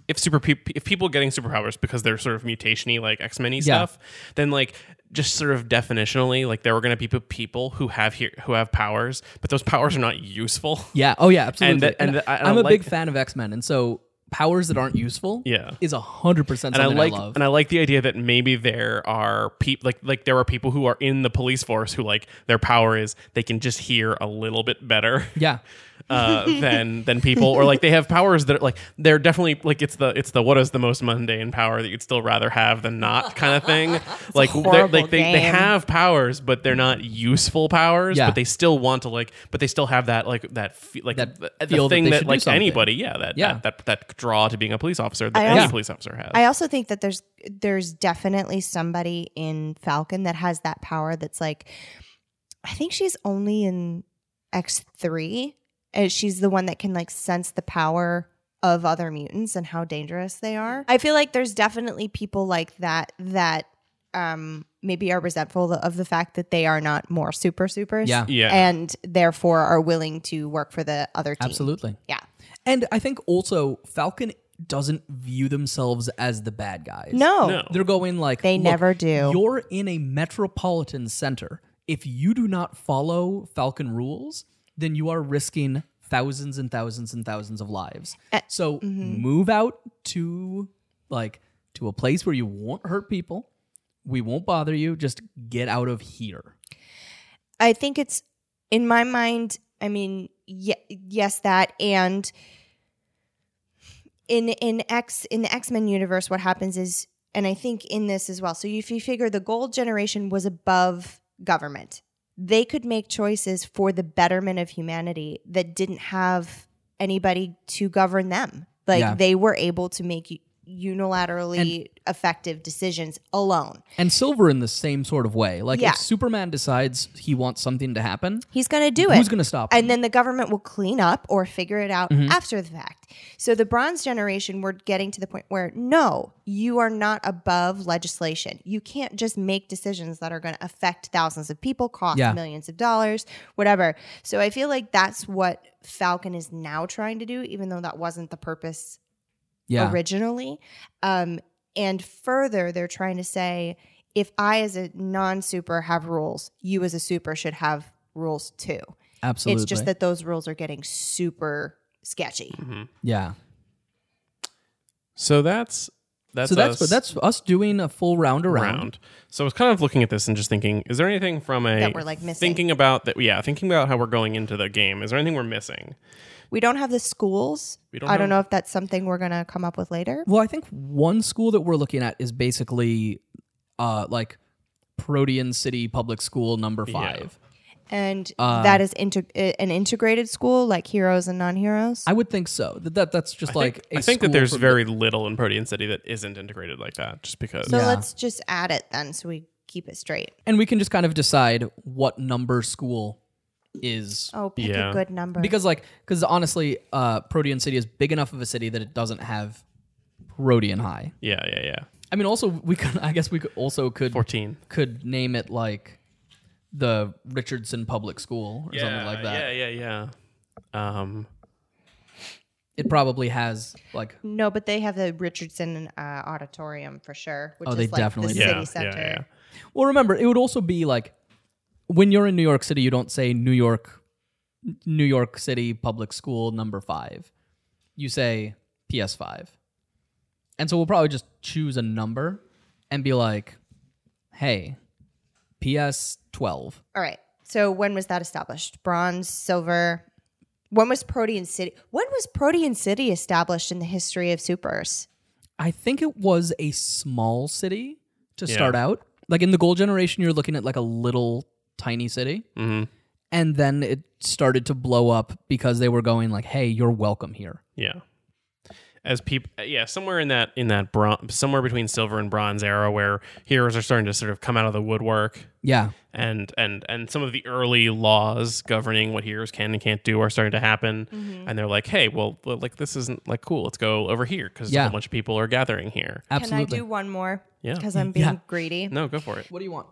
Speaker 1: if super peop if people getting superpowers because they're sort of mutationy like X Men y stuff then like just sort of definitionally like there were going to be pe- people who have here who have powers but those powers are not useful
Speaker 2: Yeah. Oh yeah. Absolutely.
Speaker 1: And the- and the- I- and
Speaker 2: I'm
Speaker 1: I
Speaker 2: a big
Speaker 1: like-
Speaker 2: fan of X Men, and so powers that aren't useful.
Speaker 1: Yeah.
Speaker 2: Is hundred percent
Speaker 1: and I
Speaker 2: something
Speaker 1: like
Speaker 2: I love.
Speaker 1: and I like the idea that maybe there are people like like there are people who are in the police force who like their power is they can just hear a little bit better
Speaker 2: yeah.
Speaker 1: uh, than than people or like they have powers that are like they're definitely like it's the it's the what is the most mundane power that you'd still rather have than not kind of thing like they're-
Speaker 3: horrible
Speaker 1: like they, they
Speaker 3: game.
Speaker 1: have powers but they're not useful powers
Speaker 2: Yeah.
Speaker 1: but they still want to like but they still have that like that fe- like
Speaker 2: That
Speaker 1: the, the
Speaker 2: feel that
Speaker 1: thing
Speaker 2: they
Speaker 1: that,
Speaker 2: should do
Speaker 1: like
Speaker 2: something.
Speaker 1: anybody yeah that,
Speaker 2: Yeah.
Speaker 1: that that that draw to being a police officer that
Speaker 3: I
Speaker 1: any
Speaker 3: also-
Speaker 1: police officer has
Speaker 3: I also think that there's there's definitely somebody in Falcon that has that power that's like I think she's only in X3 and she's the one that can like sense the power of other mutants and how dangerous they are. I feel like there's definitely people like that that um maybe are resentful of the fact that they are not more super supers.
Speaker 2: Yeah.
Speaker 1: Yeah.
Speaker 3: And therefore are willing to work for the other team.
Speaker 2: Absolutely.
Speaker 3: Yeah.
Speaker 2: And I think also Falcon doesn't view themselves as the bad guys.
Speaker 3: No.
Speaker 1: No.
Speaker 2: They're going like
Speaker 3: They
Speaker 2: "Look,
Speaker 3: never do."
Speaker 2: You're in a metropolitan center. If you do not follow Falcon rules, then you are risking thousands and thousands and thousands of lives.
Speaker 3: Eh,
Speaker 2: so
Speaker 3: mm-hmm.
Speaker 2: move out to like to a place where you won't hurt people. We won't bother you. Just get out of here.
Speaker 3: I think it's in my mind. I mean, ye- yes, that and in in X in the X Men universe, what happens is, and I think in this as well. So if you figure the Gold Generation was above government, they could make choices for the betterment of humanity that didn't have anybody to govern them. Like
Speaker 2: Yeah.
Speaker 3: they were able to make u- unilaterally effective decisions alone.
Speaker 2: And Silver in the same sort of way. Like
Speaker 3: Yeah.
Speaker 2: if Superman decides he wants something to happen,
Speaker 3: He's going to do it.
Speaker 2: who's going to stop? him?
Speaker 3: and then the government will clean up or figure it out
Speaker 2: Mm-hmm.
Speaker 3: after the fact. So the bronze generation we're getting to the point where no, you are not above legislation. You can't just make decisions that are going to affect thousands of people, cost
Speaker 2: Yeah.
Speaker 3: millions of dollars, whatever. So I feel like that's what Falcon is now trying to do even though that wasn't the purpose
Speaker 2: yeah.
Speaker 3: originally. Um, and further, they're trying to say if I, as a non super, have rules, you, as a super, should have rules too.
Speaker 2: Absolutely.
Speaker 3: It's just that those rules are getting super sketchy.
Speaker 2: Yeah.
Speaker 1: So that's that's
Speaker 2: so that's
Speaker 1: us
Speaker 2: that's us doing a full round around.
Speaker 1: round. So I was kind of looking at this and just thinking, is there anything from a
Speaker 3: That we're, like, missing?
Speaker 1: thinking about that? Yeah, thinking about how we're going into the game. Is there anything we're missing?
Speaker 3: We don't have the schools.
Speaker 1: We don't
Speaker 3: I don't
Speaker 1: have-
Speaker 3: know if that's something we're going to come up with later.
Speaker 2: Well, I think one school that we're looking at is basically uh like Protean City Public School number 5.
Speaker 3: And that is inter- uh, an integrated school, like heroes and non heroes.
Speaker 2: I would think so. That, that that's just
Speaker 1: I
Speaker 2: like
Speaker 1: think,
Speaker 2: a
Speaker 1: I think that
Speaker 2: school
Speaker 1: there's
Speaker 2: for-
Speaker 1: very little in Protean City that isn't integrated like that, just because.
Speaker 3: So let's just add it then so we keep it straight.
Speaker 2: and we can just kind of decide what number school is
Speaker 3: Oh, pick
Speaker 1: Yeah.
Speaker 3: a good number.
Speaker 2: because like cuz honestly, uh Protean City is big enough of a city that it doesn't have Protean High.
Speaker 1: yeah, yeah, yeah.
Speaker 2: I mean also we could I guess we could also could
Speaker 1: Fourteen.
Speaker 2: could name it like the Richardson Public School or something like that.
Speaker 1: Yeah, yeah, yeah. Um,
Speaker 2: It probably has like
Speaker 3: No, but they have the Richardson uh, Auditorium for sure, which
Speaker 2: Oh,
Speaker 3: is
Speaker 2: they
Speaker 3: like
Speaker 2: definitely
Speaker 3: the
Speaker 2: do.
Speaker 1: yeah,
Speaker 3: city
Speaker 1: yeah,
Speaker 3: center.
Speaker 1: yeah, yeah.
Speaker 2: well remember it would also be like when you're in New York City you don't say New York New York City Public School number 5. You say PS5. And so we'll probably just choose a number and be like hey PS12.
Speaker 3: All right. So when was that established? Bronze, silver. When was Protean City? When was Protean City established in the history of supers?
Speaker 2: I think it was a small city to start out. Like in the gold generation, you're looking at like a little tiny city.
Speaker 1: Mhm.
Speaker 2: And then it started to blow up because they were going like, hey, you're welcome here.
Speaker 1: Yeah. As people, yeah, somewhere in that in that bronze, somewhere between silver and bronze era, where heroes are starting to sort of come out of the woodwork,
Speaker 2: Yeah.
Speaker 1: and and and some of the early laws governing what heroes can and can't do are starting to happen, and they're like, hey, well, well, like this isn't like cool. Let's go over here because a
Speaker 2: Yeah.
Speaker 1: whole bunch of people are gathering here.
Speaker 2: Absolutely.
Speaker 3: Can I do one more?
Speaker 1: Yeah.
Speaker 3: Because I'm being
Speaker 2: Yeah.
Speaker 3: greedy.
Speaker 1: No, go for it.
Speaker 2: what do you want?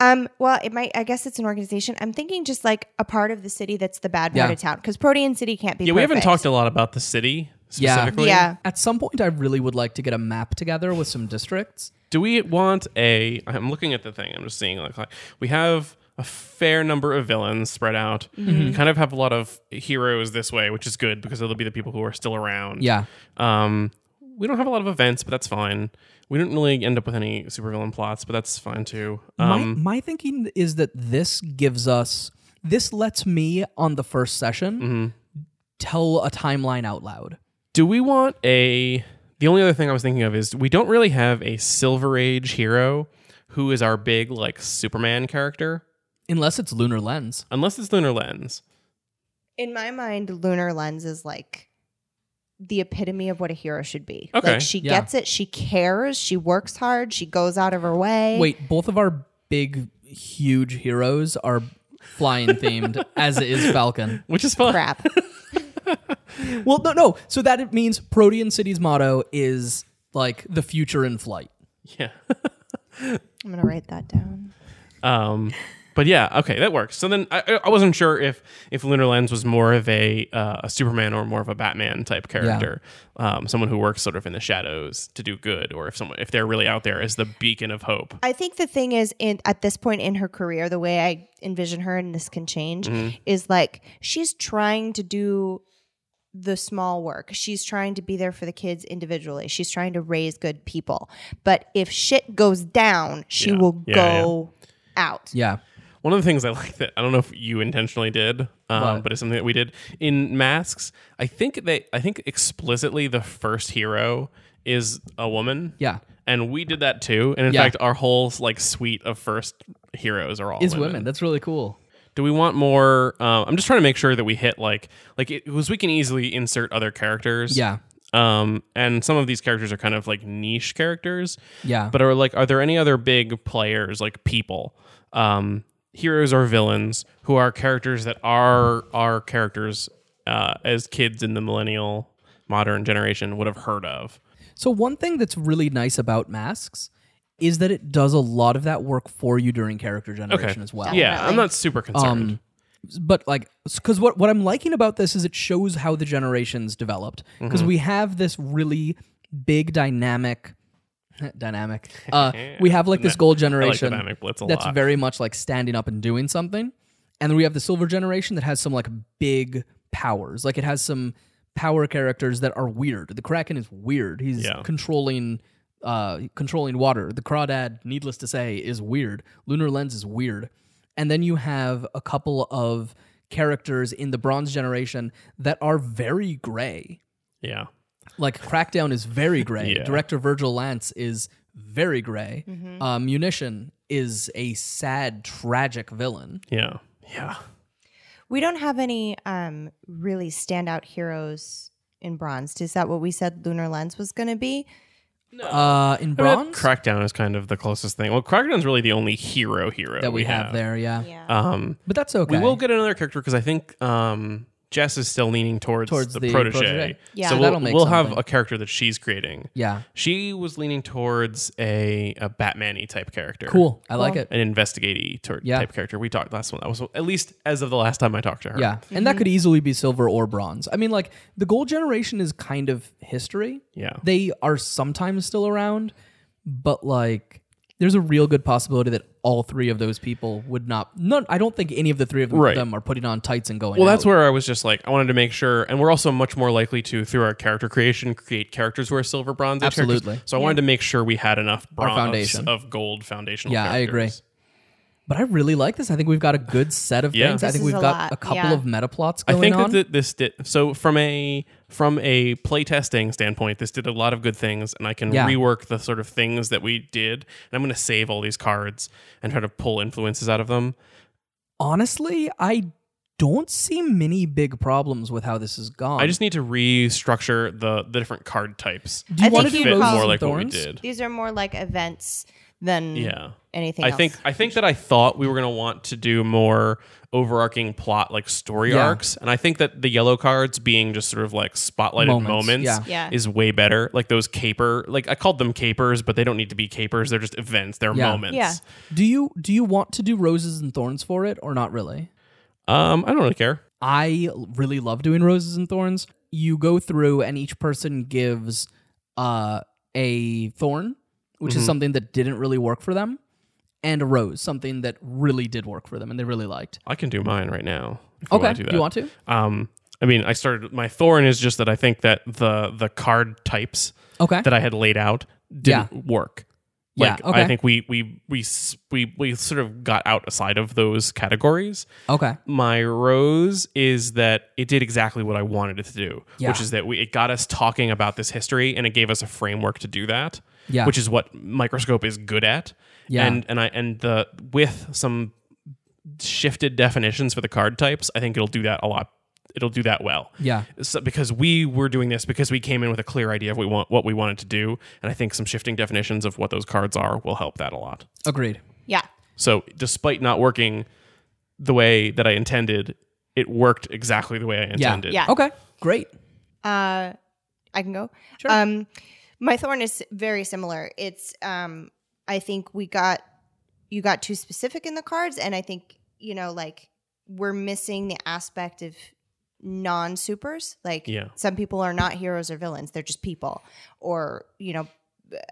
Speaker 3: Um, well, it might. I guess it's an organization. I'm thinking just like a part of the city that's the bad part
Speaker 2: Yeah.
Speaker 3: of town. Because Protean City can't be.
Speaker 1: Yeah, we haven't
Speaker 3: perfect.
Speaker 1: talked a lot about the city
Speaker 2: Yeah.
Speaker 1: specifically.
Speaker 3: Yeah.
Speaker 2: At some point, I really would like to get a map together with some districts.
Speaker 1: Do we want a? I'm looking at the thing. I'm just seeing like, like, we have a fair number of villains spread out. We kind of have a lot of heroes this way, which is good because they'll be the people who are still around.
Speaker 2: Yeah.
Speaker 1: Um, we don't have a lot of events, but that's fine. We didn't really end up with any supervillain plots, but that's fine too. Um,
Speaker 2: my, my thinking is that this gives us, this lets me on the first session tell a timeline out loud.
Speaker 1: do we want a? The only other thing I was thinking of is we don't really have a Silver Age hero who is our big like Superman character,
Speaker 2: Unless it's Lunar Lens.
Speaker 1: unless it's Lunar Lens.
Speaker 3: In my mind, Lunar Lens is like the epitome of what a hero should be.
Speaker 1: Okay.
Speaker 3: Like she
Speaker 2: Yeah.
Speaker 3: gets it. She cares. She works hard. She goes out of her way.
Speaker 2: Wait, both of our big, huge heroes are flying themed, as is Falcon.
Speaker 1: Which is fun.
Speaker 3: Crap.
Speaker 2: Well, no, no. So that it means Protean City's motto is like the future in flight.
Speaker 1: Yeah.
Speaker 3: I'm gonna write that down.
Speaker 1: Um, but yeah, okay, that works. So then I, I- I wasn't sure if if Lunar Lens was more of a uh, a Superman or more of a Batman type character, um, someone who works sort of in the shadows to do good, or if someone if they're really out there as the beacon of hope.
Speaker 3: I think the thing is, in at this point in her career, the way I envision her, and this can change,
Speaker 1: Mm-hmm.
Speaker 3: is like she's trying to do the small work. She's trying to be there for the kids individually. She's trying to raise good people. But if shit goes down, she
Speaker 1: Yeah.
Speaker 3: will
Speaker 1: Yeah,
Speaker 3: go out.
Speaker 2: Yeah.
Speaker 1: One of the things I like that I don't know if you intentionally did, um,
Speaker 2: What?
Speaker 1: but it's something that we did in Masks. I think they I think explicitly the first hero is a woman.
Speaker 2: Yeah.
Speaker 1: and we did that too. And in
Speaker 2: Yeah.
Speaker 1: fact, our whole like suite of first heroes are all
Speaker 2: Is women. That's really cool.
Speaker 1: Do we want more? Um, I'm just trying to make sure that we hit like like it because we can easily insert other characters.
Speaker 2: Yeah.
Speaker 1: Um, and some of these characters are kind of like niche characters.
Speaker 2: Yeah.
Speaker 1: But are like are there any other big players like people, um, heroes or villains who are characters that are are characters uh, as kids in the millennial modern generation would have heard of?
Speaker 2: So one thing that's really nice about masks is that it does a lot of that work for you during character generation as well. Um,
Speaker 1: Yeah, I'm not super concerned.
Speaker 2: but like because what, what i'm liking about this is it shows how the generations developed because
Speaker 1: Mm-hmm.
Speaker 2: we have this really big dynamic dynamic uh, we have like this gold generation
Speaker 1: dynamic blitz a
Speaker 2: that's
Speaker 1: lot.
Speaker 2: very much like standing up and doing something and then we have the silver generation that has some like big powers like it has some power characters that are weird the kraken is weird he's
Speaker 1: Yeah.
Speaker 2: controlling uh controlling water the crawdad needless to say is weird lunar lens is weird and then you have a couple of characters in the bronze generation that are very gray
Speaker 1: yeah.
Speaker 2: like crackdown is very gray
Speaker 1: Yeah.
Speaker 2: director virgil lance is very gray uh, munition is a sad tragic villain
Speaker 1: Yeah. Yeah.
Speaker 3: We don't have any um, really standout heroes in bronze. Is that what we said Lunar Lens was going to be?
Speaker 2: uh in
Speaker 1: I mean,
Speaker 2: bronze
Speaker 1: Crackdown is kind of the closest thing. Well, Crackdown's really the only hero hero
Speaker 2: that we, have, there yeah.
Speaker 3: Yeah.
Speaker 1: Um,
Speaker 2: but that's okay
Speaker 1: We will get another character because I think um, Jess is still leaning towards,
Speaker 2: Towards
Speaker 1: the,
Speaker 2: the
Speaker 1: protege.
Speaker 2: protege.
Speaker 3: Yeah.
Speaker 1: so
Speaker 3: So
Speaker 1: we'll,
Speaker 2: that'll make
Speaker 1: we'll have
Speaker 2: something.
Speaker 1: a character that she's creating.
Speaker 2: yeah
Speaker 1: She was leaning towards a, a Batman-y type character.
Speaker 2: cool i like it
Speaker 1: An investigative tor-
Speaker 2: Yeah.
Speaker 1: type character. We talked last one. That was at least as of the last time I talked to her.
Speaker 2: Yeah, and that could easily be silver or bronze. I mean, like the gold generation is kind of history.
Speaker 1: Yeah.
Speaker 2: they are sometimes still around, but like there's a real good possibility that all three of those people would not. None, I don't think any of the three of them,
Speaker 1: Right.
Speaker 2: them are putting on tights and going.
Speaker 1: Well, that's
Speaker 2: out.
Speaker 1: where I was just like, I wanted to make sure, and we're also much more likely to, through our character creation, create characters who are silver bronze. Age characters.
Speaker 2: Absolutely.
Speaker 1: So I wanted to make sure we had enough bronze
Speaker 2: foundation.
Speaker 1: of gold foundational.
Speaker 2: Yeah, I agree.
Speaker 1: characters.
Speaker 2: But I really like this. I think we've got a good set of
Speaker 1: Yeah.
Speaker 2: things. I
Speaker 1: This
Speaker 2: think
Speaker 3: is
Speaker 2: we've
Speaker 3: a
Speaker 2: got
Speaker 3: lot,
Speaker 2: a couple
Speaker 3: yeah.
Speaker 2: of meta plots
Speaker 1: I
Speaker 2: going
Speaker 1: think
Speaker 2: on.
Speaker 1: that th- this did so from a from a playtesting standpoint. This did a lot of good things, and I can
Speaker 2: Yeah.
Speaker 1: rework the sort of things that we did. And I'm going to save all these cards and try to pull influences out of them.
Speaker 2: Honestly, I don't see many big problems with how this is gone.
Speaker 1: I just need to restructure the the different card types.
Speaker 2: do you
Speaker 3: I
Speaker 2: want to
Speaker 3: think
Speaker 2: do
Speaker 3: you
Speaker 1: fit
Speaker 2: roses
Speaker 1: more
Speaker 3: probably-
Speaker 2: and
Speaker 1: like what we
Speaker 2: thorns?
Speaker 1: did.
Speaker 3: These are more like events than
Speaker 1: Yeah.
Speaker 3: anything
Speaker 1: I
Speaker 3: else.
Speaker 1: think I think that I thought we were going to want to do more overarching plot like story
Speaker 2: Yeah.
Speaker 1: arcs, and I think that the yellow cards being just sort of like spotlighted moments,
Speaker 2: Moments, yeah.
Speaker 3: Yeah.
Speaker 1: is way better. Like those caper, like I called them capers, but they don't need to be capers. They're just events. They're
Speaker 2: Yeah.
Speaker 1: moments.
Speaker 3: Yeah.
Speaker 2: Do you do you want to do roses and thorns for it or not really?
Speaker 1: Um, I don't really care.
Speaker 2: I really love doing roses and thorns. You go through and each person gives uh, a thorn, which
Speaker 1: Mm-hmm.
Speaker 2: is something that didn't really work for them, and a rose, something that really did work for them and they really liked.
Speaker 1: I can do mine right now. if
Speaker 2: Okay,
Speaker 1: wanna
Speaker 2: do, you want to?
Speaker 1: Um, I mean, I started my thorn is just that I think that the the card types
Speaker 2: Okay.
Speaker 1: that I had laid out didn't work.
Speaker 2: Yeah,
Speaker 1: Like I
Speaker 2: okay.
Speaker 1: think we we we s- we we sort of got outside of those categories.
Speaker 2: okay.
Speaker 1: My rose is that it did exactly what I wanted it to do,
Speaker 2: Yeah.
Speaker 1: which is that we it got us talking about this history and it gave us a framework to do that.
Speaker 2: Yeah.
Speaker 1: Which is what microscope is good at.
Speaker 2: Yeah.
Speaker 1: And and I and the with some shifted definitions for the card types, I think it'll do that a lot. It'll do that well
Speaker 2: Yeah.
Speaker 1: so, because we were doing this because we came in with a clear idea of we want what we wanted to do, and I think some shifting definitions of what those cards are will help that a lot.
Speaker 2: Agreed.
Speaker 3: Yeah.
Speaker 1: So, despite not working the way that I intended, it worked exactly the way I intended.
Speaker 3: Yeah.
Speaker 2: Okay. Great.
Speaker 3: Uh, I can go.
Speaker 2: Sure.
Speaker 3: Um, my thorn is very similar. It's um, I think we got you got too specific in the cards and i think you know like we're missing the aspect of non supers like
Speaker 5: Yeah.
Speaker 3: some people are not heroes or villains they're just people or you know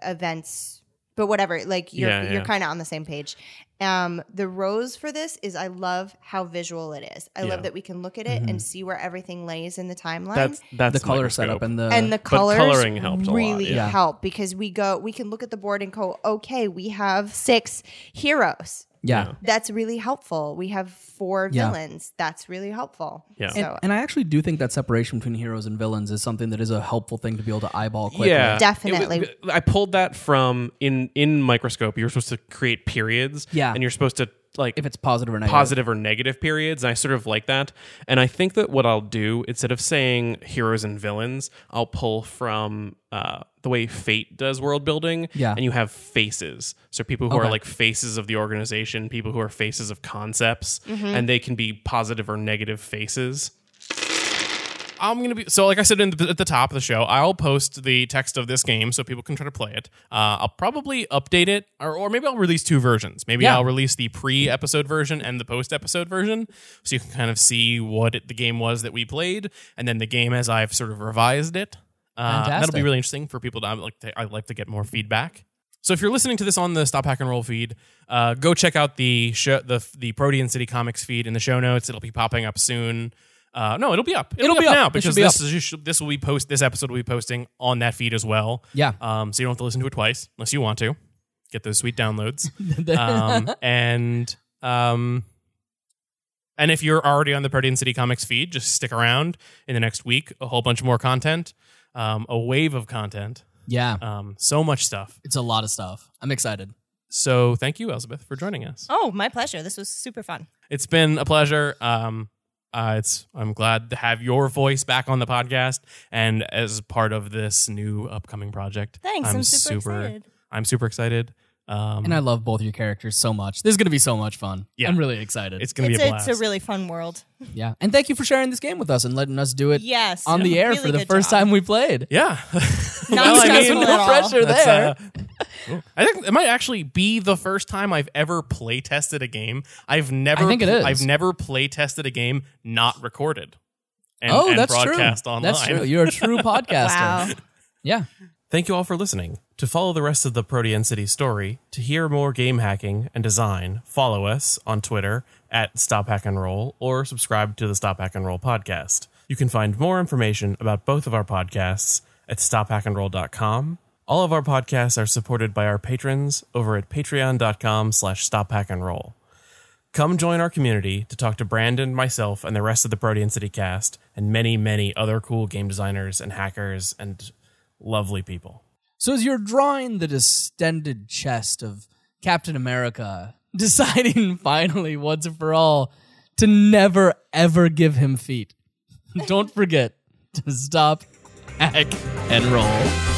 Speaker 3: events but whatever like you're
Speaker 5: Yeah,
Speaker 3: you're
Speaker 5: yeah.
Speaker 3: kind of on the same page um the rose for this is i love how visual it is i
Speaker 5: Yeah. Mm-hmm.
Speaker 3: love that we can look at it and see where everything lays in the timeline
Speaker 5: That's that's
Speaker 2: the color
Speaker 5: microscope.
Speaker 2: setup and the
Speaker 3: and the colors
Speaker 5: Uh, coloring helped a lot,
Speaker 3: really
Speaker 5: yeah.
Speaker 3: help because we go we can look at the board and go okay we have six heroes
Speaker 2: yeah.
Speaker 3: that's really helpful we have four
Speaker 2: Yeah.
Speaker 3: villains that's really helpful
Speaker 5: Yeah.
Speaker 3: so
Speaker 2: And, and I actually do think that separation between heroes and villains is something that is a helpful thing to be able to eyeball quickly.
Speaker 5: Yeah,
Speaker 3: Definitely.
Speaker 5: It wa- I pulled that from in in microscope. You're supposed to create periods.
Speaker 2: Yeah.
Speaker 5: and you're supposed to like
Speaker 2: If it's positive or negative.
Speaker 5: positive or negative periods. And I sort of like that. And I think that what I'll do instead of saying heroes and villains, I'll pull from uh, the way Fate does world building.
Speaker 2: Yeah.
Speaker 5: and you have faces. So people who are
Speaker 2: Okay.
Speaker 5: like faces of the organization, people who are faces of concepts, and they can be positive or negative faces.
Speaker 1: I'm gonna be so like I said in the, at the top of the show. I'll post the text of this game so people can try to play it. Uh, I'll probably update it, or, or maybe I'll release two versions. Maybe
Speaker 2: Yeah.
Speaker 1: I'll release the pre-episode version and the post-episode version, so you can kind of see what it, the game was that we played, and then the game as I've sort of revised it. Uh, that'll be
Speaker 2: Fantastic.
Speaker 1: really interesting for people to I'd like. To, I'd like to get more feedback. So if you're listening to this on the Stop Hack and Roll feed, uh, go check out the show, the the Protean City Comics feed in the show notes. It'll be popping up soon. Uh, no, it'll be up. It'll, be up, now
Speaker 2: It should
Speaker 1: because
Speaker 2: be
Speaker 1: this
Speaker 2: up.
Speaker 1: is you should- this will be post this episode will be posting on that feed as well.
Speaker 2: Yeah.
Speaker 1: Um, so you don't have to listen to it twice unless you want to. Get those sweet downloads. um, and um, and if you're already on the Protean City Comics feed, just stick around. In the next week, a whole bunch more content, um, a wave of content,
Speaker 2: yeah.
Speaker 1: um, so much stuff.
Speaker 2: It's a lot of stuff. I'm excited.
Speaker 1: So thank you, Elizabeth, for joining us.
Speaker 4: Oh, my pleasure. This was super fun.
Speaker 1: It's been a pleasure. Um, uh, it's I'm glad to have your voice back on the podcast and as part of this new upcoming project.
Speaker 4: Thanks. I'm super excited.
Speaker 1: I'm super excited. Um,
Speaker 2: And I love both your characters so much. This is going to be so much fun.
Speaker 1: Yeah.
Speaker 2: I'm really excited.
Speaker 1: it's gonna
Speaker 4: It's
Speaker 1: be a
Speaker 4: a,
Speaker 1: blast.
Speaker 4: it's a really fun world.
Speaker 2: yeah. And thank you for sharing this game with us and letting us do it
Speaker 4: Yes.
Speaker 2: on the air
Speaker 4: Really
Speaker 2: for the
Speaker 4: good
Speaker 2: first
Speaker 4: job.
Speaker 2: time we played.
Speaker 1: yeah.
Speaker 4: Not
Speaker 1: I mean,
Speaker 4: stressful at all.
Speaker 2: pressure
Speaker 1: that's,
Speaker 2: there.
Speaker 1: uh, I think it might actually be the first time I've ever play tested a game. I've never
Speaker 2: I think it is.
Speaker 1: I've never play tested a game not recorded. And,
Speaker 2: oh,
Speaker 1: and
Speaker 2: that's true.
Speaker 1: broadcast online.
Speaker 2: That's true. You're a true podcaster.
Speaker 3: wow
Speaker 2: Yeah.
Speaker 1: Thank you all for listening. To follow the rest of the Protean City story, to hear more game hacking and design, follow us on Twitter at Stop Hack and Roll or subscribe to the Stop Hack and Roll podcast. You can find more information about both of our podcasts at stophackandroll.com. All of our podcasts are supported by our patrons over at patreon.com slash stophackandroll. Come join our community to talk to Brandon, myself, and the rest of the Protean City cast, and many, many other cool game designers and hackers and lovely people.
Speaker 2: So as you're drawing the distended chest of Captain America, deciding finally once and for all to never ever give him feet, don't forget to stop, hack, and roll.